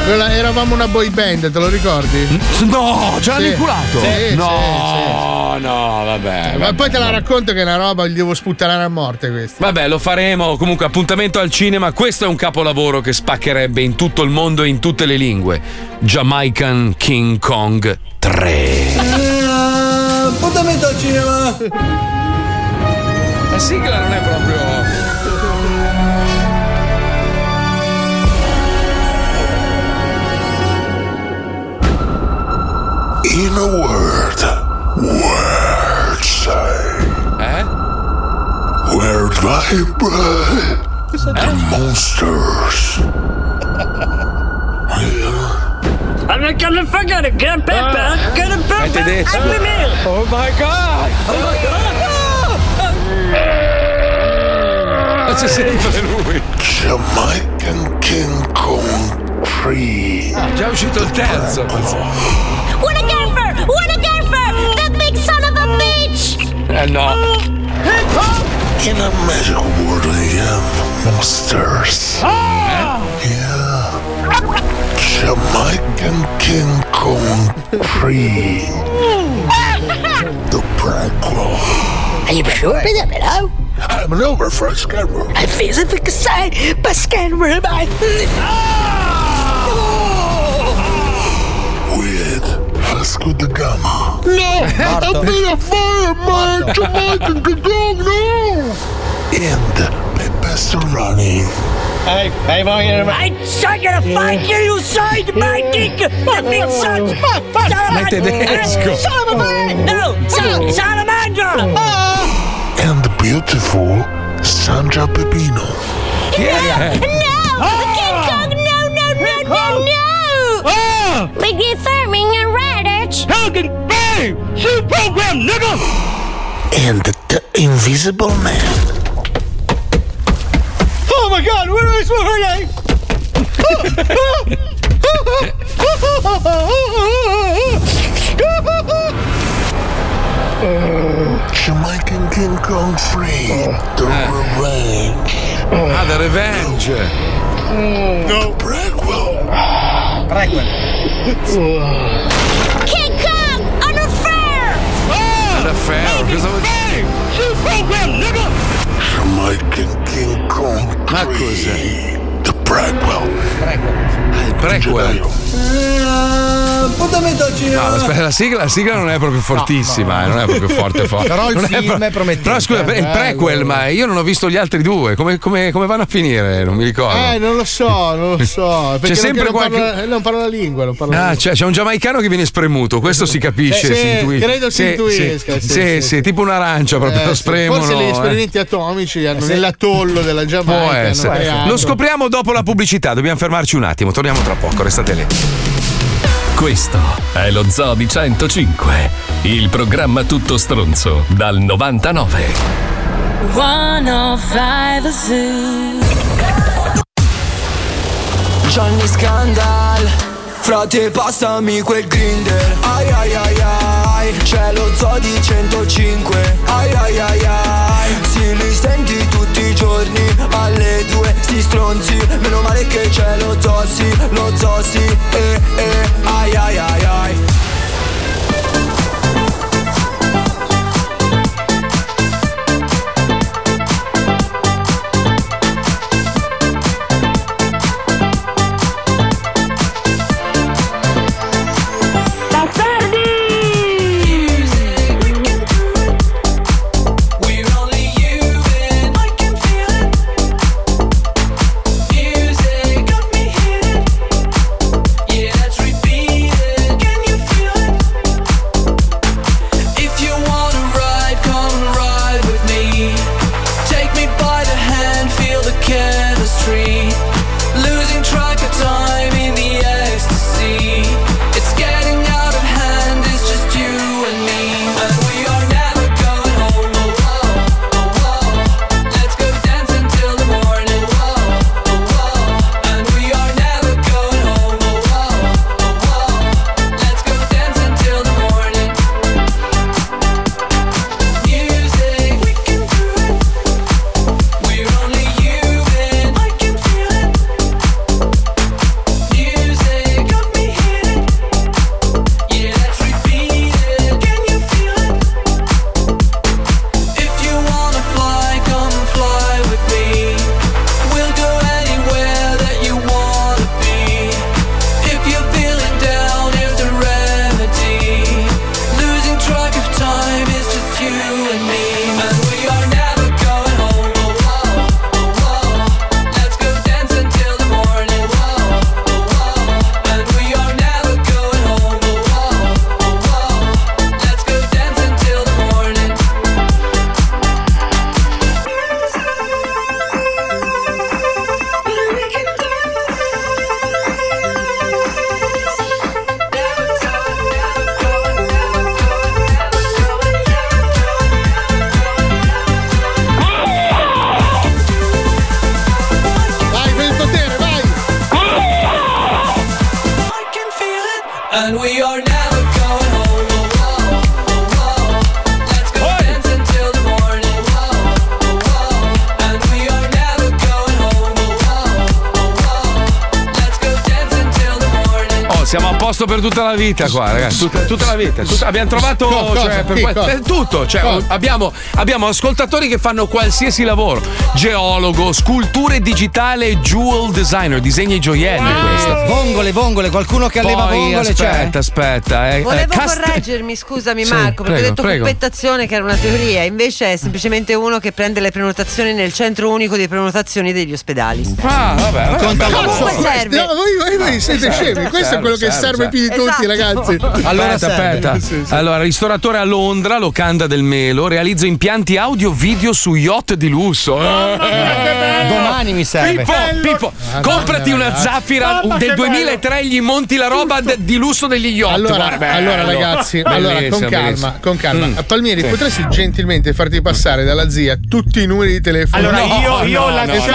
Quella- eravamo una boy band, te lo ricordi? No, già Sì. l'inculato. Sì, no, sì, sì. no, vabbè. Ma vabbè. poi te la racconto che è una roba, gli devo sputtanare a morte questa. Vabbè, lo faremo. Comunque, appuntamento al cinema. Questo è un capolavoro che spaccherebbe in tutto il mondo e in tutte le lingue. Jamaican King Kong 3. Appuntamento al cinema. La sigla non è proprio. In a word, word say. Eh? Where vibrate the monsters. I'm gonna forget it. Get a pepper. Get a pepper. È tedesco. Happy meal. Oh my god. Oh my god. C'è sempre lui. Jamaican King Kong 3. già è uscito il terzo. What a gaffer! What a gaffer! That big son of a bitch! Eh no. In a magic world they have monsters. Eh? Yeah. Jamaican King Kong 3. the prequel. Are you sure? Hello? I'm an over for Skyrim. I feel it because I Pascal Rabbi. With Vasco da Gama. No! Morto. I'm being a fireman! Jamaican can go no! And Pepe Serrani. Hey, hey, boy, I'm not gonna fight you, you side, my dick! The big son! Ma è tedesco. Eh, Salamander! No! Sal- Salamander! And the beautiful Sandra Pepino. No! King Kong, no, no, no, no, no! Big E farming and radish! Talking bang! Shoot program, nigga! And the Invisible Man. Oh my god, where is her name? Jamaican King Kong 3. The Revenge. Eh. Ah, The Revenge. No. Prequel. Prequel. King Kong, on a fair! Ah, The Fair. Cosa vuol dire? Shoot program, nigga! Jamaican King Kong 3. The Prequel. Il prequel. Appuntamento al No, ma aspetta, la sigla, la sigla non è proprio fortissima, eh, non è proprio forte forte. Però il Non film pro- è promettente. Però scusa, per- il Eh, prequel, ma io non ho visto gli altri due. Come, come- come vanno a finire? Non mi ricordo. Eh, non lo so, non lo so. Perché sempre non, non qualche- parla, non parla la lingua, non parla la Ah, lingua. c'è, c'è un giamaicano che viene spremuto, questo si capisce, Eh, si sì, intuisce. credo si Sì, intuisca, Sì, sì, sì, sì, sì, tipo un'arancia proprio Eh, lo sì, spremono. Forse gli eh. esperimenti atomici hanno Eh, sì. nell'atollo della Giamaica. Può hanno essere. creato- Lo scopriamo dopo la pubblicità, dobbiamo fermarci un attimo, torniamo tra poco, restate lì. Questo è lo Zoo di 105, il programma tutto stronzo dal 99. 105 Zoo. Johnny Scandal Frate passami quel grinder Ai ai ai ai C'è lo zoo di 105 Ai ai ai ai Si li senti tutti i giorni Alle due sti stronzi Meno male che c'è lo zoo sì Lo zoo sì eh, eh, Ai ai ai ai Music got me hit. Yeah, that's repeated. Oh, Siamo a posto per tutta la vita qua, ragazzi. Tutta, tutta la vita. Tutta- abbiamo trovato Co- cosa? cioè, per Che que- cosa? per tutto. Cioè, Cosa? abbiamo, abbiamo ascoltatori che fanno qualsiasi lavoro: geologo, sculture digitale, jewel designer, disegni e gioielli. Questa. Vongole, vongole, qualcuno che alleva Poi, vongole aspetta, c'è. aspetta. eh, eh, Volevo cast- correggermi, scusami Sì, Marco, perché prego, ho detto prego. puppettazione che era una teoria, invece è semplicemente uno che prende le prenotazioni nel centro unico di prenotazioni degli ospedali. Ah, vabbè, vabbè, Conta vabbè. comunque serve. No, voi, voi- voi No, siete certo, serve, scemi, questo serve, è quello che serve, serve, serve. più di tutti, ragazzi. certo, Allora, aspetta, aspetta. Allora, ristoratore a Londra, locanda del Melo, realizza impianti audio-video su yacht di lusso. Eh. Domani mi serve. Pippo, Pippo, comprati una zaffira Mamma, che del 2003, gli monti la roba de- di lusso degli yacht. Allora, Guarda, bello. allora, ragazzi, allora, Bellissimo, con bellissimo. calma, con calma. Mm. Palmieri, Sì. potresti gentilmente farti passare dalla zia tutti i numeri di telefono? Allora, No, io, io no, la- no, no. io-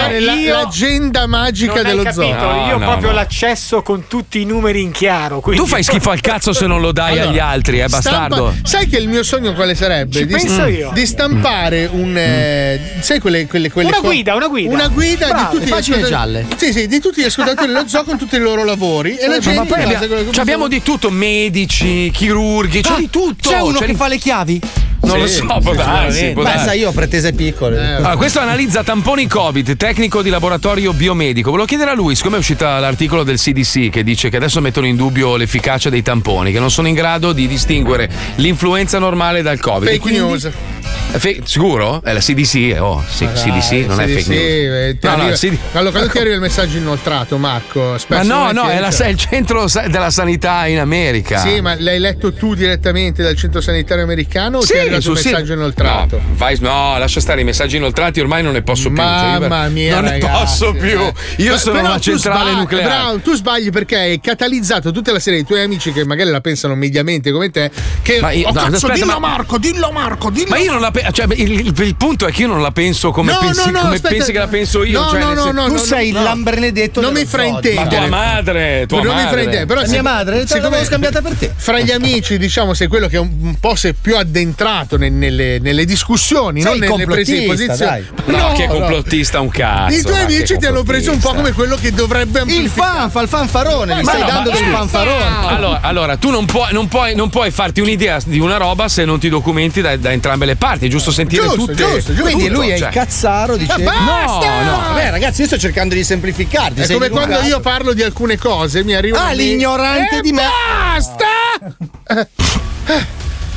La- l'agenda magica non hai dello capito, zoo. Io ho No, proprio no. l'accesso con tutti i numeri in chiaro. quindi- Tu fai schifo al cazzo se non lo dai Allora, agli altri, eh, bastardo. Stampa- sai che il mio sogno quale sarebbe? Ci penso mm, io. di stampare Mm. un. eh, sai quelle, quelle, quelle Una co- guida, una guida. Una guida Bravo. di tutti Le pagine ascoltatori- gialle. Sì, sì, di tutti gli ascoltatori dello zoo con tutti i loro lavori. E la Ma gente. poi in base a abbiamo- quello che- Ci cioè, abbiamo di tutto, medici, chirurghi, c'è Ah, di tutto. C'è uno C'è che di- fa le chiavi? Non lo so, può darsi, può Beh, darsi. Eh. sai, io ho pretese piccole. Ah, Allora, questo analizza tamponi Covid, tecnico di laboratorio biomedico. Volevo chiedere a lui, siccome è uscita l'articolo del CDC che dice che adesso mettono in dubbio l'efficacia dei tamponi, che non sono in grado di distinguere l'influenza normale dal Covid. E Fake quindi- news. Eh, fe- sicuro? È la CDC, eh, oh, sì, Ma dai, CDC non è CDC, fake news. eh, ti No, no, arriva- il CD- Allora, quando ti arriva il messaggio inoltrato, Marco? Ma spesso non no, no, è, la- chiaro. è il centro sa- della sanità in America. Sì, ma l'hai letto tu direttamente dal centro sanitario americano o Sì, ti è arrivato sul un sito. messaggio inoltrato? No, vai- no, lascia stare i messaggi inoltrati, ormai non ne posso più. cioè, io ver- Mamma mia, non ne ragazzi, posso più. eh. Io Ma- sono però una tu centrale sbagli- nucleare. Bravo, tu sbagli perché hai catalizzato tutta la serie di tuoi amici che magari la pensano mediamente come te. Che Ma io- oh, no, cazzo, aspetta, dillo ma- Marco, dillo Marco, Ecco, dillo Ma io non la penso, cioè, il, il- il punto è che io non la penso come, pensi, come aspetta. pensi che la penso io. No, cioè, no, nel no, sen- no, tu no, sei no. il Lambernedetto Non mi dello zoo. Ma fraintendere. tua madre, Eh, tua non mi madre. fraintendere, però La se- mia madre, te l'avevo scambiata per te. Fra gli amici, diciamo, sei quello che un, un po' sei più addentrato ne- nelle, nelle discussioni, Sei non nelle prese di complottista, posizione. No, che complottista un cazzo. I tuoi ma che amici ti hanno preso un po' complottista. come quello che dovrebbe Il fanfa, il fanfarone, gli Ma stai no, dando ma- del eh, fanfarone. Allora, allora, tu non puoi, non puoi- non puoi farti un'idea di una roba se non ti documenti da, da entrambe le parti, è giusto sentire Giusto, tutte. giusto, giusto. Quindi tutto, lui è il cioè. cazzaro dice Eh, Ma basta! No, no. Beh, ragazzi, io sto cercando di semplificarti. È sei come di un quando caso. io parlo di alcune cose, mi arriva. Ah, l'ignorante di me. Basta!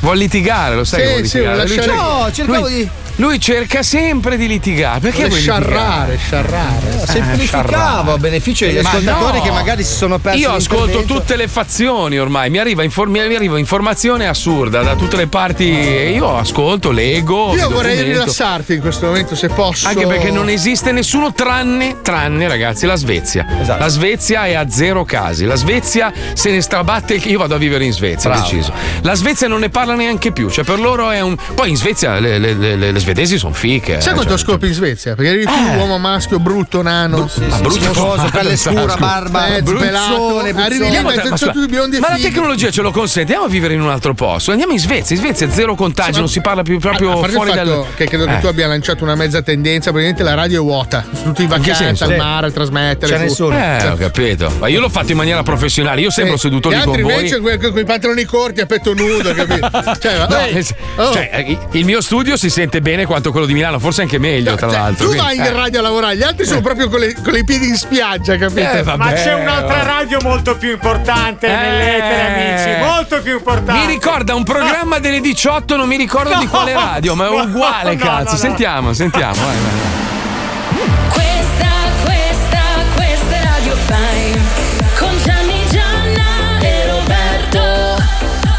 Vuol litigare, lo sai? Sì, che vuol sì, litigare. vuole Lui lasciare- cerca- No, cercavo lui- di- Lui cerca sempre di litigare. Vuole Perché vuoi sciarrare, sciarrare. Eh, Semplificavo sciarrare. a beneficio degli Ma ascoltatori no. che magari si sono persi. Io ascolto l'intervento. tutte le fazioni ormai, mi arriva, infor- mi arriva informazione assurda da tutte le parti e io ascolto, leggo. Io mi vorrei documento. rilassarti in questo momento, se posso. Anche perché non esiste nessuno tranne, tranne ragazzi, la Svezia. Esatto. La Svezia è a zero casi. La Svezia se ne strabatte. il- Io vado a vivere in Svezia, ho Bravo. deciso. La Svezia non ne parla neanche più. Cioè, per loro è un. Poi in Svezia le, le- le- le- le svedesi sono fiche. Sai eh, quanto cioè. scopri in Svezia? Perché eri tu Eh. uomo maschio, brutto, nano. Ma Ah, brutto cosa, pelle scura, barba, pelato. Arrivi lì, Andiamo ma Eh, tra- sono ma scusa, tutti biondi e ma la fighi. tecnologia ce lo consente. Andiamo a vivere in un altro posto. Andiamo in Svezia. In Svezia è zero contagio, non si parla più A proprio parte fuori il ah, fatto dal. che credo Eh. che tu abbia lanciato una mezza tendenza, praticamente la radio è vuota. Sono tutti in che senso? vacanza, al Sì. mare, a trasmettere. su. Cioè, Eh, ho capito. Ma io l'ho fatto in maniera professionale. Io sembro seduto Gli lì con altri voi. invece que- con i pantaloni corti a petto nudo, capito? Cioè, No, vabbè. nel sen- Oh. cioè, eh, il mio studio si sente bene quanto quello di Milano, forse anche meglio, tra cioè, tu l'altro. quindi- vai in eh. radio a lavorare, gli altri sono proprio con, le- con i piedi in spiaggia, capito? Eh, vabbè, Ma c'è un'altra oh. radio molto più importante nell'etere, Eh. amici. Molto più importante. Mi ricorda un programma delle 18, non mi ricordo di No. quale radio, ma è No, uguale, no, cazzo. no, no. Sentiamo, sentiamo. vai, vai, vai. Questa, questa, questa è Radio Fame Con Gianni, Gianna e Roberto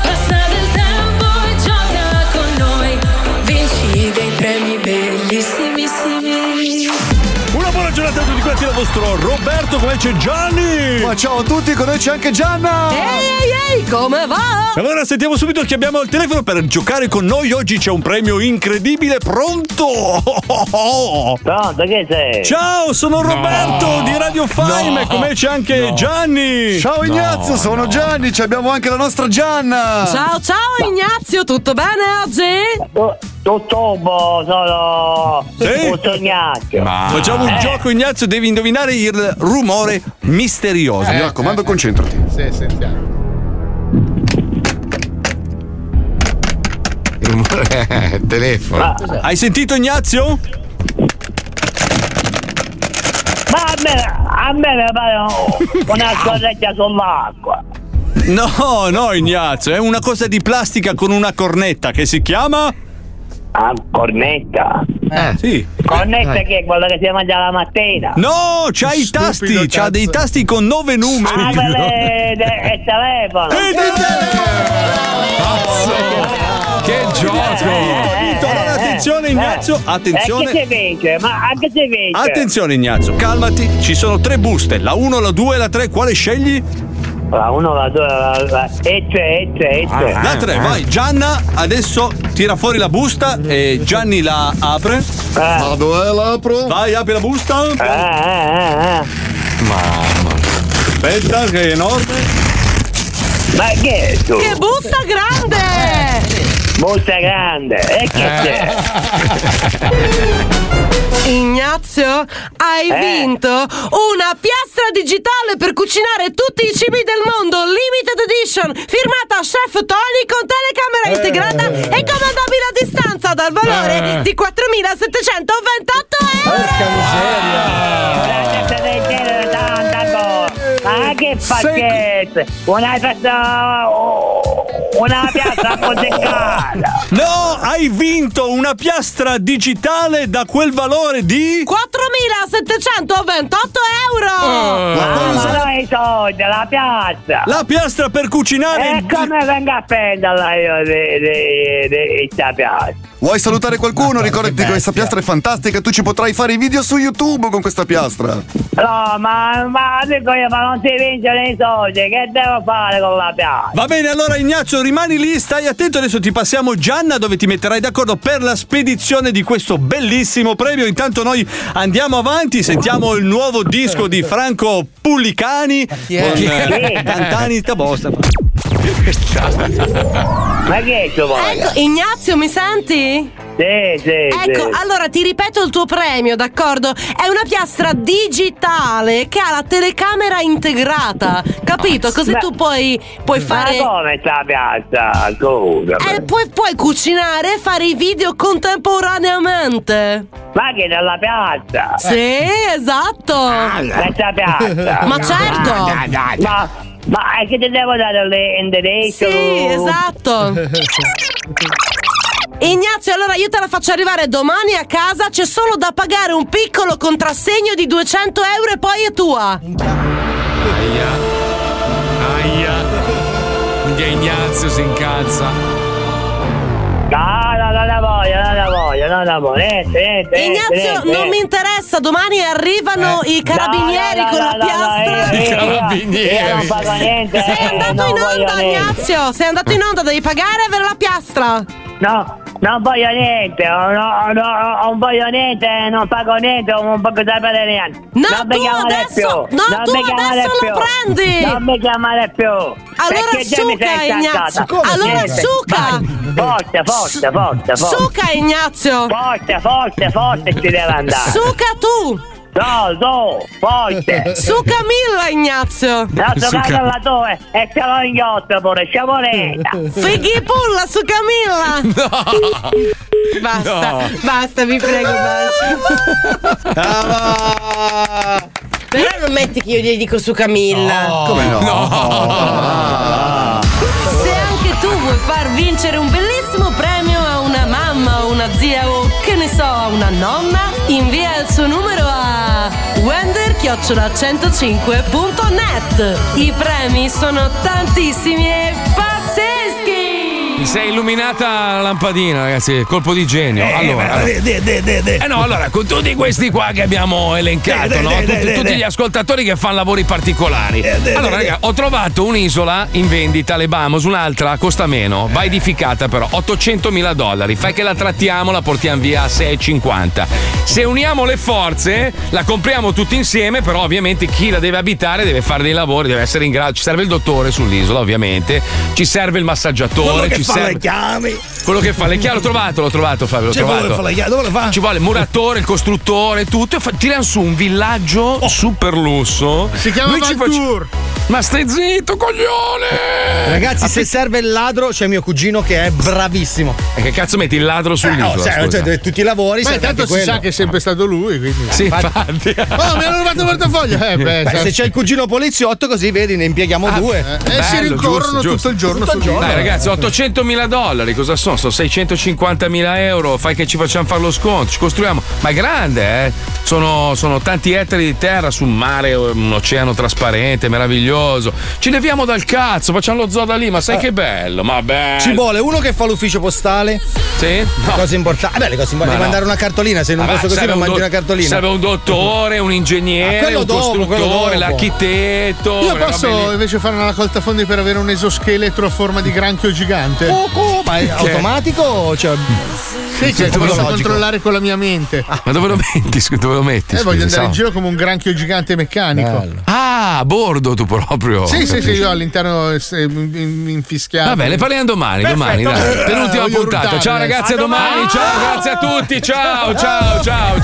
Passa del tempo e gioca con noi Vinci dei premi bellissimissimi Una buona giornata a tutti quanti dal vostro Roberto, come c'è Gianni? Ma ciao a tutti, con noi c'è anche Gianna! Ehi, ehi, come va? Allora sentiamo subito chi abbiamo al telefono per giocare con noi. Oggi c'è un premio incredibile, pronto! Pronto, che sei? Ciao, sono Roberto di Radio Fame e come c'è anche Gianni! Ciao Ignazio, sono Gianni, ci abbiamo anche la nostra Gianna. Ciao ciao Ignazio, tutto bene oggi? Tottobo, sono Sì? Ottoniaccio. Facciamo un Eh, gioco, Ignazio, devi indovinare il rumore misterioso. Eh, Mi raccomando, concentrati. Sì, sentiamo. Il rumore telefono. Hai sentito Ignazio? Ma a me, a me mi pare un- una scorreggia sull'acqua. No, no, Ignazio, è una cosa di plastica con una cornetta che si chiama. Ah, cornetta? Eh, sì. Connetta Eh. che è quello che si mangia la mattina. No, c'ha i Stupido tasti, c'ha cazzo. dei tasti con nove numeri. Ah, quello è de- è il telefono. Che gioco! Eh, Allora, attenzione, Ignazio, attenzione. E che si vince? Ma a che si vince? Attenzione Ignazio, calmati, ci sono tre buste, la 1, la 2 e la 3, quale scegli? La 1, la 2, la, la... E tre, e tre, e tre. La 3, ah. vai. Gianna adesso tira fuori la busta e Gianni la apre. Vado e la apro. Vai, apri la busta. Mamma. Aspetta, che è enorme. Ma che è tu? Che busta Eh. grande! Busta grande. E che c'è? Eh. Ignazio, hai vinto una piastra digitale per cucinare tutti i cibi del mondo, limited edition, firmata Chef Tony con telecamera integrata e comandabile a distanza dal valore Eh. di 4.728 euro. Grazie del genere, tanta cosa. Ma che pacchetto! Una piazza... Una piazza appoggicata! No, hai vinto una piastra digitale da quel valore di 4.728 euro. Ma non i soldi, la piazza! La piastra per cucinare! E Eh, come vengo a prenderla io di- di- di questa piazza? Vuoi salutare qualcuno? Ricordati che questa piastra è fantastica, tu ci potrai fare i video su YouTube con questa piastra. No, ma, ma dico io, ma non si vincono i soldi, che devo fare con la piazza? Va bene, allora Ignazio, rimani lì, stai attento. Adesso ti passiamo Gianna, dove ti metterai d'accordo per la spedizione di questo bellissimo premio. Intanto noi andiamo avanti, sentiamo il nuovo disco di Franco Pullicani è? con Chi eh, è? Tantani Tabosta. Ma che ci vuole? Ecco, Ignazio, mi senti? Eh, Sì, sì, Ecco, sì. allora ti ripeto il tuo premio, d'accordo? È una piastra digitale che ha la telecamera integrata, capito? Così tu puoi, puoi fare... Ma come sta piazza? Scusa. Eh, puoi, puoi cucinare e fare i video contemporaneamente. Ma che nella piazza? Sì, esatto. Questa piazza. Ma certo. Ma, ma è che ti devo dare l'indirizzo? Sì, esatto. Ignazio, allora io te la faccio arrivare domani a casa, c'è solo da pagare un piccolo contrassegno di 200 euro e poi è tua. Aia. Aia. Che Ignazio si incazza. No, no, non la voglio, non la voglio, non la voglio. Niente, niente. niente, Ignazio, niente, non mi niente. interessa, domani arrivano Eh. i carabinieri No, no, no, con no, la no, piastra. no, io- I io- carabinieri. io non pago niente, Sei eh, andato non in voglio onda, niente. Ignazio, sei andato in onda, devi pagare e avere la piastra. No, non voglio niente, oh, no, no, non voglio niente, non pago niente, oh, non voglio sapere niente. No, non mi tu chiamare adesso- più, no, non tu mi chiamare adesso più, lo prendi. Non mi chiamare più. Allora perché già mi suca, sei Ignazio, incazzata. come allora Niente. suca. Vai, Forte, forte, forte, forte. Suca, Ignazio. Forte, forte, forte ci deve andare. Suca tu. No, no, forte. Suca mille, Ignazio. La giocata Suca. alla dove e ce l'ho in ghiotta pure, siamo lenta. Fighi pulla su Camilla! Basta, No. basta, vi prego, basta. Però non metti che io gli dico su Camilla. Come no? Ah. Se anche tu vuoi far vincere un bellissimo premio a una mamma o una zia o che ne so, a una nonna, invia il suo numero a wender-105.net. I premi sono tantissimi e pazzeschi! Mi sei illuminata la lampadina, ragazzi. Colpo di genio. allora, ma- de- Eh, de- de- de- de. Eh no, allora, con tutti questi qua che abbiamo elencato, De- de- no? de- tutti, de- de- tutti de. gli ascoltatori che fanno lavori particolari. De- de- allora, de- raga, ho trovato un'isola in vendita, le Bahamas, un'altra costa meno, va edificata però, 800 mila dollari. Fai che la trattiamo, la portiamo via a 6,50. Se uniamo le forze, la compriamo tutti insieme, però ovviamente chi la deve abitare deve fare dei lavori, deve essere in grado. Ci serve il dottore sull'isola, ovviamente, ci serve il massaggiatore, Quello che ci fa serve. fa le chiavi. Quello che fa le chiavi, l'ho trovato, l'ho trovato, Fabio, l'ho Cioè, quello trovato. che fa le chiavi, dove le fa? Ci vuole il muratore, il costruttore, tutto. E fa- tirano su un villaggio Oh. super lusso. Si chiama Tour. Ma stai zitto, coglione! Ragazzi, se serve il ladro, c'è mio cugino che è bravissimo. E che cazzo metti il ladro Eh, no, sull'isola? cioè, scusa? cioè, dove tutti i lavori. Ma serve intanto anche si quello. sa che è sempre stato lui, quindi. Sì, infatti. Oh, mi hanno rubato il portafoglio! Eh, beh, Beh, sai- se c'è il cugino poliziotto, così vedi, ne impieghiamo Ah, due. eh, eh, si Bello, rincorrono giusto, giusto. tutto il giorno. sul Dai gioco. ragazzi, 800 mila dollari, cosa sono? Sono 650 mila euro, fai che ci facciamo fare lo sconto, ci costruiamo. Ma è grande, eh? Sono, sono tanti ettari di terra su un mare, un oceano trasparente, meraviglioso. Ci leviamo dal cazzo, facciamo lo zoo da lì, ma sai che bello, ma bello. Ci vuole uno che fa l'ufficio postale. Sì? Le cose importanti. Eh beh, le cose Ma importanti. Devi no. mandare una cartolina, se non Ah, posso così serve non un mandi do- una cartolina. Serve un dottore, un Ah, ingegnere, quello un dopo, quello costruttore, dopo. l'architetto. Io quelle robe posso lì. invece fare una raccolta fondi per avere un esoscheletro a forma di granchio gigante? Oh, ma è automatico o c'è. Sì, cioè, Sì, posso logico. controllare con la mia mente. Ah, Ma dove lo metti? scusa, Dove lo metti? Eh, scusa, voglio andare in Sal? giro come un granchio gigante meccanico. Ah, a bordo tu proprio. Sì, sì, sì, Capisci? io all'interno eh, se- in- in- infischiato. Va bene, parliamo domani, domani, dai. Eh, Penultima voglio puntata. urtare Ciao adesso. ragazzi, a domani. Ciao, grazie a tutti. Ciao, ciao, ciao.